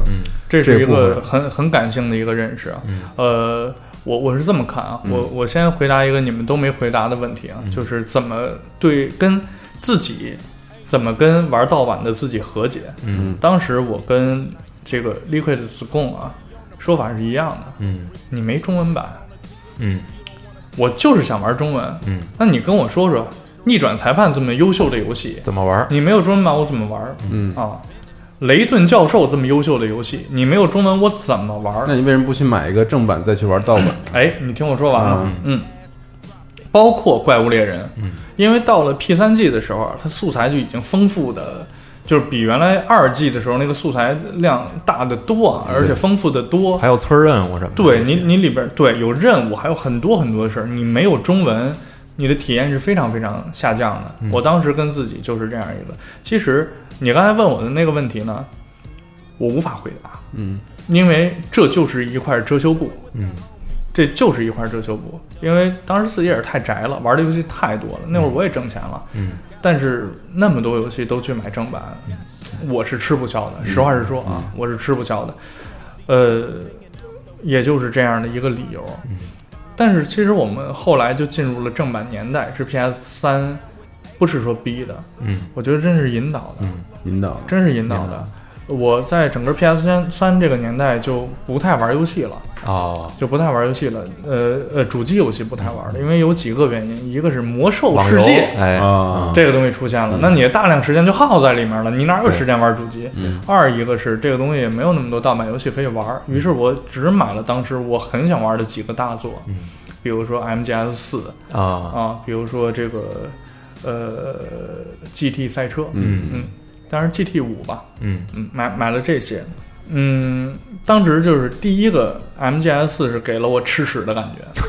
S1: 这是
S3: 这个
S1: 一
S3: 部
S1: 个
S3: 分
S1: 很很感性的一个认识啊。
S2: 嗯
S1: 呃，我我是这么看啊，我我先回答一个你们都没回答的问题啊，
S2: 嗯
S1: 就是怎么对跟自己，怎么跟玩盗版的自己和解。
S2: 嗯，
S1: 当时我跟这个 Liquid 子贡啊说法是一样的，
S2: 嗯
S1: 你没中文版，
S2: 嗯
S1: 我就是想玩中文，
S2: 嗯，
S1: 那你跟我说说《逆转裁判》这么优秀的游戏，
S2: 怎么玩？
S1: 你没有中文版我怎么玩？
S3: 嗯，
S1: 啊，雷顿教授这么优秀的游戏，你没有中文我怎么玩？
S3: 那你为什么不去买一个正版再去玩盗版？
S1: 哎，你听我说完
S3: 啊
S1: 了，嗯，包括怪物猎人，嗯，因为到了 P 三 G 的时候啊，它素材就已经丰富的，就是比原来二 G 的时候那个素材量大得多啊，而且丰富的多。
S2: 还有村儿任务什么的这
S1: 对
S2: 些？
S1: 你，你里边对有任务，还有很多很多事儿，你没有中文，你的体验是非常非常下降的。
S2: 嗯
S1: 我当时跟自己就是这样一个。其实你刚才问我的那个问题呢，我无法回答，
S3: 嗯，
S1: 因为这就是一块遮羞布，
S2: 嗯
S1: 这就是一块遮羞布。因为当时自己也是太宅了，玩的游戏太多了，那会儿我也挣钱了，
S2: 嗯
S1: 但是那么多游戏都去买正版，我是吃不消
S2: 嗯
S1: 的。实话实说啊，我是吃不消的。呃，也就是这样的一个理由。但是其实我们后来就进入了正版年代，是 PS 三，不是说逼的，
S2: 嗯
S1: 我觉得真是引导的，
S3: 引导
S1: 真是引导的。我在整个 PS 三三这个年代就不太玩游戏了，
S2: 哦，
S1: 就不太玩游戏了。呃呃，主机游戏不太玩了，因为有几个原因，一个是魔兽
S2: 网游
S1: 世界，
S2: 哎
S3: 啊，
S1: 这个东西出现了，那你的大量时间就耗在里面了，你哪有时间玩主机？
S3: 嗯
S1: 二一个是这个东西也没有那么多盗版游戏可以玩儿，于是我只买了当时我很想玩的几个大作，
S2: 嗯
S1: 比如说 MGS 四
S2: 啊
S1: 啊，比如说这个呃 GT 赛车，
S3: 嗯
S1: 嗯，当然 GT 五吧，
S2: 嗯
S1: 嗯，买买了这些，嗯，当时就是第一个 MGS 四是给了我吃屎的感觉，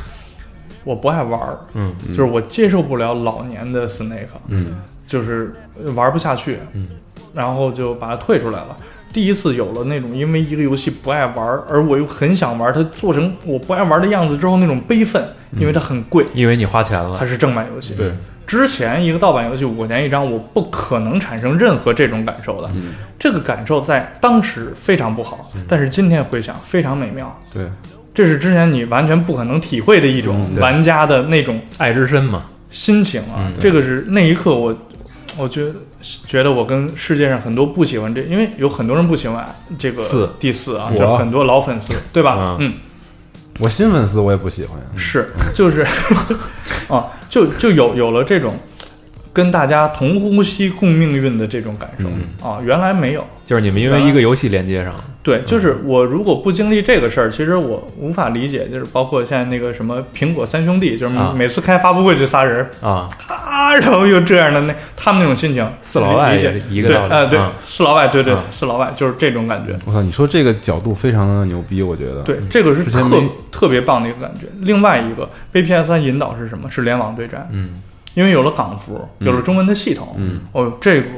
S1: 我不爱玩儿，
S2: 嗯
S1: 就是我接受不了老年的 Snake，
S3: 嗯，
S1: 就是玩不下去，
S2: 嗯，
S1: 然后就把它退出来了。第一次有了那种因为一个游戏不爱玩，而我又很想玩，它做成我不爱玩的样子之后那种悲愤，因为它很贵，
S2: 因为你花钱了
S1: 它，是正版游戏。
S3: 嗯对，
S1: 之前一个盗版游戏五块钱一张，我不可能产生任何这种感受的。
S3: 嗯
S1: 这个感受在当时非常不好，但是今天回想非常美妙。
S3: 对，
S1: 这是之前你完全不可能体会的一种
S3: 嗯
S2: 对
S1: 玩家的那种
S2: 爱之深嘛，
S1: 心情啊，
S2: 嗯
S1: 这个是那一刻我，我觉得觉得我跟世界上很多不喜欢这，因为有很多人不喜欢这个
S2: 四
S1: 第四啊，
S3: 我
S1: 就很多老粉丝对吧？
S2: 嗯
S1: 嗯，
S3: 我新粉丝我也不喜欢呀，
S1: 是就是 [laughs] 啊，就就有有了这种跟大家同呼吸共命运的这种感受、
S2: 嗯
S1: 啊，原来没有。
S2: 就是你们因为一个游戏连接上了，
S1: 对，就是我如果不经历这个事儿，其实我无法理解，就是包括现在那个什么苹果三兄弟，就是
S2: 啊
S1: 每次开发布会这仨人儿，
S2: 啊，
S1: 啊，然后又这样的那他们那种心情，
S2: 四老外
S1: 理
S2: 也
S1: 解
S2: 是一个道理
S1: 对呃，对
S2: 嗯，
S1: 四老外，对对
S2: 嗯，
S1: 四老外就是这种感觉。
S3: 我操，你说这个角度非常的牛逼，我觉得，
S2: 嗯
S1: 对，这个是
S3: 之前
S1: 特
S3: 没
S1: 特别棒的一个感觉。另外一个被 PS 三引导是什么？是联网对战，
S2: 嗯
S1: 因为有了港服，有了中文的系统，
S3: 嗯，
S1: 哦，这个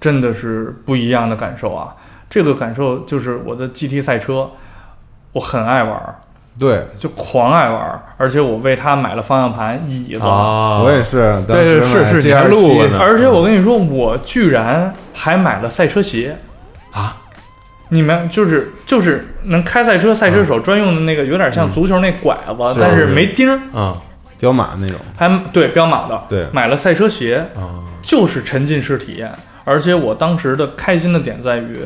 S1: 真的是不一样的感受啊！这个感受就是我的 GT 赛车，我很爱玩儿，
S3: 对，
S1: 就狂爱玩儿，而且我为它买了方向盘、椅子，
S2: 啊，
S3: 我也是，当
S2: 对
S3: 时
S2: 是
S3: 买
S2: 是
S3: GR7
S2: 你还录过呢
S1: 而且我跟你说，我居然还买了赛车鞋
S2: 啊！
S1: 你们就是就是能开赛车，赛车手专用的那个，有点像足球那拐子，
S3: 是
S1: 但是没钉儿，
S2: 嗯
S3: 彪马那种，
S1: 还对彪马的，
S3: 对
S1: 买了赛车鞋，
S2: 啊
S1: 就是沉浸式体验。而且我当时的开心的点在于，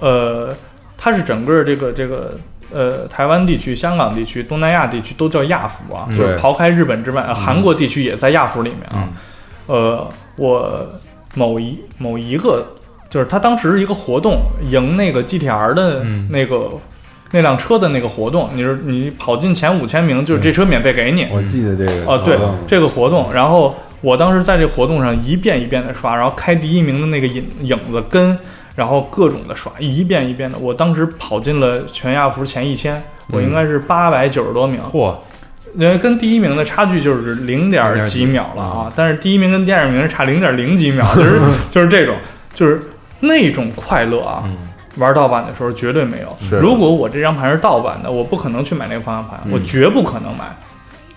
S1: 呃，它是整个这个这个呃台湾地区、香港地区、东南亚地区都叫亚服啊，
S2: 嗯
S1: 就是
S3: 对
S1: 刨开日本之外，呃韩国地区也在亚服里面啊。
S2: 嗯
S1: 呃，我某一某一个，就是他当时是一个活动，赢那个 GTR 的
S2: 嗯
S1: 那个、那辆车的那个活动，你是你跑进前五千名，就是这车免费给你
S3: 我记得这个
S2: 哦
S1: 啊、对
S3: 好像
S1: 这个活动。然后我当时在这活动上一遍一遍的刷，然后开第一名的那个影影子跟，然后各种的刷，一遍一遍的，我当时跑进了全亚服前一千，我应该是八百九十多秒，
S2: 嚯，
S1: 因为跟第一名的差距就是零点几秒了啊，但是第一名跟第二名是差零点零几秒，就是就是这种，就是那种快乐啊。
S2: 嗯
S1: 玩盗版的时候绝对没有
S3: 是。
S1: 如果我这张盘是盗版的，我不可能去买那个方向盘，
S3: 嗯
S1: 我绝不可能买，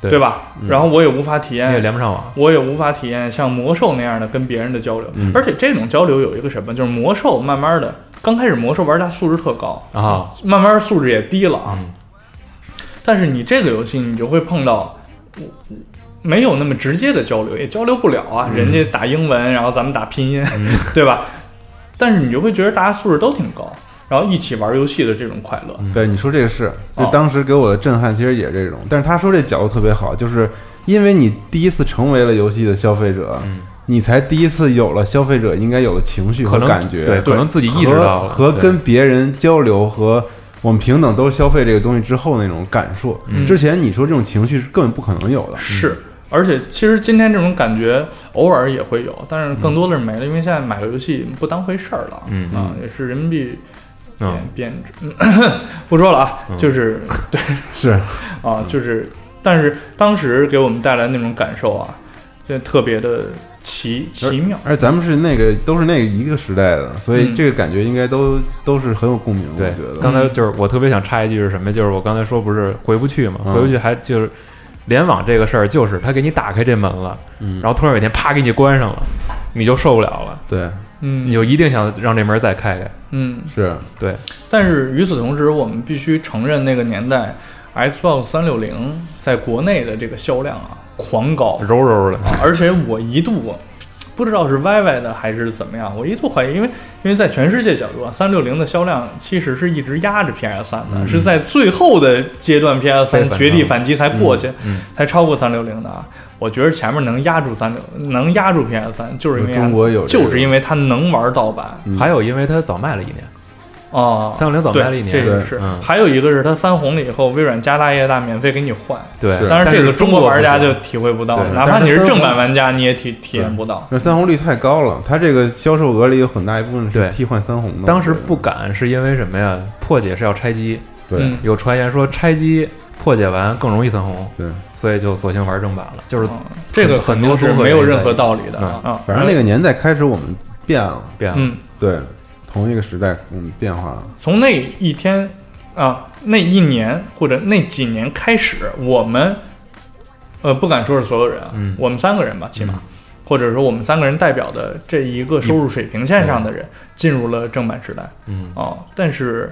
S2: 对
S1: 对吧？然后我也无法体
S2: 你也
S1: 验，
S2: 连不上网，
S1: 我也无法体验像魔兽那样的跟别人的交流。
S3: 嗯
S1: 而且这种交流有一个什么，就是魔兽慢慢的，刚开始魔兽玩家素质特高，
S2: 啊，
S1: 慢慢素质也低了啊。
S2: 嗯
S1: 但是你这个游戏，你就会碰到。没有那么直接的交流，也交流不了
S2: 嗯
S1: 啊。人家打英文，然后咱们打拼音， [laughs] 对吧？但是你就会觉得大家素质都挺高，然后一起玩游戏的这种快乐，
S2: 嗯
S3: 对，你说这个是，就
S1: 哦
S3: 当时给我的震撼，其实也这种。但是他说这角度特别好，就是因为你第一次成为了游戏的消费者，
S2: 嗯
S3: 你才第一次有了消费者应该有的情绪
S2: 可
S3: 和
S2: 能
S3: 感觉，
S2: 对，可能自己意识到了
S3: 和和
S2: 对
S3: 跟别人交流和我们平等都消费这个东西之后那种感受。
S1: 嗯
S3: 之前你说这种情绪是根本不可能有的，
S1: 是。而且其实今天这种感觉偶尔也会有，但是更多的是没了，因为现在买个游戏不当回事儿了，
S2: 嗯
S1: 啊，也是人民币贬
S2: 嗯
S1: 贬值， [coughs] 不说了啊，就是
S3: 是
S1: 啊，就是，但是当时给我们带来那种感受啊，这特别的奇奇妙，
S3: 而咱们是那个都是那个一个时代的，所以
S1: 嗯
S3: 这个感觉应该都都是很有共鸣。
S2: 对
S3: 我觉得
S2: 刚才就是我特别想插一句是什么？就是我刚才说不是回不去嘛，
S3: 嗯
S2: 回不去还就是联网这个事儿，就是他给你打开这门了，
S3: 嗯
S2: 然后突然有一天啪给你关上了，你就受不了了，
S3: 对
S1: 嗯
S2: 你就一定想让这门再开开。
S1: 嗯，
S3: 是
S2: 对，
S1: 但是与此同时，我们必须承认那个年代 Xbox 三六零在国内的这个销量啊狂高，
S2: 柔柔的，
S1: 而且我一度不知道是歪歪的还是怎么样，我一度怀疑，因为因为在全世界角度啊，三六零的销量其实是一直压着 PS 三的，是在最后的阶段 PS
S2: 被
S1: 三
S2: 反超
S1: 绝地反击才过去，
S2: 嗯
S1: 才超过三六零的啊。我觉得前面能压住三六，能压住 PS 三，就是因为
S3: 中国有这个
S1: 就是因为它能玩盗版
S3: 嗯
S2: [laughs] 还有因为它早卖了一年，
S1: 哦。
S2: 三六零早
S1: 对
S2: 卖了一，年，
S1: 这个
S3: 对
S1: 是。
S2: 嗯
S1: 还有一个是它三红了以后，微软加大业大免费给你换，
S2: 对
S3: 是，
S1: 当然这个中国玩家
S2: 但是
S1: 就
S2: 中
S1: 体会不到
S2: 对，
S1: 哪怕你
S3: 但
S1: 是
S3: 是
S1: 正版玩家，你也体体验不到。
S3: 那三红率太高了，它这个销售额里有很大一部分
S2: 对
S3: 是替换三红的。
S2: 当时
S3: 我觉得
S2: 不敢是因为什么呀？破解是要拆机，
S3: 对
S1: 嗯
S2: 有传言说拆机破解完更容易分红，
S3: 对，
S2: 所以就索性玩正版了，就是
S1: 嗯这个
S2: 哦很
S1: 肯
S2: 多
S1: 定是
S2: 中国
S1: 没有
S2: 人
S1: 任
S2: 在
S1: 何
S2: 意
S1: 道理的啊。
S3: 反正那个年代开始我们变了，
S2: 变了。
S1: 嗯，
S3: 对，同一个时代我们变化了，
S1: 从那一天啊，那一年或者那几年开始，我们呃不敢说是所有人啊，
S2: 嗯
S1: 我们三个人吧，起码。或者说，我们三个人代表的这一个收入水平线上的人，进入了正版时代
S2: 嗯，
S1: 啊、但是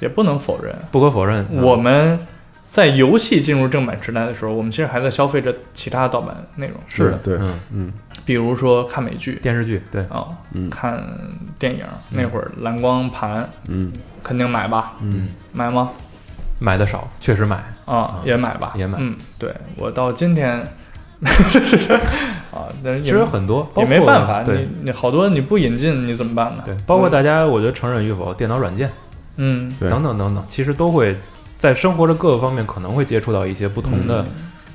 S1: 也不能否认，
S2: 不可否认，嗯
S1: 我们在游戏进入正版时代的时候，我们其实还在消费着其他盗版内容，
S2: 是的，
S3: 对
S2: 嗯，
S3: 嗯，
S1: 比如说看美剧
S2: 电视剧，对，
S1: 啊、
S3: 嗯
S1: 看电影。
S2: 嗯
S1: 那会儿蓝光盘
S3: 嗯
S1: 肯定买吧，
S3: 嗯，
S1: 买吗？
S2: 买的少，确实买，
S1: 啊
S2: 啊，
S1: 也买吧，
S2: 也买
S1: 嗯，对我到今天 [laughs] 啊，但是也
S2: 其实很多，包括
S1: 也没办法，
S2: 对
S1: 你嗯你好多你不引进你怎么办呢？
S2: 对，包括大家，我觉得成人与否，电脑软件
S1: 嗯，
S3: 对
S2: 等等等等，其实都会在生活的各个方面可能会接触到一些不同
S1: 嗯
S2: 的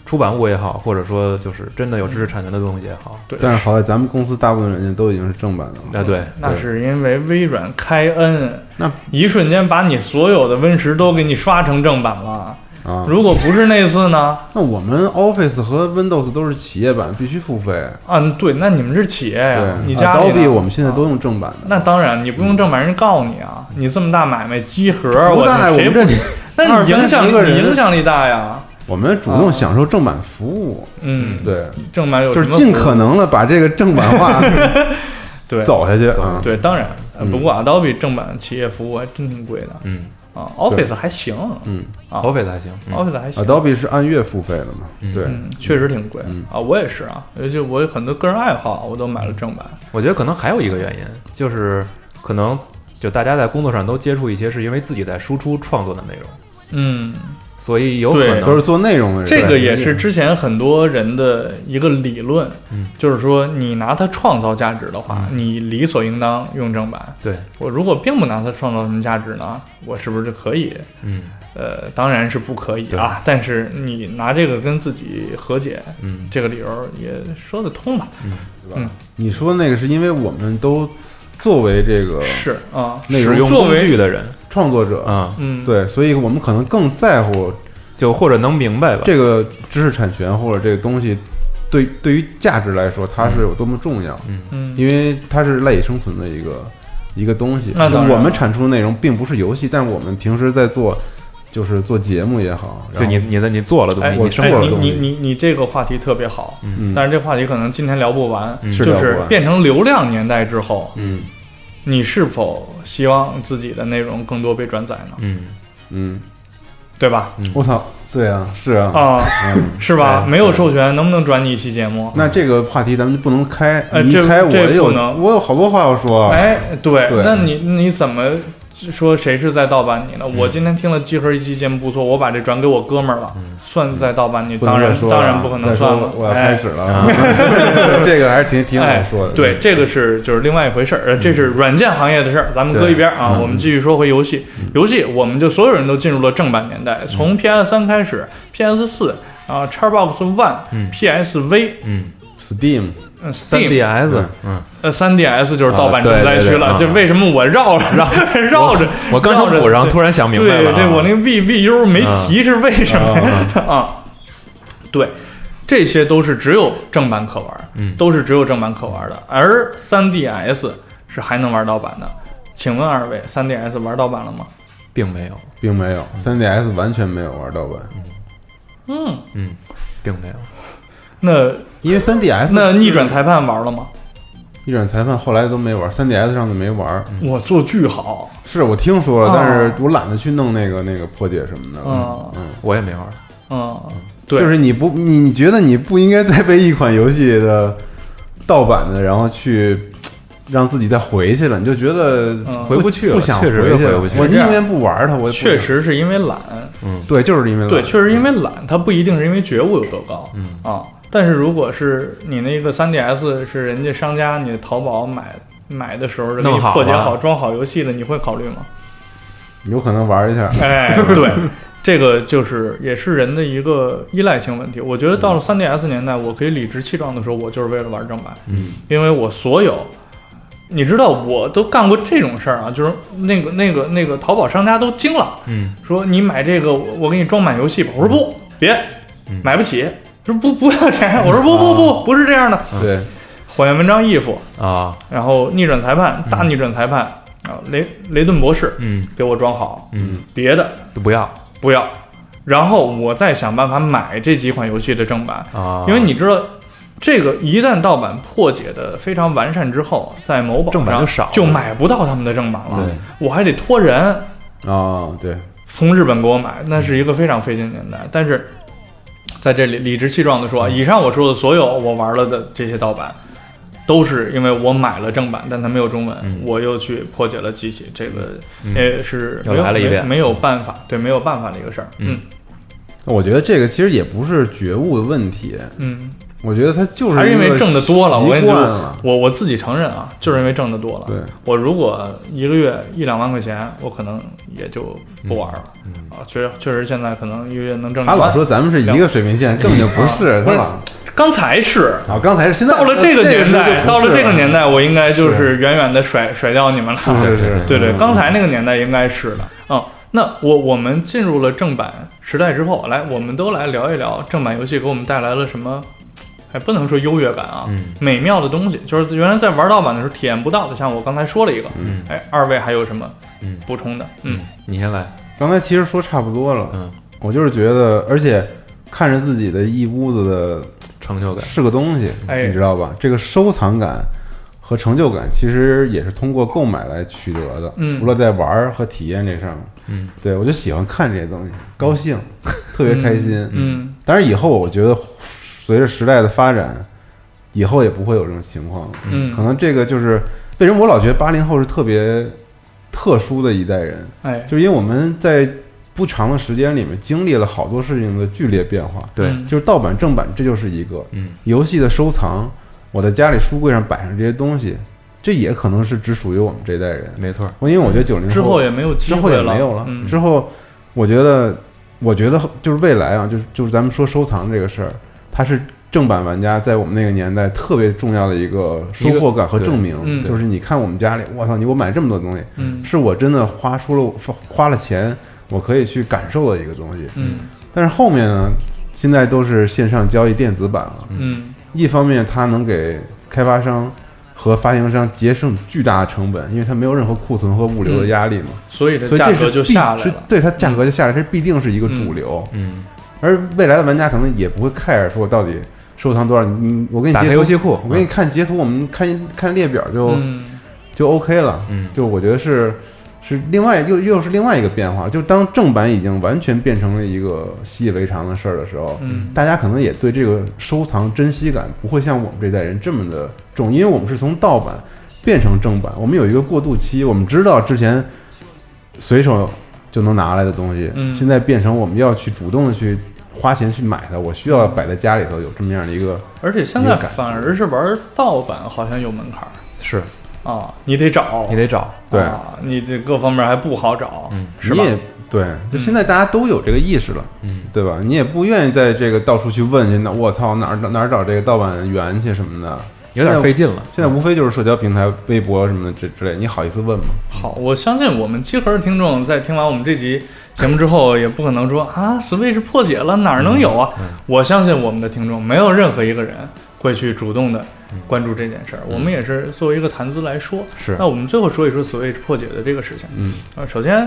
S2: 出版物也好，或者说就是真的有知识产权的东西也好，
S1: 对，
S3: 但是好在咱们公司大部分软件都已经是正版的了。
S2: 啊，对，
S1: 那是因为微软开恩，
S3: 那
S1: 一瞬间把你所有的 Win 十都给你刷成正版了。
S3: 啊，
S1: 如果不是那次呢？
S3: 那我们 Office 和 Windows 都是企业版，必须付费。
S1: 啊，对，那你们是企业哎呀，
S3: 对，
S1: 你
S2: 啊
S1: 家里呢
S3: Adobe 我们现在都用正版的。
S1: 那当然，你不用正版人告你啊！你这么大买卖集合，
S3: 嗯不
S1: 啊我
S3: 但我
S1: 谁
S3: 们
S1: [laughs]
S3: 这里，
S1: 但
S3: 二
S1: 是影
S3: 三
S1: 响
S3: 十个
S1: 力
S3: 人
S1: 影响力大呀。
S3: 我们主动享受正版服务，
S1: 嗯，
S3: 对，
S1: 正版有
S3: 就是
S1: 什么
S3: 尽
S1: 服务
S3: 可能的把这个正版化
S1: [laughs] 对
S3: 走下去
S2: 走
S3: 啊。
S1: 对，当然，呃
S3: 嗯
S1: 不过 Adobe 正版企业服务还真挺贵的
S2: 嗯
S1: 啊，Office 还行
S3: 嗯
S1: 啊
S2: ，Office 还行，嗯
S1: ，Office 还行
S3: ，Adobe 啊是按月付费的嘛？
S2: 嗯
S3: 对，
S1: 嗯，确实挺贵啊，我也是啊，尤其我有很多个人爱好，我都买了正版，
S2: 我觉得可能还有一个原因，就是可能就大家在工作上都接触一些是因为自己在输出创作的内容，
S1: 嗯，
S2: 所以有可
S1: 对
S2: 能
S3: 都是做内容的人。
S1: 这个也
S3: 对
S1: 是之前很多人的一个理论
S2: 嗯，
S1: 就是说你拿它创造价值的话，
S2: 嗯
S1: 你理所应当用正版，
S2: 对，
S1: 我如果并不拿它创造什么价值呢，我是不是可以？
S2: 嗯
S1: 呃，当然是不可以啊，但是你拿这个跟自己和解，
S2: 嗯，
S1: 这个理由也说得通吧？嗯
S3: 你说那个是因为我们都作为这个
S1: 是啊，
S3: 内容
S2: 使用
S1: 作
S2: 工
S1: 为
S2: 具的人，
S3: 创作者，
S2: 嗯，
S1: 嗯，
S3: 对，所以我们可能更在乎
S2: 就或者能明白吧。
S3: 这个知识产权或者这个东西对对于价值来说它是有多么重要，
S1: 嗯，
S3: 因为它是赖以生存的一个一个东西。
S1: 那当然了
S3: 我们产出的内容并不是游戏，但我们平时在做，就是做节目也好，然后
S2: 就你你的你做了东
S1: 哎，
S2: 西，
S3: 我
S2: 你
S3: 生活
S1: 哎
S3: 的
S1: 你
S3: 东
S1: 你
S3: 西
S1: 你你这个话题特别好，
S3: 嗯，
S1: 但是这话题可能今天聊不完，
S2: 嗯
S3: 是
S1: 就
S3: 聊不
S1: 是
S3: 完
S1: 变成流量年代之后，
S3: 嗯
S1: 你是否希望自己的内容更多被转载呢？
S2: 嗯，
S3: 嗯，
S1: 对吧？
S3: 我操，对啊，是啊，
S1: 啊，
S3: 嗯。
S1: 是吧？
S2: 对
S1: 没有授权，能不能转你一期节目？
S3: 那这个话题咱们就不能开，
S1: 呃
S3: 你一
S1: 这
S3: 开我
S1: 这
S3: 有
S1: 不能
S3: 我有好多话要说。啊
S1: 哎，对，
S3: 哦对
S1: 那你你怎么说谁是在盗版你呢？
S3: 嗯
S1: 我今天听了集合一期节目不错，我把这转给我哥们儿了，算在盗版你？
S3: 嗯不能
S1: 当然
S3: 再说了啊
S1: 当然不可能
S3: 再
S1: 算
S3: 说
S1: 了，
S3: 我要
S1: 哎
S3: 开始了。啊
S1: [laughs]
S3: [laughs] 这个还是挺挺好说嗯的。
S1: 哎。对，这个是就是另外一回事儿，呃这是软件行业的事儿，咱们搁
S3: 对嗯
S1: 一边儿啊。我们继续说回游戏，游戏我们就所有人都进入了正版年代，
S3: 嗯
S1: 从 PS 三开始，PS 四啊，Xbox One、
S2: 嗯
S1: PSV、
S2: 嗯
S3: Steam，
S1: 嗯
S2: 三
S1: Steam、
S2: DS，
S3: 对
S2: 嗯，
S1: 呃三 DS 就是盗版
S2: 啊对
S1: 重灾
S2: 对
S1: 区
S2: 对
S1: 了。
S2: 啊
S1: 这为什么我绕着绕 [laughs] 绕着
S2: 我刚
S1: 绕
S2: 想
S1: 着
S2: 补，然后
S1: 对
S2: 突然想明白
S1: 对
S2: 了啊，
S1: 对，我那个 V V U 没提是为什么呀？ [laughs] 啊，对，这些都是只有正版可玩，
S2: 嗯
S1: 都是只有正版可玩的。而3 DS 是还能玩盗版的，请问二位，3 DS 玩盗版了吗？
S2: 并没有，
S3: 并没有，3DS 完全没有玩盗版，
S1: 嗯，
S2: 嗯，并没有，
S1: 那
S3: 因为 3DS
S1: 那
S3: 是
S1: 逆转裁判玩了吗？
S3: 逆转裁判后来都没玩，3DS 上就没玩。
S1: 我做巨好，
S3: 是我听说了
S1: 嗯哦，
S3: 但是我懒得去弄那个那个破解什么的。
S1: 嗯
S3: 嗯，
S2: 我也没玩。
S1: 嗯，对，
S3: 就是你不你你觉得你不应该再被一款游戏的盗版的，然后去让自己再回去了，你就觉得
S1: 嗯
S2: 回不去了
S3: 不想
S2: 确实
S3: 回去
S2: 回
S3: 了
S2: 不去了
S3: 我宁愿不玩它，我也不
S1: 啊确
S3: 想
S1: 实是因为懒，
S3: 对，就是因为
S1: 对，
S3: 懒
S1: 确实因为懒，它不一定是因为觉悟有多高，
S2: 嗯
S1: 啊，但是如果是你那个 3DS 是人家商家你淘宝买买的时候就给你
S2: 弄好
S1: 破解
S2: 了
S1: 好、装好游戏的，你会考虑
S2: [laughs]
S1: 吗？
S3: 嗯有可能玩一下，
S1: 哎，对，这个就是也是人的一个依赖性问题。我觉得到了 3DS 年代，我可以理直气壮的说，我就是为了玩正版，
S3: 嗯，
S1: 因为我所有。你知道我都干过这种事儿啊，就是那个那个那个淘宝商家都惊了，
S2: 嗯
S1: 说你买这个，我我给你装满游戏吧。我说不，别
S2: 嗯，
S1: 买不起。说不不要钱。 [laughs] 我说不不不，不是这样的。
S3: 嗯对，
S1: 火焰文章义父，
S2: 啊
S1: 然后逆转裁判，大逆转裁判啊，雷雷顿博士
S2: 嗯
S1: 给我装好，
S2: 嗯，
S1: 别的
S2: 都不要
S1: 不要。然后我再想办法买这几款游戏的正版，
S2: 啊，
S1: 因为你知道，这个一旦盗版破解的非常完善之后，在某宝
S2: 正版
S1: 上
S2: 就少了
S1: 就买不到他们的正版了
S2: 对，
S1: 我还得托人，嗯
S3: 哦，对，
S1: 从日本给我买，那是一个非常费劲的年代。但是在这里理直气壮的说，啊以上我说的所有我玩了的这些盗版，都是因为我买了正版，但它没有中文，
S2: 嗯
S1: 我又去破解了机器，这个
S2: 嗯
S1: 也是
S2: 又
S1: 没有
S2: 来了一遍
S1: 没没有办法，对，没有办法的一个事儿。嗯
S3: 那我觉得这个其实也不是觉悟的问题，
S1: 嗯，
S3: 我觉得它就是
S1: 还是因
S3: 一
S1: 为
S3: 个
S1: 挣得多了，我跟
S3: 习
S1: 你
S3: 惯
S1: 说
S3: 了，，
S1: 我我自己承认啊，就是因为挣得多了。
S3: 对，
S1: 我如果一个月一两万块钱，我可能也就不玩了、
S2: 嗯嗯
S1: 啊。确实确实，现在可能一个月能挣
S3: 他
S1: 两
S3: 老
S1: 万。
S3: 说咱们是一个水平
S1: 嗯
S3: 线，根本就不是，
S1: 不
S3: 他
S1: 是
S3: 老
S1: 刚才是
S3: 啊，刚才是现在
S1: 嗯 [laughs] 到了这
S3: 这
S1: 个年
S3: 时候就
S1: 代，
S3: 不
S1: 到了
S3: 是
S1: 这个年代，我应该就是是远远的甩甩掉你们了。
S3: 是是是，
S1: 对对，
S3: 嗯
S1: 刚才那个年代应该是的。嗯，那我我们进入了正版时代之后，来，我们都来聊一聊正版游戏给我们带来了什么，哎，不能说优越感啊，
S2: 嗯
S1: 美妙的东西，就是原来在玩盗版的时候体验不到的。像我刚才说了一个，
S2: 嗯
S1: 哎，二位还有什么
S2: 嗯
S1: 补充的？嗯
S2: 嗯，你先来，
S3: 刚才其实说差不多了，
S2: 嗯，
S3: 我就是觉得，而且看着自己的一屋子的
S2: 成就感，
S3: 是个东西，
S1: 哎
S3: 你知道吧？这个收藏感和成就感其实也是通过购买来取得的，
S1: 嗯
S3: 除了在玩儿和体验这上面，
S2: 嗯，
S3: 对我就喜欢看这些东西，
S1: [laughs]
S3: 高兴，特别开心。
S1: 嗯
S3: 当然以后我觉得随着时代的发展，以后也不会有这种情况了。
S1: 嗯
S3: 可能这个就是为什么我老觉得八零后是特别特殊的一代人，
S1: 哎，
S3: 就是因为我们在不长的时间里面经历了好多事情的剧烈变化，
S2: 对，
S1: 嗯
S3: 就是盗版、正版，这就是一个
S2: 嗯
S3: 游戏的收藏。我在家里书柜上摆上这些东西，这也可能是只属于我们这代人。
S2: 没错，
S3: 我因为我觉得九零
S1: 之后也没有机
S3: 之后
S1: 会
S3: 也
S1: 了，
S3: 没有了。
S1: 嗯
S3: 之后，我觉得，我觉得就是未来啊，就是就是咱们说收藏这个事儿，它是正版玩家在我们那个年代特别重要的一个收获感和证明，
S1: 嗯
S3: 就是你看我们家里，我操，你给我买这么多东西，
S1: 嗯
S3: 是我真的花出了花花了钱，我可以去感受的一个东西。
S1: 嗯
S3: 但是后面呢，现在都是线上交易电子版了，
S1: 嗯
S3: 一方面它能给开发商和发行商节省巨大的成本，因为它没有任何库存和物流
S1: 嗯
S3: 的压力嘛，
S1: 所以这
S3: 所以
S1: 价
S3: 这是
S1: 格就
S3: 必
S1: 下来
S3: 是
S1: 了。
S3: 对它价格就下来，这必定是一个主流。
S2: 嗯，
S3: 而未来的玩家可能也不会 care 说到底收藏多少，你我给你
S2: 打
S3: 截
S2: 开
S3: 图
S2: 游戏库，啊
S3: 我给你看截图，我们看看列表就、
S1: 嗯
S3: 就 OK 了。
S2: 嗯
S3: 就我觉得是是另外又又是另外一个变化，就当正版已经完全变成了一个习以为常的事儿的时候，
S1: 嗯
S3: 大家可能也对这个收藏珍惜感不会像我们这代人这么的重，因为我们是从盗版变成正版，我们有一个过渡期，我们知道之前随手就能拿来的东西，
S1: 嗯
S3: 现在变成我们要去主动的去花钱去买它，我需要摆在家里头有这么样的一个，
S1: 而且现
S3: 有
S1: 在
S3: 感觉
S1: 反而是玩盗版好像有门槛儿
S2: 是
S1: 啊，你得找，
S2: 你得找，
S3: 对
S1: 啊，你这各方面还不好找，
S2: 嗯
S1: 是
S3: 你
S1: 吧？
S3: 也对，就现在大家都有这个意识了。
S2: 嗯
S3: 对吧？你也不愿意在这个到处去问去，那我操哪儿哪儿找这个盗版源去什么的，
S2: 有点费劲了。
S3: 现在无非就是社交平台、微博什么的这之类，你好意思问吗？
S1: 好，我相信我们集合的听众在听完我们这集节目之后，也不可能说啊，Switch 破解了哪儿能有
S3: 嗯
S1: 啊？我相信我们的听众没有任何一个人会去主动的
S3: 嗯
S1: 关注这件事儿。我们也是作为一个谈资来说，
S2: 是
S1: 那我们最后说一说 Switch 破解的这个事情。
S3: 嗯，
S1: 啊，首先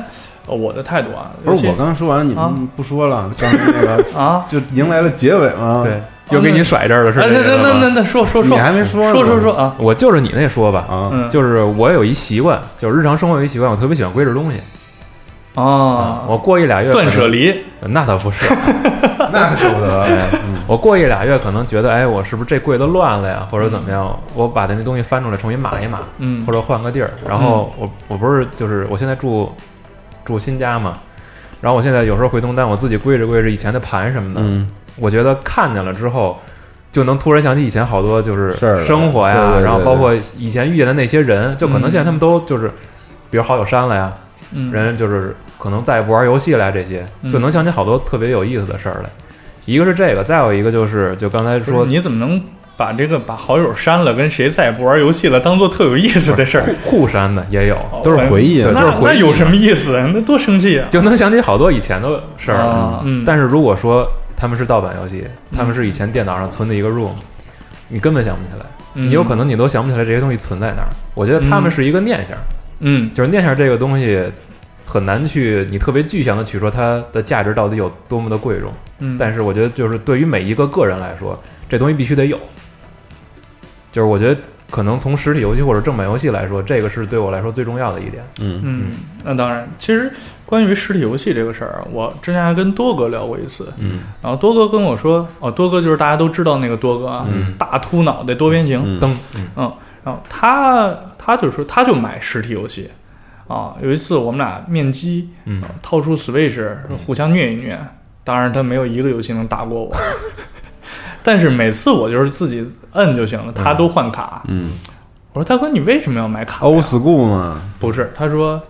S1: 呃我的态度啊，
S3: 不
S1: 尤
S3: 是
S1: 其
S3: 我刚刚说完了，你们
S1: 啊
S3: 不说了，刚才
S1: [laughs]
S3: 那个
S1: 啊，
S3: 就迎来了结尾嘛。
S2: 对，，又给
S1: 那
S2: 你甩这儿了，是
S1: 哎，
S2: 这
S1: 那
S2: 个
S1: 那
S2: 吗
S1: 那那那说说
S3: 你
S1: 说
S3: 还没说呢
S1: 说说说啊，
S2: 我就是你那说吧，
S3: 啊，
S1: 嗯，
S2: 就是我有一习惯，就是日常生活有一习惯，我特别喜欢归置东西
S1: 啊，
S2: 哦我过一俩月
S1: 断舍，离，
S2: 那倒不是，
S3: 那可舍不得。
S2: 哎，我过一俩月可能觉得，哎，我是不是这柜子乱了呀，或者怎么样？我把那东西翻出来重新码一码，
S1: 嗯
S2: 或者换个地儿。然后
S3: 嗯
S2: 我我不是就是我现在住住新家嘛，然后我现在有时候回东单，我自己归置归置以前的盘什么的，
S3: [laughs] 嗯，
S2: 我觉得看见了之后。就能突然想起以前好多就是
S3: 事儿了
S2: 生活呀，
S3: 对对对嗯
S2: 然后包括以前遇见的那些人，就可能现在他们都就是，比如好友删了呀，
S1: 嗯
S2: 人就是可能再也不玩游戏了呀，这些
S1: 嗯
S2: 就能想起好多特别有意思的事儿来。一个是这个，再有一个就是就刚才
S1: 不是
S2: 说
S1: 你怎么能把这个把好友删了，跟谁再也不玩游戏了，当做特有意思的事儿？
S2: 互删的也有，
S1: 哦
S3: 都是回忆啊
S2: 对，
S1: 那
S2: 就是回
S1: 那
S2: 忆
S1: 有什么意思？那多生气啊！
S2: 就能想起好多以前的事儿
S1: 啊
S2: 了。
S1: 嗯
S2: 但是如果说他们是盗版游戏，他们是以前电脑上存的一个 ROM，你根本想不起来，
S1: 嗯
S2: 你有可能你都想不起来这些东西存在哪儿。我觉得他们是一个念想，
S1: 嗯
S2: 就是念想这个东西很难去你特别具象的去说它的价值到底有多么的贵重。
S1: 嗯，
S2: 但是我觉得，就是对于每一个个人来说，这东西必须得有。就是我觉得，可能从实体游戏或者正版游戏来说，这个是对我来说最重要的一点。
S3: 嗯
S1: 嗯，那当然，其实关于实体游戏这个事儿啊，我之前还跟多哥聊过一次，
S3: 嗯
S1: 然后多哥跟我说，哦，多哥就是大家都知道那个多哥啊，
S2: 嗯
S1: 大秃脑袋多边形，
S3: 嗯
S2: 灯，嗯
S1: 嗯，然后他他就说他就买实体游戏，啊，有一次我们俩面基，
S2: 嗯
S1: 呃掏出 Switch 互相虐一虐，当然他没有一个游戏能打过我， [laughs] 但是每次我就是自己摁就行了，他都换卡。
S3: 嗯
S1: 我说大哥，你为什么要买卡呀？
S3: ，old
S2: 哦
S3: school 嘛，
S1: 不是，他说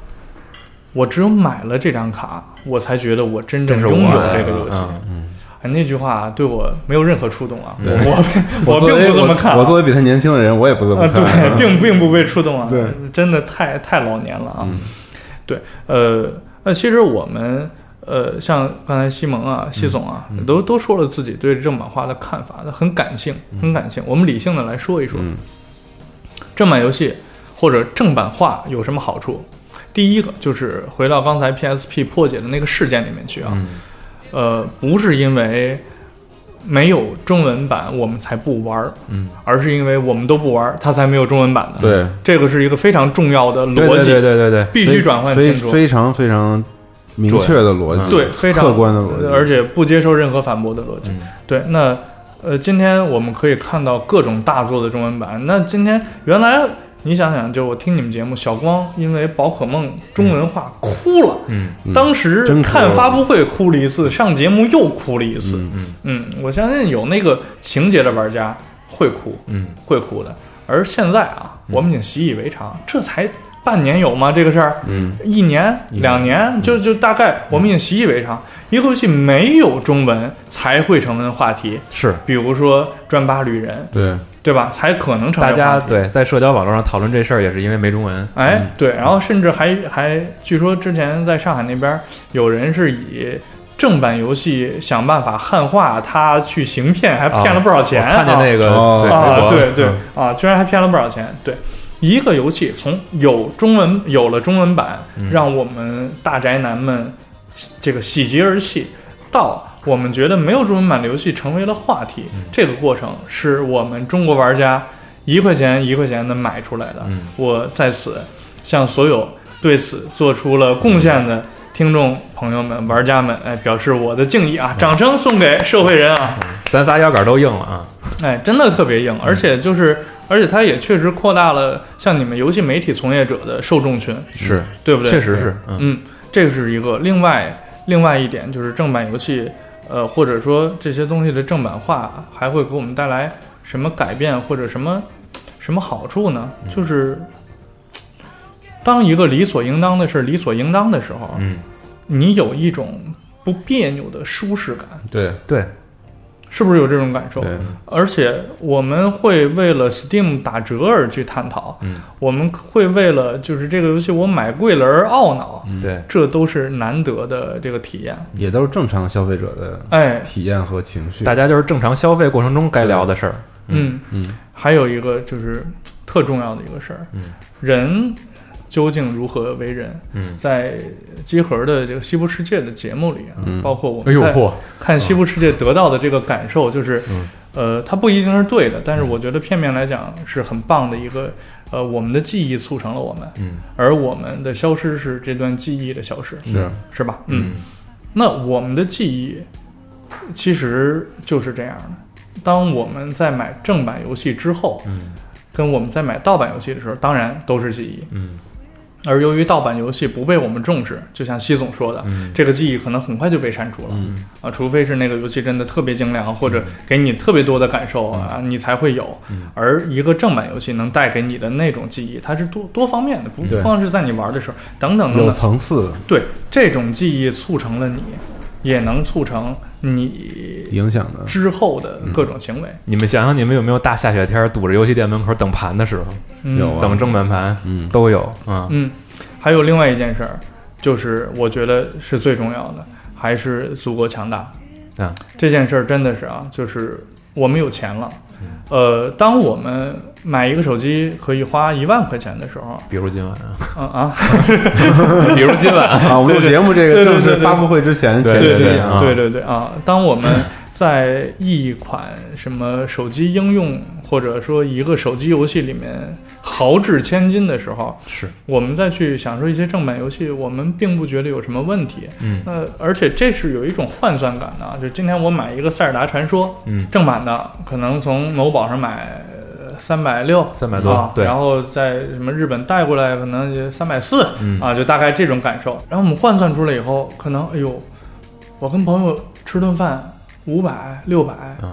S1: 我只有买了这张卡，我才觉得我真正
S2: 这是
S1: 拥
S2: 我
S1: 有
S2: 爱
S1: 这个
S2: 的
S1: 游戏。
S2: 嗯
S1: 哎那句话对我没有任何触动啊，
S3: 对
S1: 我我
S3: 作
S1: 并
S3: 为
S1: 不这么看啊、
S3: 我，我作为比他年轻的人，我也不这
S1: 啊，
S3: 么看。
S1: 对，并并不被触动啊，
S3: 对，
S1: 真的太太老年了啊，
S3: 嗯
S1: 对，呃，那其实我们呃，像刚才西蒙啊、西总啊，
S3: 嗯
S1: 都都说了自己对正版化的看法，很感性，很感性。我们理性的来说一说，
S3: 嗯
S1: 正版游戏或者正版化有什么好处？第一个就是回到刚才 PSP 破解的那个事件里面去啊，
S2: 嗯
S1: 呃，不是因为没有中文版我们才不玩儿，
S2: 嗯，
S1: 而是因为我们都不玩儿，它才没有中文版的。，
S3: 对，
S1: 这个是一个非常重要的
S2: 对
S1: 逻
S2: 对
S1: 辑，
S2: 对对对对，
S1: 必须转换
S3: 非
S1: 清楚，
S3: 非常非常明确的逻
S2: 嗯
S3: 辑，
S1: 对，非常
S3: 客观的逻辑，
S1: 而且不接受任何反驳的逻辑。
S2: 嗯
S1: 对，那呃，今天我们可以看到各种大作的中文版。那今天原来你想想，就我听你们节目，小光因为宝可梦中文化哭了。
S2: 嗯
S3: 嗯
S1: 当时
S3: 真哭
S1: 看
S3: 了
S1: 发布会哭了一次，上节目又哭了一次。
S3: 嗯
S2: 嗯
S1: 嗯，我相信有那个情节的玩家会哭，
S2: 嗯
S1: 会哭的。而现在啊，我们已经习以为常，这才半年有吗？这个事儿，
S3: 嗯，
S1: 一年、两
S2: 嗯
S1: 年，就就大概我们已经习以为常。一个游戏没有中文才会成为话题，
S2: 是
S1: 比如说《转巴旅人
S3: 对，》，
S1: 对吧？才可能成为
S2: 大
S1: 话题。
S2: 家对嗯在社交网络上讨论这事儿，也是因为没中文。
S1: 哎，对，然后甚至还还，据说之前在上海那边有人是以正版游戏想办法汉化它去行骗，
S2: 啊
S1: 还骗了不少钱。
S2: 我看见那个
S3: 哦
S2: 对微
S1: 啊，
S2: 博
S1: 对对啊，居然还骗了不少钱。对，一个游戏从有中文有了中文版，
S2: 嗯
S1: 让我们大宅男们这个喜极而泣，到我们觉得没有中文版的游戏成为了话题，
S2: 嗯
S1: 这个过程是我们中国玩家一块钱一块钱的买出来的。
S2: 嗯
S1: 我在此向所有对此做出了贡献的。听众朋友们、玩家们，哎，表示我的敬意啊！掌声送给社会人啊！
S2: 咱仨腰杆都硬了啊！
S1: 哎，真的特别硬，而且就是，而且它也确实扩大了像你们游戏媒体从业者的受众群，
S2: 是，
S1: 对不对？
S2: 嗯确实是，嗯，
S1: 嗯，这个是一个。另外，另外一点就是正版游戏，呃，或者说这些东西的正版化，还会给我们带来什么改变或者什么什么好处呢？
S2: 嗯
S1: 就是当一个理所应当的事理所应当的时候，
S2: 嗯，
S1: 你有一种不别扭的舒适感，
S3: 对，
S2: 对，
S1: 是不是有这种感受？
S3: 对，
S1: 而且我们会为了 Steam 打折而去探讨，
S2: 嗯
S1: 我们会为了就是这个游戏我买贵了而懊恼，
S2: 对，
S1: 这都是难得的这个体验。
S3: 也都是正常消费者的
S1: 哎，
S3: 体验和情绪。
S2: 大家就是正常消费过程中该聊的事儿。
S1: 嗯，
S3: 嗯，
S1: 还有一个就是嘖特重要的一个事儿，
S2: 嗯
S1: 人究竟如何为人？
S2: 嗯，
S1: 在集合的这个西部世界的节目里啊，
S3: 嗯
S1: 包括我
S2: 哎
S1: 们
S2: 呦
S1: 在
S2: 嚯，
S1: 看西部世界得到的这个感受，就是
S2: 嗯，
S1: 呃，它不一定是对的，但是我觉得片面来讲是很棒的一个，呃，我们的记忆促成了我们，
S2: 嗯，
S1: 而我们的消失是这段记忆的消失，
S3: 是，
S1: 是吧？，嗯那我们的记忆其实就是这样的。当我们在买正版游戏之后，
S2: 嗯
S1: 跟我们在买盗版游戏的时候，当然都是记忆，
S2: 嗯
S1: 而由于盗版游戏不被我们重视，就像西总说的，
S2: 嗯
S1: 这个记忆可能很快就被删除了、
S3: 嗯
S1: 啊，除非是那个游戏真的特别精良，或者给你特别多的感受啊，你才会有。而一个正版游戏能带给你的那种记忆，它是多多方面的，不
S3: 对
S1: 光是在你玩的时候，等
S2: 嗯
S1: 等等
S3: 有
S1: 等。
S3: 层次，
S1: 对，这种记忆促成了你，也能促成你
S3: 影响的。
S1: 之后的
S2: 嗯
S1: 各种行为。
S2: 你们想想，你们有没有大下雪天儿堵着游戏店门口等盘的时候，
S1: 嗯，
S3: 有啊
S2: 等正版盘
S3: 嗯，
S2: 都有啊？
S1: 嗯，还有另外一件事儿，就是我觉得是最重要的，还是祖国强大。
S2: 啊，
S1: 这件事儿真的是啊，就是我们有钱了。
S2: 嗯
S1: 呃，当我们买一个手机可以花一万块钱的时候，
S2: 比如今晚啊，
S1: 嗯啊， [laughs]
S2: 比如今晚啊，
S3: 啊，我们录节目这
S1: 对对
S3: 个正
S1: 对
S3: 式
S1: 对
S3: 发布会之前
S2: 对
S3: 前
S1: 对
S3: 期
S1: 对
S3: 啊，
S1: 对对对啊，当我们在一款什么手机应用或者说一个手机游戏里面豪掷千金的时候，
S2: 是，
S1: 我们再去享受一些正版游戏，我们并不觉得有什么问题。
S2: 嗯
S1: 那而且这是有一种换算感的啊，就今天我买一个《塞尔达传说》，
S2: 嗯，
S1: 正版的可能从某宝上买三百六，
S2: 300多
S1: 啊，
S2: 对
S1: 然后在什么日本带过来可能三百四
S2: 嗯，
S1: 啊，就大概这种感受。然后我们换算出来以后，可能哎呦，我跟朋友吃顿饭五百六百，
S2: 嗯，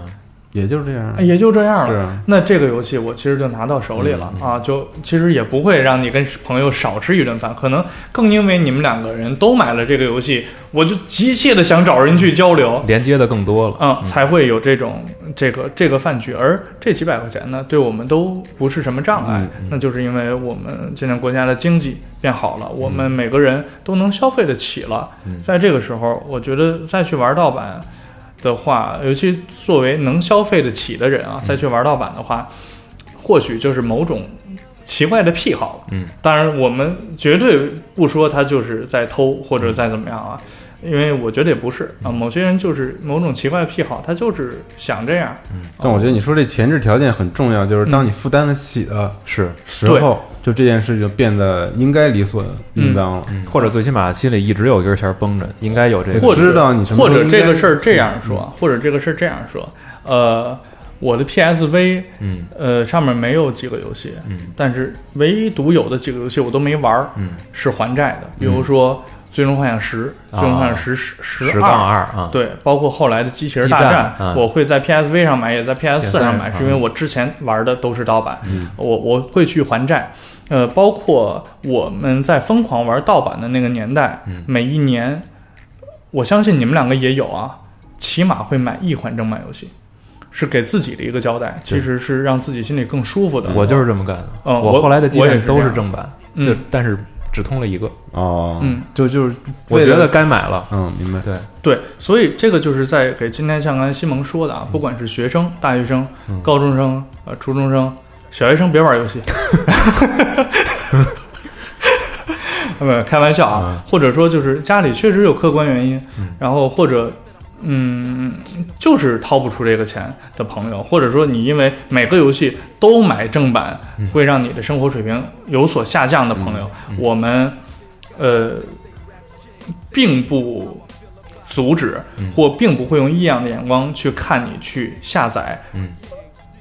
S3: 也就是这样
S1: 哎。也就这样
S3: 是
S1: 了。
S3: 啊，
S1: 那这个游戏我其实就拿到手里了、啊，就其实也不会让你跟朋友少吃一顿饭，可能更因为你们两个人都买了这个游戏，我就急切的想找人去交流，
S2: 连接的更多了。
S1: 嗯，才会有这种这个这个饭局。而这几百块钱呢，对我们都不是什么障碍，那就是因为我们现在国家的经济变好了，我们每个人都能消费得起了。在这个时候，我觉得再去玩盗版的话，尤其作为能消费得起的人啊，再去玩盗版的话，或许就是某种奇怪的癖好了。
S2: 嗯，
S1: 当然我们绝对不说他就是在偷或者在怎么样啊，
S2: 嗯
S1: 因为我觉得也不是啊，某些人就是某种奇怪的癖好，他就是想这样。
S2: 嗯
S1: 啊
S3: 但我觉得你说这前置条件很重要，
S1: 嗯
S3: 就是当你负担得起的
S2: 是，
S3: 时候，就这件事就变得应该理所应当了。
S1: 嗯
S2: 或者最起码心里一直有根弦绷着，应该有这
S3: 或
S2: 个
S1: 或
S3: 我
S1: 者
S3: 知道你什么
S1: 或
S3: 时候
S1: 者
S3: 应
S1: 这
S3: 该嗯
S1: 个事儿这样说，或者这个事儿这样说，呃，我的 PSV，
S2: 嗯，
S1: 呃，上面没有几个游戏，
S2: 嗯，
S1: 但是唯独有的几个游戏我都没玩儿，
S2: 嗯，
S1: 是还债的，比如说。最终幻想十、最终幻想十十
S2: 十杠
S1: 二。
S2: 二啊，
S1: 对，包括后来的《机器人
S2: 激
S1: 大
S2: 战
S1: 战》
S2: 嗯
S1: 我会在 PSV 上买，也在 PS 4
S2: PS4
S1: 上买，
S2: 上啊
S1: 是因为我之前玩的都是盗版，
S3: 嗯
S1: 我我会去还债。呃，包括我们在疯狂玩盗版的那个年代，
S2: 嗯
S1: 每一年，我相信你们两个也有啊，起码会买一款正版游戏，是给自己的一个交代，其实是让自己心里更舒服的。
S2: 我就是这么干的。
S1: 嗯我
S2: 我后来的基
S1: 我也
S2: 本
S1: 是这
S2: 都
S1: 样
S2: 是正版，
S1: 嗯
S2: 就但是只通了一个，
S3: 哦，
S1: 嗯，
S3: 就就是
S2: 我
S3: 为
S2: 觉
S3: 了
S2: 得该买了。
S3: 嗯，明白，
S2: 对，
S1: 对，所以这个就是在给今天像刚才西蒙说的啊，不管是学生、大学生、
S2: 嗯
S1: 高中生、呃初中生、小学生，别玩游戏。 [laughs] 呃，开玩笑啊，或者说就是家里确实有客观原因，然后或者嗯，就是掏不出这个钱的朋友，或者说你因为每个游戏都买正版，会让你的生活水平有所下降的朋友，我们呃，并不阻止，或并不会用异样的眼光去看你去下载，
S2: 嗯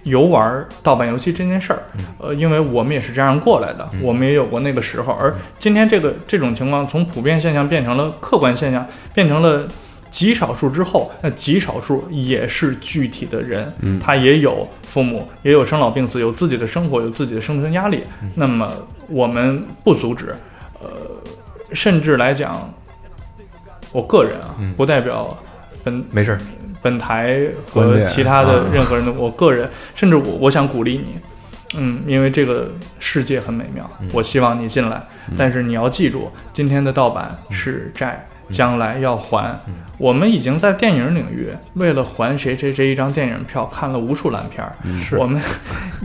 S1: 游玩盗版游戏这件事儿。呃，因为我们也是这样过来的，我们也有过那个时候。而今天这个这种情况从普遍现象变成了客观现象，变成了。极少数之后，那极少数也是具体的人，
S3: 嗯
S1: 他也有父母，也有生老病死，有自己的生活，有自己的生存压力。那么我们不阻止，呃，甚至来讲，我个人啊，
S2: 嗯
S1: 不代表本
S2: 没事儿，
S1: 本台
S3: 观
S1: 和
S3: 点
S1: 其他的
S2: 啊
S1: 任何人的，我个人，甚至我我想鼓励你，嗯，因为这个世界很美妙，
S3: 嗯
S1: 我希望你进来，但是你要记住，今天的盗版是债，
S3: 嗯
S1: 将来要还。我们已经在电影领域为了还谁谁谁一张电影票，看了无数烂片儿，
S2: 是
S1: 我们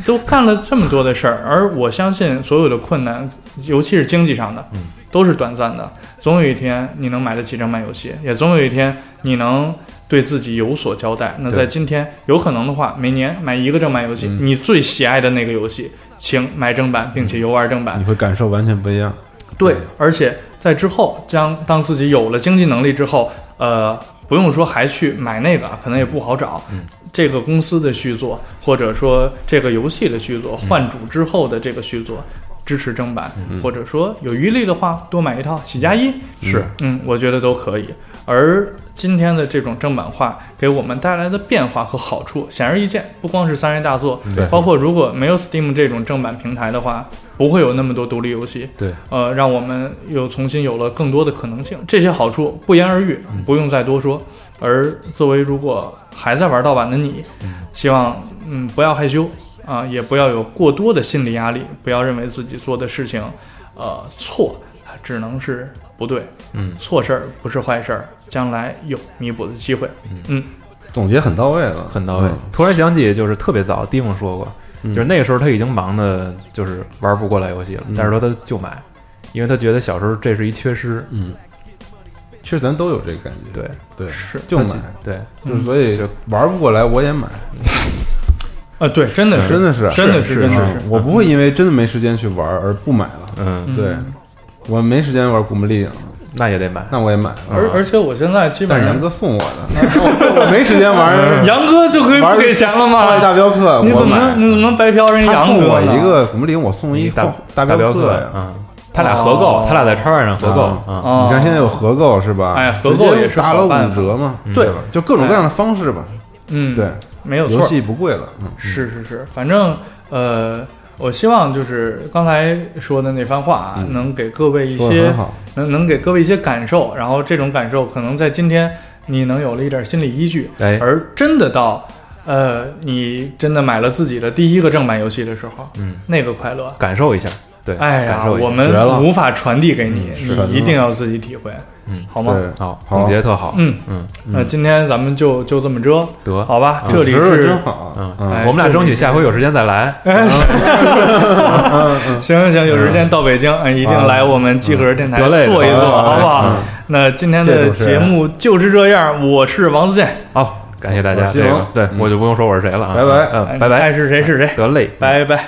S1: 都干了这么多的事儿，而我相信所有的困难，尤其是经济上的，
S2: 嗯
S1: 都是短暂的。总有一天你能买得起正版游戏，也总有一天你能对自己有所交代。那
S2: 对嗯
S1: 在今天，有可能的话，每年买一个正版游戏，你最喜爱的那个游戏，请买正版，并且游玩正版
S3: 你。会感受完全不一样。
S1: 对，而且在之后，将当自己有了经济能力之后，呃，不用说还去买那个啊，可能也不好找。
S2: 嗯
S1: 这个公司的续作，或者说这个游戏的续作，
S2: 嗯
S1: 换主之后的这个续作，支持正版，或者说有余力的话，多买一套喜加一。
S2: 是
S1: 嗯，我觉得都可以。而今天的这种正版化给我们带来的变化和好处显而易见，不光是三 A 大作
S2: 对，
S1: 包括如果没有 Steam 这种正版平台的话，不会有那么多独立游戏。
S2: 对，
S1: 呃，让我们又重新有了更多的可能性。这些好处不言而喻，
S3: 嗯
S1: 不用再多说。而作为如果还在玩盗版的你，希望嗯不要害羞啊、也不要有过多的心理压力，不要认为自己做的事情呃错，只能是不对，
S2: 嗯
S1: 错事儿不是坏事儿，将来有弥补的机会。
S3: 总结很到位了，
S2: 很到位
S3: 嗯。
S2: 突然想起，就是特别早，蒂姆说过，
S3: 嗯
S2: 就是那个时候他已经忙的，就是玩不过来游戏了，
S3: 嗯
S2: 但是说他就买，因为他觉得小时候这是一缺失。
S3: 嗯，其实咱都有这个感觉，
S2: 对，
S3: 对，
S1: 是，
S3: 就
S2: 他
S3: 买
S2: 就，对，
S3: 就是所以玩不过来我也买，
S1: 啊，对，真的是，
S3: 真的是，
S1: 真的是真的是
S3: 嗯我不会因为真的没时间去玩而不买了。
S2: 嗯，
S1: 嗯
S3: 对，我没时间玩古墓丽影，
S2: 那也得买。
S3: 那我也买了。
S1: 而而且我现在基
S3: 啊但
S1: 本
S3: 是
S1: 上
S3: 杨，哥送我的，我我没时间玩《
S1: 杨哥就可以
S3: 玩
S1: 不给钱了
S3: 花
S1: 吗
S3: 与？大镖客》，
S1: 你
S3: 我
S1: 怎么
S3: 买
S1: 能你怎么能白嫖人家
S3: 他
S1: 杨
S3: 送
S1: 哥
S3: 我
S1: 呢？
S3: 一个古墓丽影，我送一
S2: 大
S3: 大镖
S2: 镖客
S3: 呀。嗯
S2: 嗯，他俩合
S1: 哦
S2: 购，他俩在叉 Y 上合购啊，
S1: 哦，
S3: 你看现在有合购是吧？
S1: 哎合购也是
S3: 直接打了
S1: 好办
S3: 五
S1: 法
S3: 折嘛，
S1: 对
S3: 吧？就各种各样的方式吧。
S1: 嗯，
S3: 对，，
S1: 没有
S3: 游
S1: 错，
S3: 戏不贵了，嗯
S1: 是是是，反正呃，我希望就是刚才说的那番话啊，
S3: 嗯
S1: 能给各位一
S3: 说的
S1: 些
S3: 很好。
S1: 能能给各位一些感受，然后这种感受可能在今天你能有了一点心理依据，
S2: 哎，
S1: 而真的到呃你真的买了自己的第一个正版游戏的时候，
S2: 嗯，
S1: 那个快乐。
S2: 感受一下，对，
S1: 哎呀
S2: 感，受一下
S1: 我
S3: 绝了
S1: 们无法传递给你，
S3: 是的
S1: 你一定要自己体会，
S2: 嗯
S1: 好吗？
S3: 对
S2: 好，总结特好，
S1: 嗯，
S2: 嗯，
S1: 那今天咱们就就这么着，
S2: 得，
S1: 好吧？
S2: 嗯
S1: 这里
S3: 有时候
S1: 是
S3: 真好，啊
S2: 嗯
S1: 哎
S2: 我们俩争取下回有时间再来，
S1: 行行行，有时间到北京，嗯，一
S3: 啊
S1: 定来我们集合电台
S2: 得嘞
S1: 坐一坐，
S2: 好嘞
S1: 好不
S3: 嗯
S1: 好？那今天
S3: 谢
S1: 的
S3: 谢主持
S1: 节
S3: 人
S1: 目就是这样，我是王自健，
S2: 好，感谢大家，
S3: 我是
S2: 这
S3: 西蒙
S2: 个对
S3: 嗯
S2: 我就不用说我是谁了啊，
S3: 拜拜
S2: 嗯，拜拜，
S1: 爱是谁是谁，
S2: 得嘞，
S1: 哎拜拜。